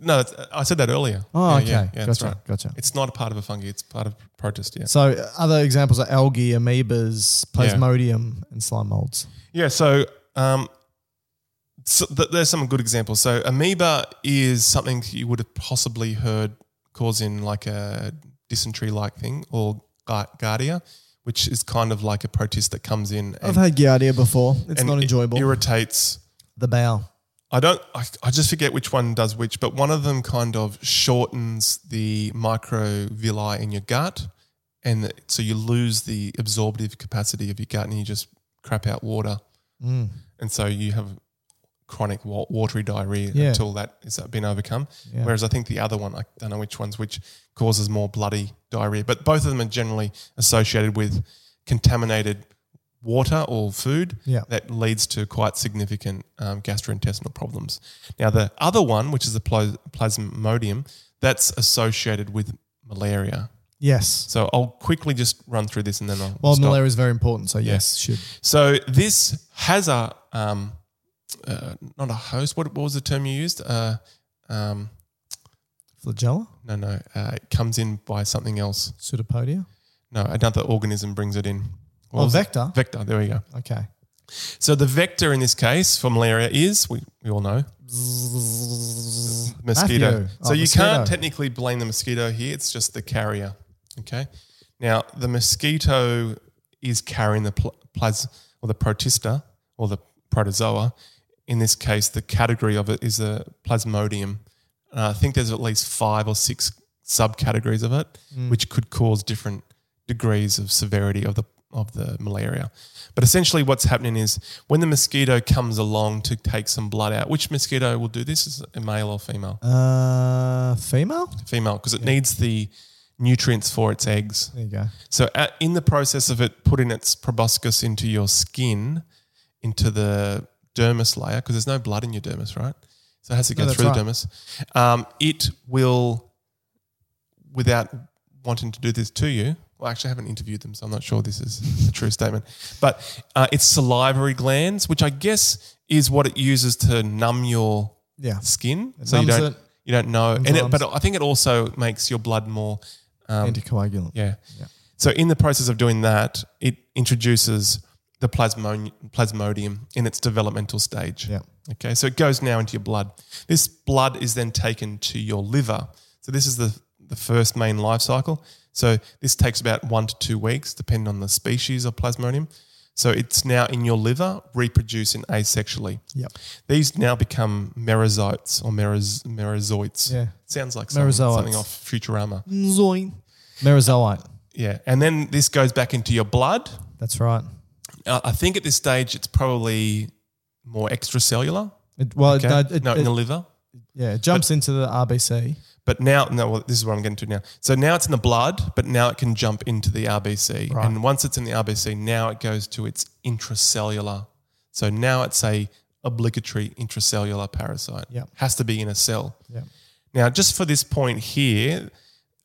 Speaker 4: no, that's- I said that earlier.
Speaker 3: Oh,
Speaker 4: Yeah, yeah,
Speaker 3: okay.
Speaker 4: yeah, that's
Speaker 3: gotcha.
Speaker 4: right.
Speaker 3: Gotcha.
Speaker 4: It's not a part of a fungi; it's part of a protist. Yeah.
Speaker 3: So uh, other examples are algae, amoebas,
Speaker 4: Yeah.
Speaker 3: plasmodium, and slime molds.
Speaker 4: Yeah, so, um, so th- there's some good examples. So amoeba is something you would have possibly heard causing like a dysentery-like thing or gu- giardia, which is kind of like a protist that comes in
Speaker 3: I've
Speaker 4: and,
Speaker 3: had giardia before. It's
Speaker 4: and
Speaker 3: not
Speaker 4: i-
Speaker 3: enjoyable.
Speaker 4: irritates.
Speaker 3: the bowel.
Speaker 4: I don't. I, I just forget which one does which, but one of them kind of shortens the microvilli in your gut, and the- so you lose the absorptive capacity of your gut, and you just crap out water,
Speaker 3: Mm.
Speaker 4: and so you have chronic wa- watery diarrhea
Speaker 3: Yeah.
Speaker 4: until that is uh, been overcome.
Speaker 3: Yeah.
Speaker 4: Whereas I think the other one, I don't know which one's which, causes more bloody diarrhea, but both of them are generally associated with contaminated water or food
Speaker 3: Yeah.
Speaker 4: that leads to quite significant um, gastrointestinal problems. Now, the other one, which is the plo- plasmodium, that's associated with malaria.
Speaker 3: Yes.
Speaker 4: So I'll quickly just run through this and then I'll
Speaker 3: Well,
Speaker 4: stop.
Speaker 3: malaria is very important. So yes,
Speaker 4: Yeah.
Speaker 3: should.
Speaker 4: So this has a um, uh, not a host. What, what was the term you used? Uh, um,
Speaker 3: Flagella,
Speaker 4: no, no. Uh, it comes in by something else.
Speaker 3: pseudopodia.
Speaker 4: No, another organism brings it in. What
Speaker 3: Oh,
Speaker 4: was it?
Speaker 3: vector?
Speaker 4: Vector. There we go.
Speaker 3: Okay.
Speaker 4: So the vector in this case for malaria is we, we all know mosquito.
Speaker 3: Matthew.
Speaker 4: So
Speaker 3: Oh,
Speaker 4: you
Speaker 3: mosquito.
Speaker 4: can't technically blame the mosquito here. It's just the carrier. Okay. Now the mosquito is carrying the pl- plas or the protista or the protozoa. In this case, the category of it is the plasmodium. Uh, I think there's at least five or six subcategories of it, which could cause different degrees of severity of the of the malaria. But essentially, what's happening is when the mosquito comes along to take some blood out, which mosquito will do this? Is it male or female?
Speaker 3: Uh, female.
Speaker 4: Female, because it needs the nutrients for its eggs.
Speaker 3: There you go.
Speaker 4: So, at, in the process of it putting its proboscis into your skin, into the dermis layer, because there's no blood in your dermis, right? So it has to
Speaker 3: No,
Speaker 4: go
Speaker 3: that's
Speaker 4: through the
Speaker 3: right.
Speaker 4: dermis. Um, it will, without wanting to do this to you, well, actually, I haven't interviewed them, so I'm not sure this is a true statement. But uh, it's salivary glands, which I guess is what it uses to numb your
Speaker 3: Yeah.
Speaker 4: skin,
Speaker 3: It
Speaker 4: so you
Speaker 3: numbs
Speaker 4: don't
Speaker 3: it.
Speaker 4: you don't know. And it,
Speaker 3: Sometimes.
Speaker 4: but I think it also makes your blood more um,
Speaker 3: Anticoagulant.
Speaker 4: yeah. So in the process of doing that, it introduces the plasmon- plasmodium in its developmental stage.
Speaker 3: Yeah.
Speaker 4: Okay. So it goes now into your blood. This blood is then taken to your liver. So this is the the first main life cycle. So this takes about one to two weeks, depending on the species of plasmodium. So it's now in your liver, reproducing asexually.
Speaker 3: Yep.
Speaker 4: These now become merozoites or meroz- merozoites.
Speaker 3: Yeah.
Speaker 4: Sounds like some,
Speaker 3: Merozoites.
Speaker 4: something off Futurama.
Speaker 3: Zoin. Merozoite.
Speaker 4: Yeah, and then this goes back into your blood.
Speaker 3: That's right.
Speaker 4: Uh, I think at this stage it's probably more extracellular.
Speaker 3: It, well,
Speaker 4: Okay,
Speaker 3: no, it,
Speaker 4: no, in
Speaker 3: it-
Speaker 4: the liver.
Speaker 3: yeah, it jumps into the RBC.
Speaker 4: But now, no, well, this is what I'm getting to now. So now it's in the blood, but now it can jump into the RBC. And once it's in the RBC, now it goes to its intracellular. So now it's a obligatory intracellular parasite.
Speaker 3: Yeah.
Speaker 4: Has to be in a cell.
Speaker 3: Yeah.
Speaker 4: Now, just for this point here,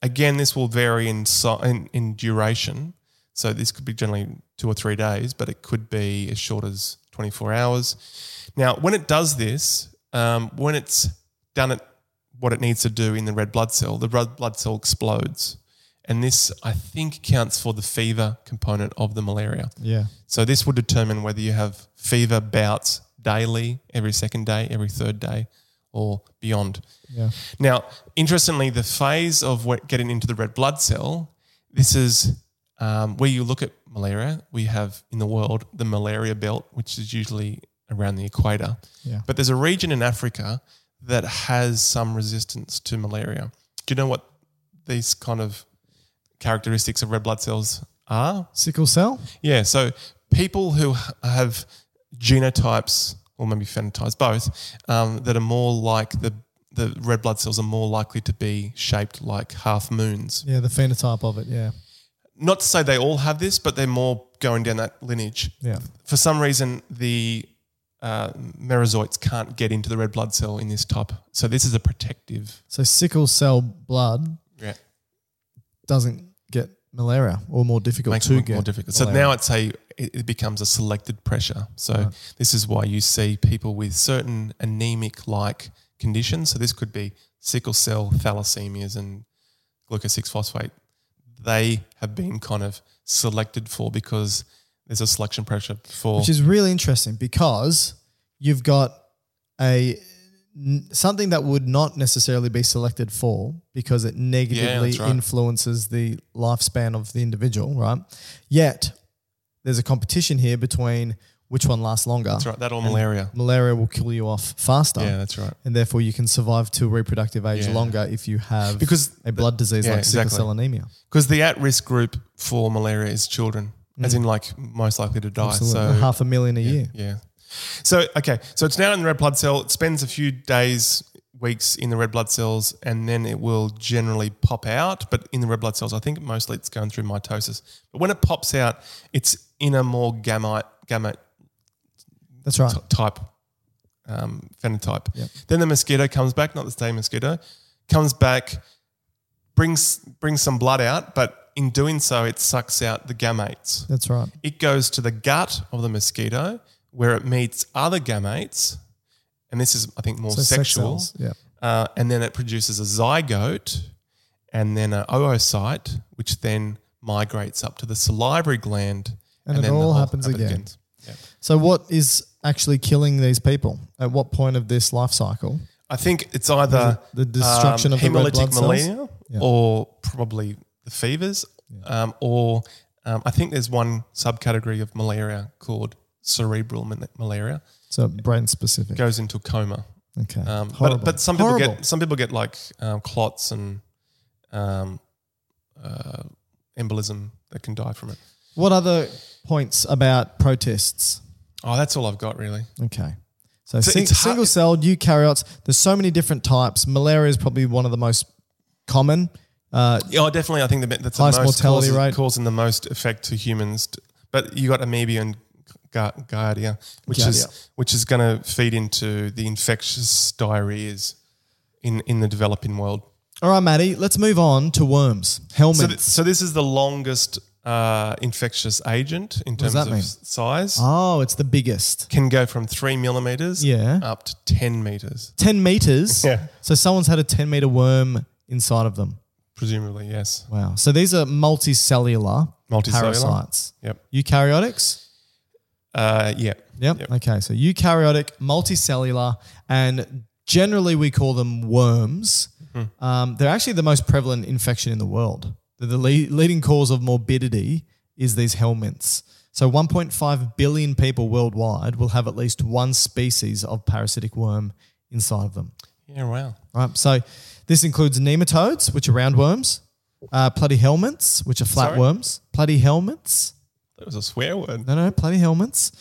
Speaker 4: again, this will vary in, si- in, in duration. So this could be generally two or three days, but it could be as short as 24 hours. Now, when it does this, um, when it's done it, what it needs to do in the red blood cell, the red blood cell explodes. And this, I think, accounts for the fever component of the malaria.
Speaker 3: Yeah.
Speaker 4: So this would determine whether you have fever bouts daily, every second day, every third day, or beyond.
Speaker 3: Yeah.
Speaker 4: Now, interestingly, the phase of what getting into the red blood cell, this is um, where you look at malaria. We have in the world the malaria belt, which is usually around the equator.
Speaker 3: Yeah.
Speaker 4: But there's a region in Africa that has some resistance to malaria. Do you know what these kind of characteristics of red blood cells are?
Speaker 3: Sickle cell?
Speaker 4: Yeah, so people who h- have genotypes or maybe phenotypes, both, um, that are more like the the red blood cells are more likely to be shaped like half moons.
Speaker 3: Yeah, the phenotype of it. Yeah.
Speaker 4: Not to say they all have this, but they're more going down that lineage.
Speaker 3: Yeah.
Speaker 4: For some reason, the uh, merozoites can't get into the red blood cell in this type. So this is a protective.
Speaker 3: So sickle cell blood
Speaker 4: Yeah.
Speaker 3: doesn't get malaria or more difficult
Speaker 4: makes
Speaker 3: to
Speaker 4: it
Speaker 3: get.
Speaker 4: more difficult.
Speaker 3: malaria.
Speaker 4: So now it's a it, it becomes a selected pressure. So this is why you see people with certain anemic like conditions. So this could be sickle cell thalassemias and glucose six phosphate. They have been kind of selected for because there's a selection pressure for
Speaker 3: which is really interesting because you've got a n- something that would not necessarily be selected for because it negatively
Speaker 4: right.
Speaker 3: influences the lifespan of the individual, right? Yet there's a competition here between which one lasts longer.
Speaker 4: that's right that or malaria.
Speaker 3: Malaria will kill you off faster.
Speaker 4: Yeah, that's right.
Speaker 3: And therefore, you can survive to reproductive age
Speaker 4: Yeah.
Speaker 3: longer if you have
Speaker 4: Because
Speaker 3: a blood disease
Speaker 4: yeah,
Speaker 3: like sickle
Speaker 4: exactly.
Speaker 3: cell anemia.
Speaker 4: Because the at risk group for malaria is children, as in like most likely to die.
Speaker 3: Mm. Absolutely.
Speaker 4: So
Speaker 3: Half a million a year.
Speaker 4: Yeah. So okay, so it's now in the red blood cell. It spends a few days, weeks in the red blood cells, and then it will generally pop out. But in the red blood cells, I think mostly it's going through mitosis. But when it pops out, it's in a more gamete gamete
Speaker 3: That's right.
Speaker 4: t- type um, phenotype.
Speaker 3: Yep.
Speaker 4: Then the mosquito comes back, not the same mosquito, comes back, brings brings some blood out, but in doing so, it sucks out the gametes.
Speaker 3: That's right.
Speaker 4: It goes to the gut of the mosquito where it meets other gametes, and this is, I think, more
Speaker 3: So sex
Speaker 4: sexual.
Speaker 3: cells, yeah.
Speaker 4: Uh, and then it produces a zygote and then an oocyte, which then migrates up to the salivary gland.
Speaker 3: And it
Speaker 4: then the
Speaker 3: all
Speaker 4: whole-
Speaker 3: happens
Speaker 4: happen-
Speaker 3: again. So, what is actually killing these people? At what point of this life cycle?
Speaker 4: I think it's either um,
Speaker 3: Is it the destruction of the red
Speaker 4: hemolytic
Speaker 3: blood cells?
Speaker 4: malaria
Speaker 3: Yeah.
Speaker 4: or probably the fevers, um, or um, I think there's one subcategory of malaria called cerebral mal- malaria.
Speaker 3: So, brain specific.
Speaker 4: goes into a coma.
Speaker 3: Okay.
Speaker 4: Um, but,
Speaker 3: Horrible.
Speaker 4: but some people
Speaker 3: Horrible.
Speaker 4: get some people get like um, clots and um, uh, embolism that can die from it.
Speaker 3: What other points about protests?
Speaker 4: Oh, that's all I've got really.
Speaker 3: Okay. So,
Speaker 4: So
Speaker 3: sing,
Speaker 4: it's hard-
Speaker 3: single celled eukaryotes, there's so many different types. Malaria is probably one of the most common. Uh,
Speaker 4: Yeah, oh, definitely. I think the, that's
Speaker 3: Highest
Speaker 4: the most
Speaker 3: mortality
Speaker 4: causes,
Speaker 3: rate.
Speaker 4: causing the most effect to humans. t- But you got amoeba and Ga- giardia, which is
Speaker 3: Giardia.
Speaker 4: which is going to feed into the infectious diarrheas in in the developing world.
Speaker 3: all right, Maddie, let's move on to worms, helmets.
Speaker 4: So, th- so this is the longest uh, infectious agent in
Speaker 3: does
Speaker 4: terms
Speaker 3: that
Speaker 4: of
Speaker 3: mean?
Speaker 4: size.
Speaker 3: oh, it's the biggest.
Speaker 4: can go from three millimeters
Speaker 3: Yeah.
Speaker 4: up to 10 meters,
Speaker 3: 10 meters.
Speaker 4: Yeah.
Speaker 3: So, someone's had a 10 meter worm inside of them.
Speaker 4: presumably, yes.
Speaker 3: Wow. So these are multicellular,
Speaker 4: Multicellular.
Speaker 3: parasites.
Speaker 4: Yep.
Speaker 3: Eukaryotics?
Speaker 4: Uh, yeah.
Speaker 3: Yep. Okay. So eukaryotic, multicellular, and generally we call them worms.
Speaker 4: Mm-hmm.
Speaker 3: Um, they're actually the most prevalent infection in the world. They're the le- leading cause of morbidity is these helminths. So 1.5 billion people worldwide will have at least one species of parasitic worm inside of them.
Speaker 4: Yeah, wow.
Speaker 3: Right. So this includes nematodes, which are roundworms, uh, platyhelminths, which are flatworms, platyhelminths.
Speaker 4: That was a swear word.
Speaker 3: No, no, platyhelminths.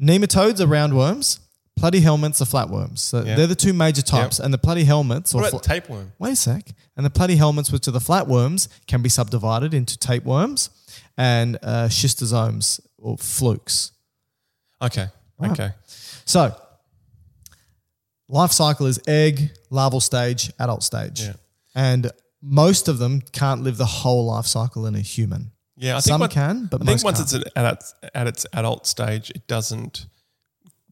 Speaker 3: Nematodes are roundworms. Platyhelminths are flatworms. So
Speaker 4: Yeah.
Speaker 3: they're the two major types. And the platyhelminths, or
Speaker 4: What
Speaker 3: fla-
Speaker 4: about tapeworm?
Speaker 3: wait a sec, and the platyhelminths, which are the flatworms, can be subdivided into tapeworms and uh, schistosomes or flukes.
Speaker 4: Okay.
Speaker 3: Ah.
Speaker 4: Okay.
Speaker 3: So, life cycle is egg, larval stage, adult stage,
Speaker 4: Yeah.
Speaker 3: and most of them can't live the whole life cycle in a human.
Speaker 4: Yeah, I think
Speaker 3: Some
Speaker 4: on-
Speaker 3: can, but
Speaker 4: I think
Speaker 3: most
Speaker 4: once
Speaker 3: can't.
Speaker 4: it's at, at its at its adult stage, it doesn't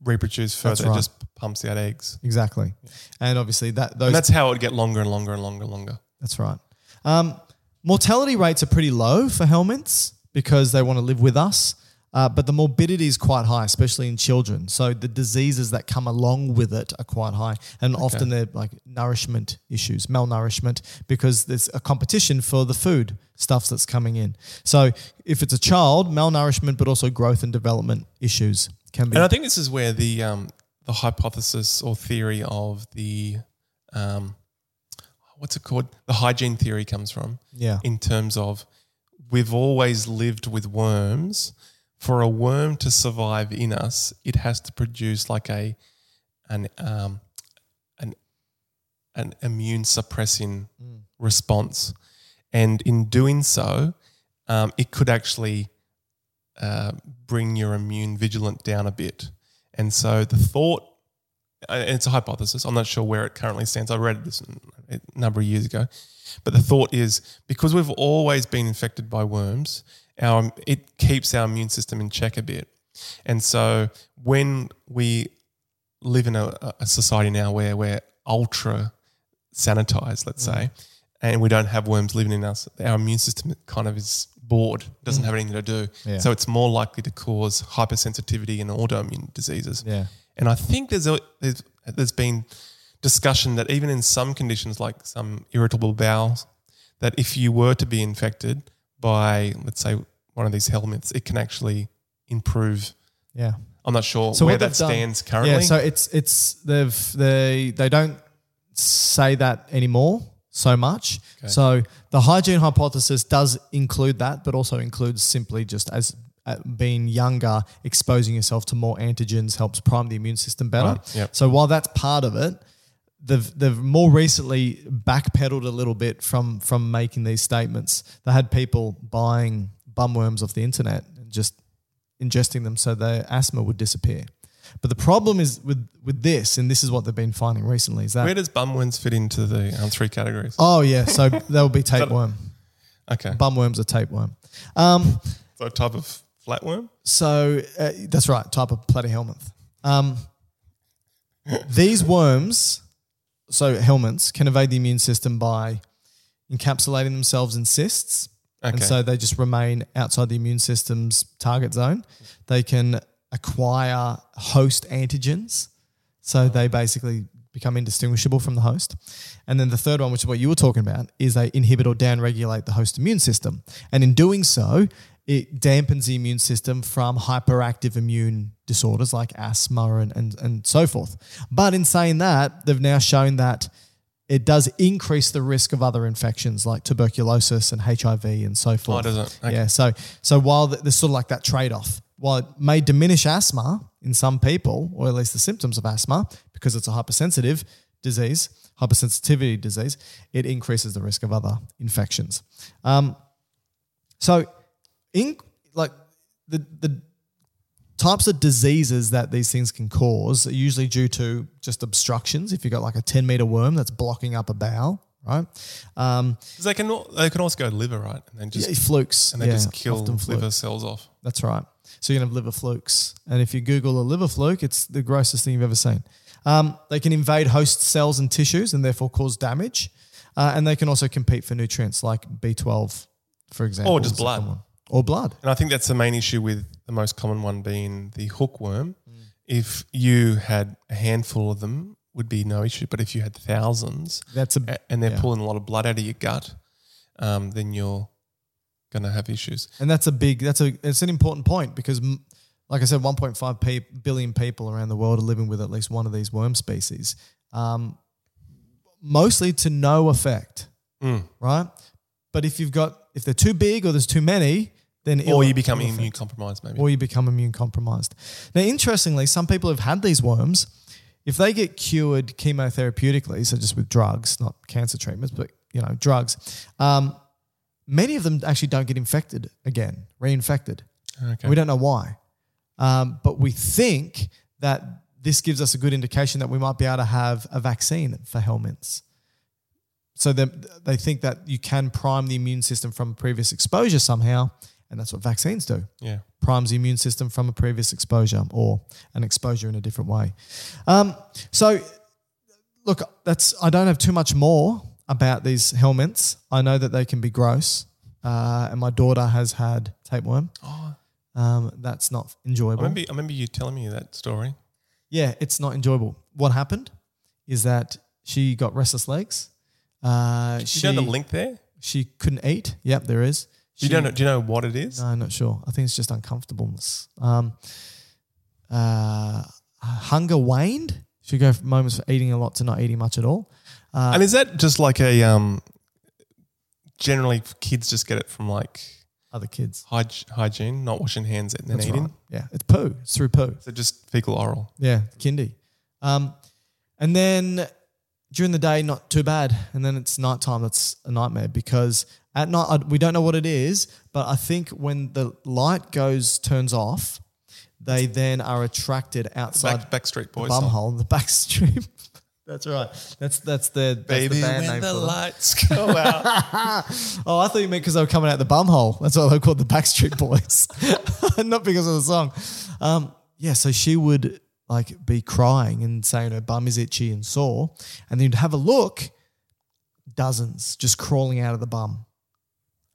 Speaker 4: reproduce further.
Speaker 3: right.
Speaker 4: It just pumps out eggs,
Speaker 3: Exactly. And obviously that those
Speaker 4: and that's how it would get longer and longer and longer and longer.
Speaker 3: That's right. Um, mortality rates are pretty low for helminths because they want to live with us, uh, but the morbidity is quite high, especially in children. So the diseases that come along with it are quite high, and often they're like nourishment issues, malnourishment, because there's a competition for the food stuff that's coming in. So if it's a child, malnourishment, but also growth and development issues can be.
Speaker 4: And I think this is where the um, the hypothesis or theory of the um, what's it called the hygiene theory comes from.
Speaker 3: Yeah.
Speaker 4: In terms of we've always lived with worms. For a worm to survive in us, it has to produce like a an um, an an immune suppressing response, and in doing so, um, it could actually uh, bring your immune vigilant down a bit. And so the thought, and it's a hypothesis, I'm not sure where it currently stands. I read this a number of years ago. But the thought is because we've always been infected by worms, our, it keeps our immune system in check a bit. And so when we live in a, a society now where we're ultra sanitized, let's say, and we don't have worms living in us, our immune system kind of is bored, doesn't have anything to do.
Speaker 3: Yeah.
Speaker 4: So it's more likely to cause hypersensitivity and autoimmune diseases.
Speaker 3: Yeah.
Speaker 4: And I think there's, a, there's there's been discussion that even in some conditions like some irritable bowels, that if you were to be infected by let's say one of these helminths, it can actually improve.
Speaker 3: yeah.
Speaker 4: I'm not sure where
Speaker 3: what
Speaker 4: that
Speaker 3: they've done-
Speaker 4: stands currently.
Speaker 3: Yeah, so it's it's they've they they don't say that anymore so much. So the hygiene hypothesis does include that, but also includes simply just as uh, being younger, exposing yourself to more antigens helps prime the immune system better.
Speaker 4: Right, yep.
Speaker 3: So while that's part of it, they've they've more recently backpedaled a little bit from from making these statements. They had people buying bumworms off the internet and just ingesting them so their asthma would disappear. But the problem is with with this, and this is what they've been finding recently, is that
Speaker 4: where does bumworms fit into the um, three categories?
Speaker 3: oh yeah, so they'll be tapeworm.
Speaker 4: okay,
Speaker 3: Bumworm's a tapeworm. Um,
Speaker 4: so a type of flatworm.
Speaker 3: So uh, that's right, type of platyhelminth. Um, these worms, so helminths, can evade the immune system by encapsulating themselves in cysts. And
Speaker 4: Okay. Oh,
Speaker 3: so they just remain outside the immune system's target zone. They can acquire host antigens. So they basically become indistinguishable from the host. And then the third one, which is what you were talking about, is they inhibit or downregulate the host immune system. And in doing so, it dampens the immune system from hyperactive immune disorders like asthma and, and, and so forth. But in saying that, they've now shown that it does increase the risk of other infections like tuberculosis and HIV and so forth.
Speaker 4: does Oh, it? Okay.
Speaker 3: Yeah. So, so while th- there's sort of like that trade off, while it may diminish asthma in some people, or at least the symptoms of asthma, because it's a hypersensitive disease, hypersensitivity disease, it increases the risk of other infections. Um, so, in like the the types of diseases that these things can cause are usually due to just obstructions. If you've got like a ten meter worm that's blocking up a bowel, right? Um,
Speaker 4: 'Cause They can al- they can also go to liver, right? And then just
Speaker 3: yeah, flukes
Speaker 4: and they
Speaker 3: yeah,
Speaker 4: just kill
Speaker 3: often fluke.
Speaker 4: liver cells off.
Speaker 3: That's right. So you're gonna have liver flukes, and if you Google a liver fluke, it's the grossest thing you've ever seen. Um, they can invade host cells and tissues, and therefore cause damage. Uh, and they can also compete for nutrients like B12, for example,
Speaker 4: just
Speaker 3: is a
Speaker 4: blood.
Speaker 3: common one. or blood.
Speaker 4: And I think that's the main issue with the most common one being the hookworm.
Speaker 3: Mm.
Speaker 4: If you had a handful of them, would be no issue. But if you had thousands,
Speaker 3: That's a
Speaker 4: a- and they're
Speaker 3: yeah.
Speaker 4: pulling a lot of blood out of your gut, um, then you're going to have issues.
Speaker 3: And that's a big, that's a, it's an important point because, m- like I said, 1.5 pe- billion people around the world are living with at least one of these worm species, um, mostly to no effect,
Speaker 4: Mm.
Speaker 3: right? But if you've got, if they're too big or there's too many, then
Speaker 4: or
Speaker 3: it'll-
Speaker 4: you become
Speaker 3: it'll affect.
Speaker 4: immune compromised, maybe.
Speaker 3: Or you become immune compromised. Now, interestingly, some people who've had these worms, if they get cured chemotherapeutically, so just with drugs, not cancer treatments, but you know, drugs, um, many of them actually don't get infected again, reinfected.
Speaker 4: okay.
Speaker 3: We don't know why. Um, but we think that this gives us a good indication that we might be able to have a vaccine for helminths. So they, they think that you can prime the immune system from previous exposure somehow And that's what vaccines do
Speaker 4: Yeah.
Speaker 3: primes the immune system from a previous exposure or an exposure in a different way. Um, so, look, that's I don't have too much more about these helmets. I know that they can be gross, uh, and my daughter has had tapeworm.
Speaker 4: Oh.
Speaker 3: Um, that's not
Speaker 4: I
Speaker 3: enjoyable.
Speaker 4: remember, I remember you telling me that story.
Speaker 3: Yeah, it's not enjoyable. What happened is that she got restless legs. Uh,
Speaker 4: Do
Speaker 3: she
Speaker 4: you know the link there?
Speaker 3: She couldn't eat. Yep, there is.
Speaker 4: Do
Speaker 3: She-
Speaker 4: you, don't know, do you know what it is?
Speaker 3: no, I'm not sure. I think it's just uncomfortableness. Um, uh, hunger waned. Should go from moments for eating a lot to not eating much at all.
Speaker 4: and is that just like a um? Generally, kids just get it from like
Speaker 3: Other kids.
Speaker 4: hyg- hygiene, not washing hands and then
Speaker 3: That's
Speaker 4: eating.
Speaker 3: right. Yeah, it's poo. It's through poo.
Speaker 4: So just fecal oral.
Speaker 3: Yeah, kindy. Um, and then during the day, not too bad. And then it's nighttime. That's a nightmare because at night, I, we don't know what it is, but I think when the light goes, turns off, they then are attracted outside
Speaker 4: Back, Backstreet
Speaker 3: the
Speaker 4: Boys. song.
Speaker 3: bumhole, the back strip. that's right. That's that's their that's
Speaker 4: Baby,
Speaker 3: the band
Speaker 4: when
Speaker 3: name
Speaker 4: the
Speaker 3: for them.
Speaker 4: lights go out.
Speaker 3: Oh, I thought you meant because they were coming out the bumhole. That's why they were called the Backstreet Boys, not because of the song. Um, yeah, so she would like be crying and saying her bum is itchy and sore, and then you'd have a look, dozens just crawling out of the bum,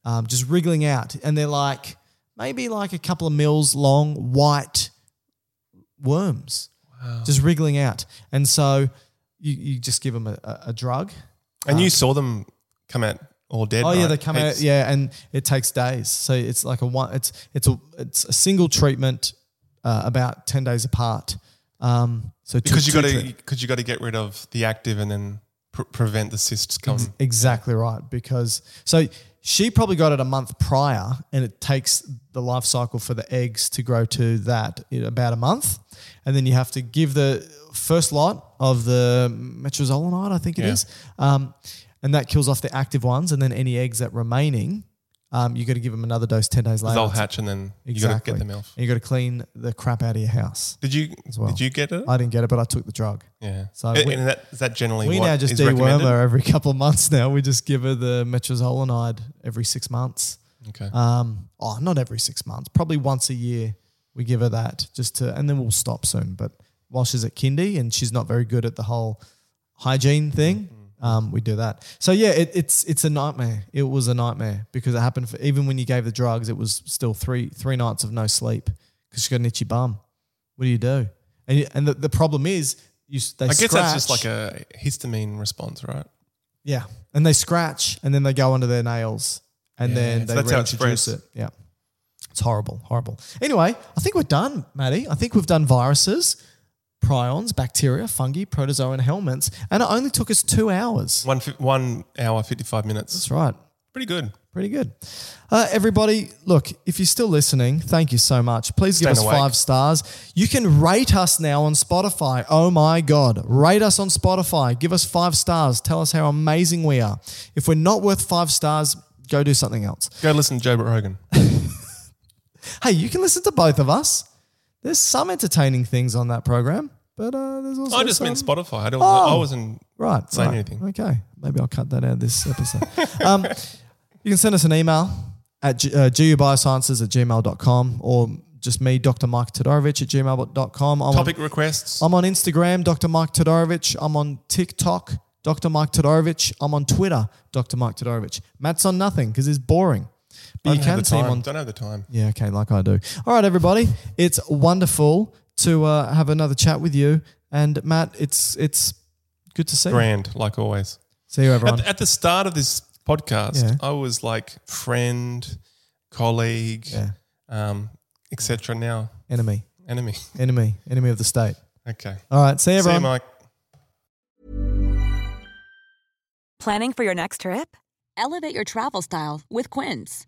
Speaker 3: um, just wriggling out, and they're like maybe like a couple of mils long, white worms, just wriggling out, and so. You, you just give them a, a, a drug
Speaker 4: and you saw them come out all dead.
Speaker 3: Oh yeah,
Speaker 4: right?
Speaker 3: they come
Speaker 4: Heaps.
Speaker 3: out. Yeah, and it takes days. So it's like a one. It's it's a it's a single treatment, uh, about ten days apart. Um, so two-
Speaker 4: because you
Speaker 3: two
Speaker 4: got to
Speaker 3: treat-
Speaker 4: because you got to get rid of the active and then pr- prevent the cysts coming.
Speaker 3: exactly right because so she probably got it a month prior, and it takes the life cycle for the eggs to grow to that in about a month, and then you have to give the first lot of the metrozolinide, I think it
Speaker 4: Yeah.
Speaker 3: is, um, and that kills off the active ones, and then any eggs that remaining. Um, you got to give them another dose ten days later.
Speaker 4: They'll
Speaker 3: It's-
Speaker 4: hatch and then you got to
Speaker 3: Exactly.
Speaker 4: get them off.
Speaker 3: And you got to clean the crap out of your house.
Speaker 4: Did you
Speaker 3: well.
Speaker 4: did you get it?
Speaker 3: I didn't get it, but I took the drug.
Speaker 4: yeah.
Speaker 3: So
Speaker 4: So
Speaker 3: we-
Speaker 4: and that is that generally
Speaker 3: We
Speaker 4: what
Speaker 3: now just
Speaker 4: is
Speaker 3: deworm
Speaker 4: recommended?
Speaker 3: her every couple of months now. We just give her the metrozolinide every six months.
Speaker 4: Okay.
Speaker 3: Um, oh, not every six months, probably once a year. We give her that just to, and then we'll stop soon. But while she's at kindy and she's not very good at the whole hygiene thing,
Speaker 4: Mm-hmm.
Speaker 3: um, we do that. So yeah, it, it's it's a nightmare. It was a nightmare because it happened for even when you gave the drugs, it was still three three nights of no sleep because she got an itchy bum. What do you do? And you- and the, the problem is you s- they
Speaker 4: I guess that's just
Speaker 3: scratch.
Speaker 4: like a histamine response, right?
Speaker 3: Yeah, and they scratch, and then they go under their nails, and
Speaker 4: Yeah,
Speaker 3: then
Speaker 4: so
Speaker 3: they
Speaker 4: that's how it's
Speaker 3: reintroduce it.
Speaker 4: spreads.
Speaker 3: Yeah, it's horrible, horrible. Anyway, I think we're done, Maddie. I think we've done viruses, prions, bacteria, fungi, protozoa, and helminths, and it only took us two hours.
Speaker 4: One fif- one hour fifty five minutes.
Speaker 3: That's right.
Speaker 4: Pretty good.
Speaker 3: Pretty good. Uh, everybody, look, if you're still listening, thank you so much. Please give
Speaker 4: Staying
Speaker 3: us
Speaker 4: awake.
Speaker 3: five stars. You can rate us now on Spotify. Oh my God. Rate us on Spotify. Give us five stars. Tell us how amazing we are. If we're not worth five stars, go do something else.
Speaker 4: Go listen to Joe Rogan.
Speaker 3: Hey, you can listen to both of us. There's some entertaining things on that program, but uh, there's also.
Speaker 4: I just
Speaker 3: some-
Speaker 4: meant Spotify. I don't.
Speaker 3: Oh.
Speaker 4: I wasn't.
Speaker 3: Right.
Speaker 4: saying
Speaker 3: right.
Speaker 4: anything.
Speaker 3: Okay. Maybe I'll cut that out of this episode. um, you can send us an email at g- uh, gubiosciences at gmail.com or just me, Dr. Mike Todorovich at gmail.com. I'm
Speaker 4: Topic
Speaker 3: on,
Speaker 4: requests.
Speaker 3: I'm on Instagram, Dr. Mike Todorovich. I'm on TikTok, Dr. Mike Todorovich. I'm on Twitter, Dr. Mike Todorovich. Matt's on nothing because he's boring. But you
Speaker 4: Don't have
Speaker 3: can
Speaker 4: the
Speaker 3: see him
Speaker 4: time.
Speaker 3: on
Speaker 4: Don't have the time.
Speaker 3: yeah, okay, like I do. All right, everybody, it's wonderful to uh, have another chat with you. And Matt, it's it's good to see you.
Speaker 4: Grand, like always.
Speaker 3: See you, everyone.
Speaker 4: At, at the start of this podcast,
Speaker 3: Yeah.
Speaker 4: I was like friend, colleague,
Speaker 3: Yeah.
Speaker 4: um, etc. Now
Speaker 3: Enemy,
Speaker 4: enemy.
Speaker 3: enemy, enemy of the state.
Speaker 4: Okay.
Speaker 3: All right, see you, everyone.
Speaker 4: See you, Mike.
Speaker 2: Planning for your next trip?
Speaker 5: Elevate your travel style with Quince.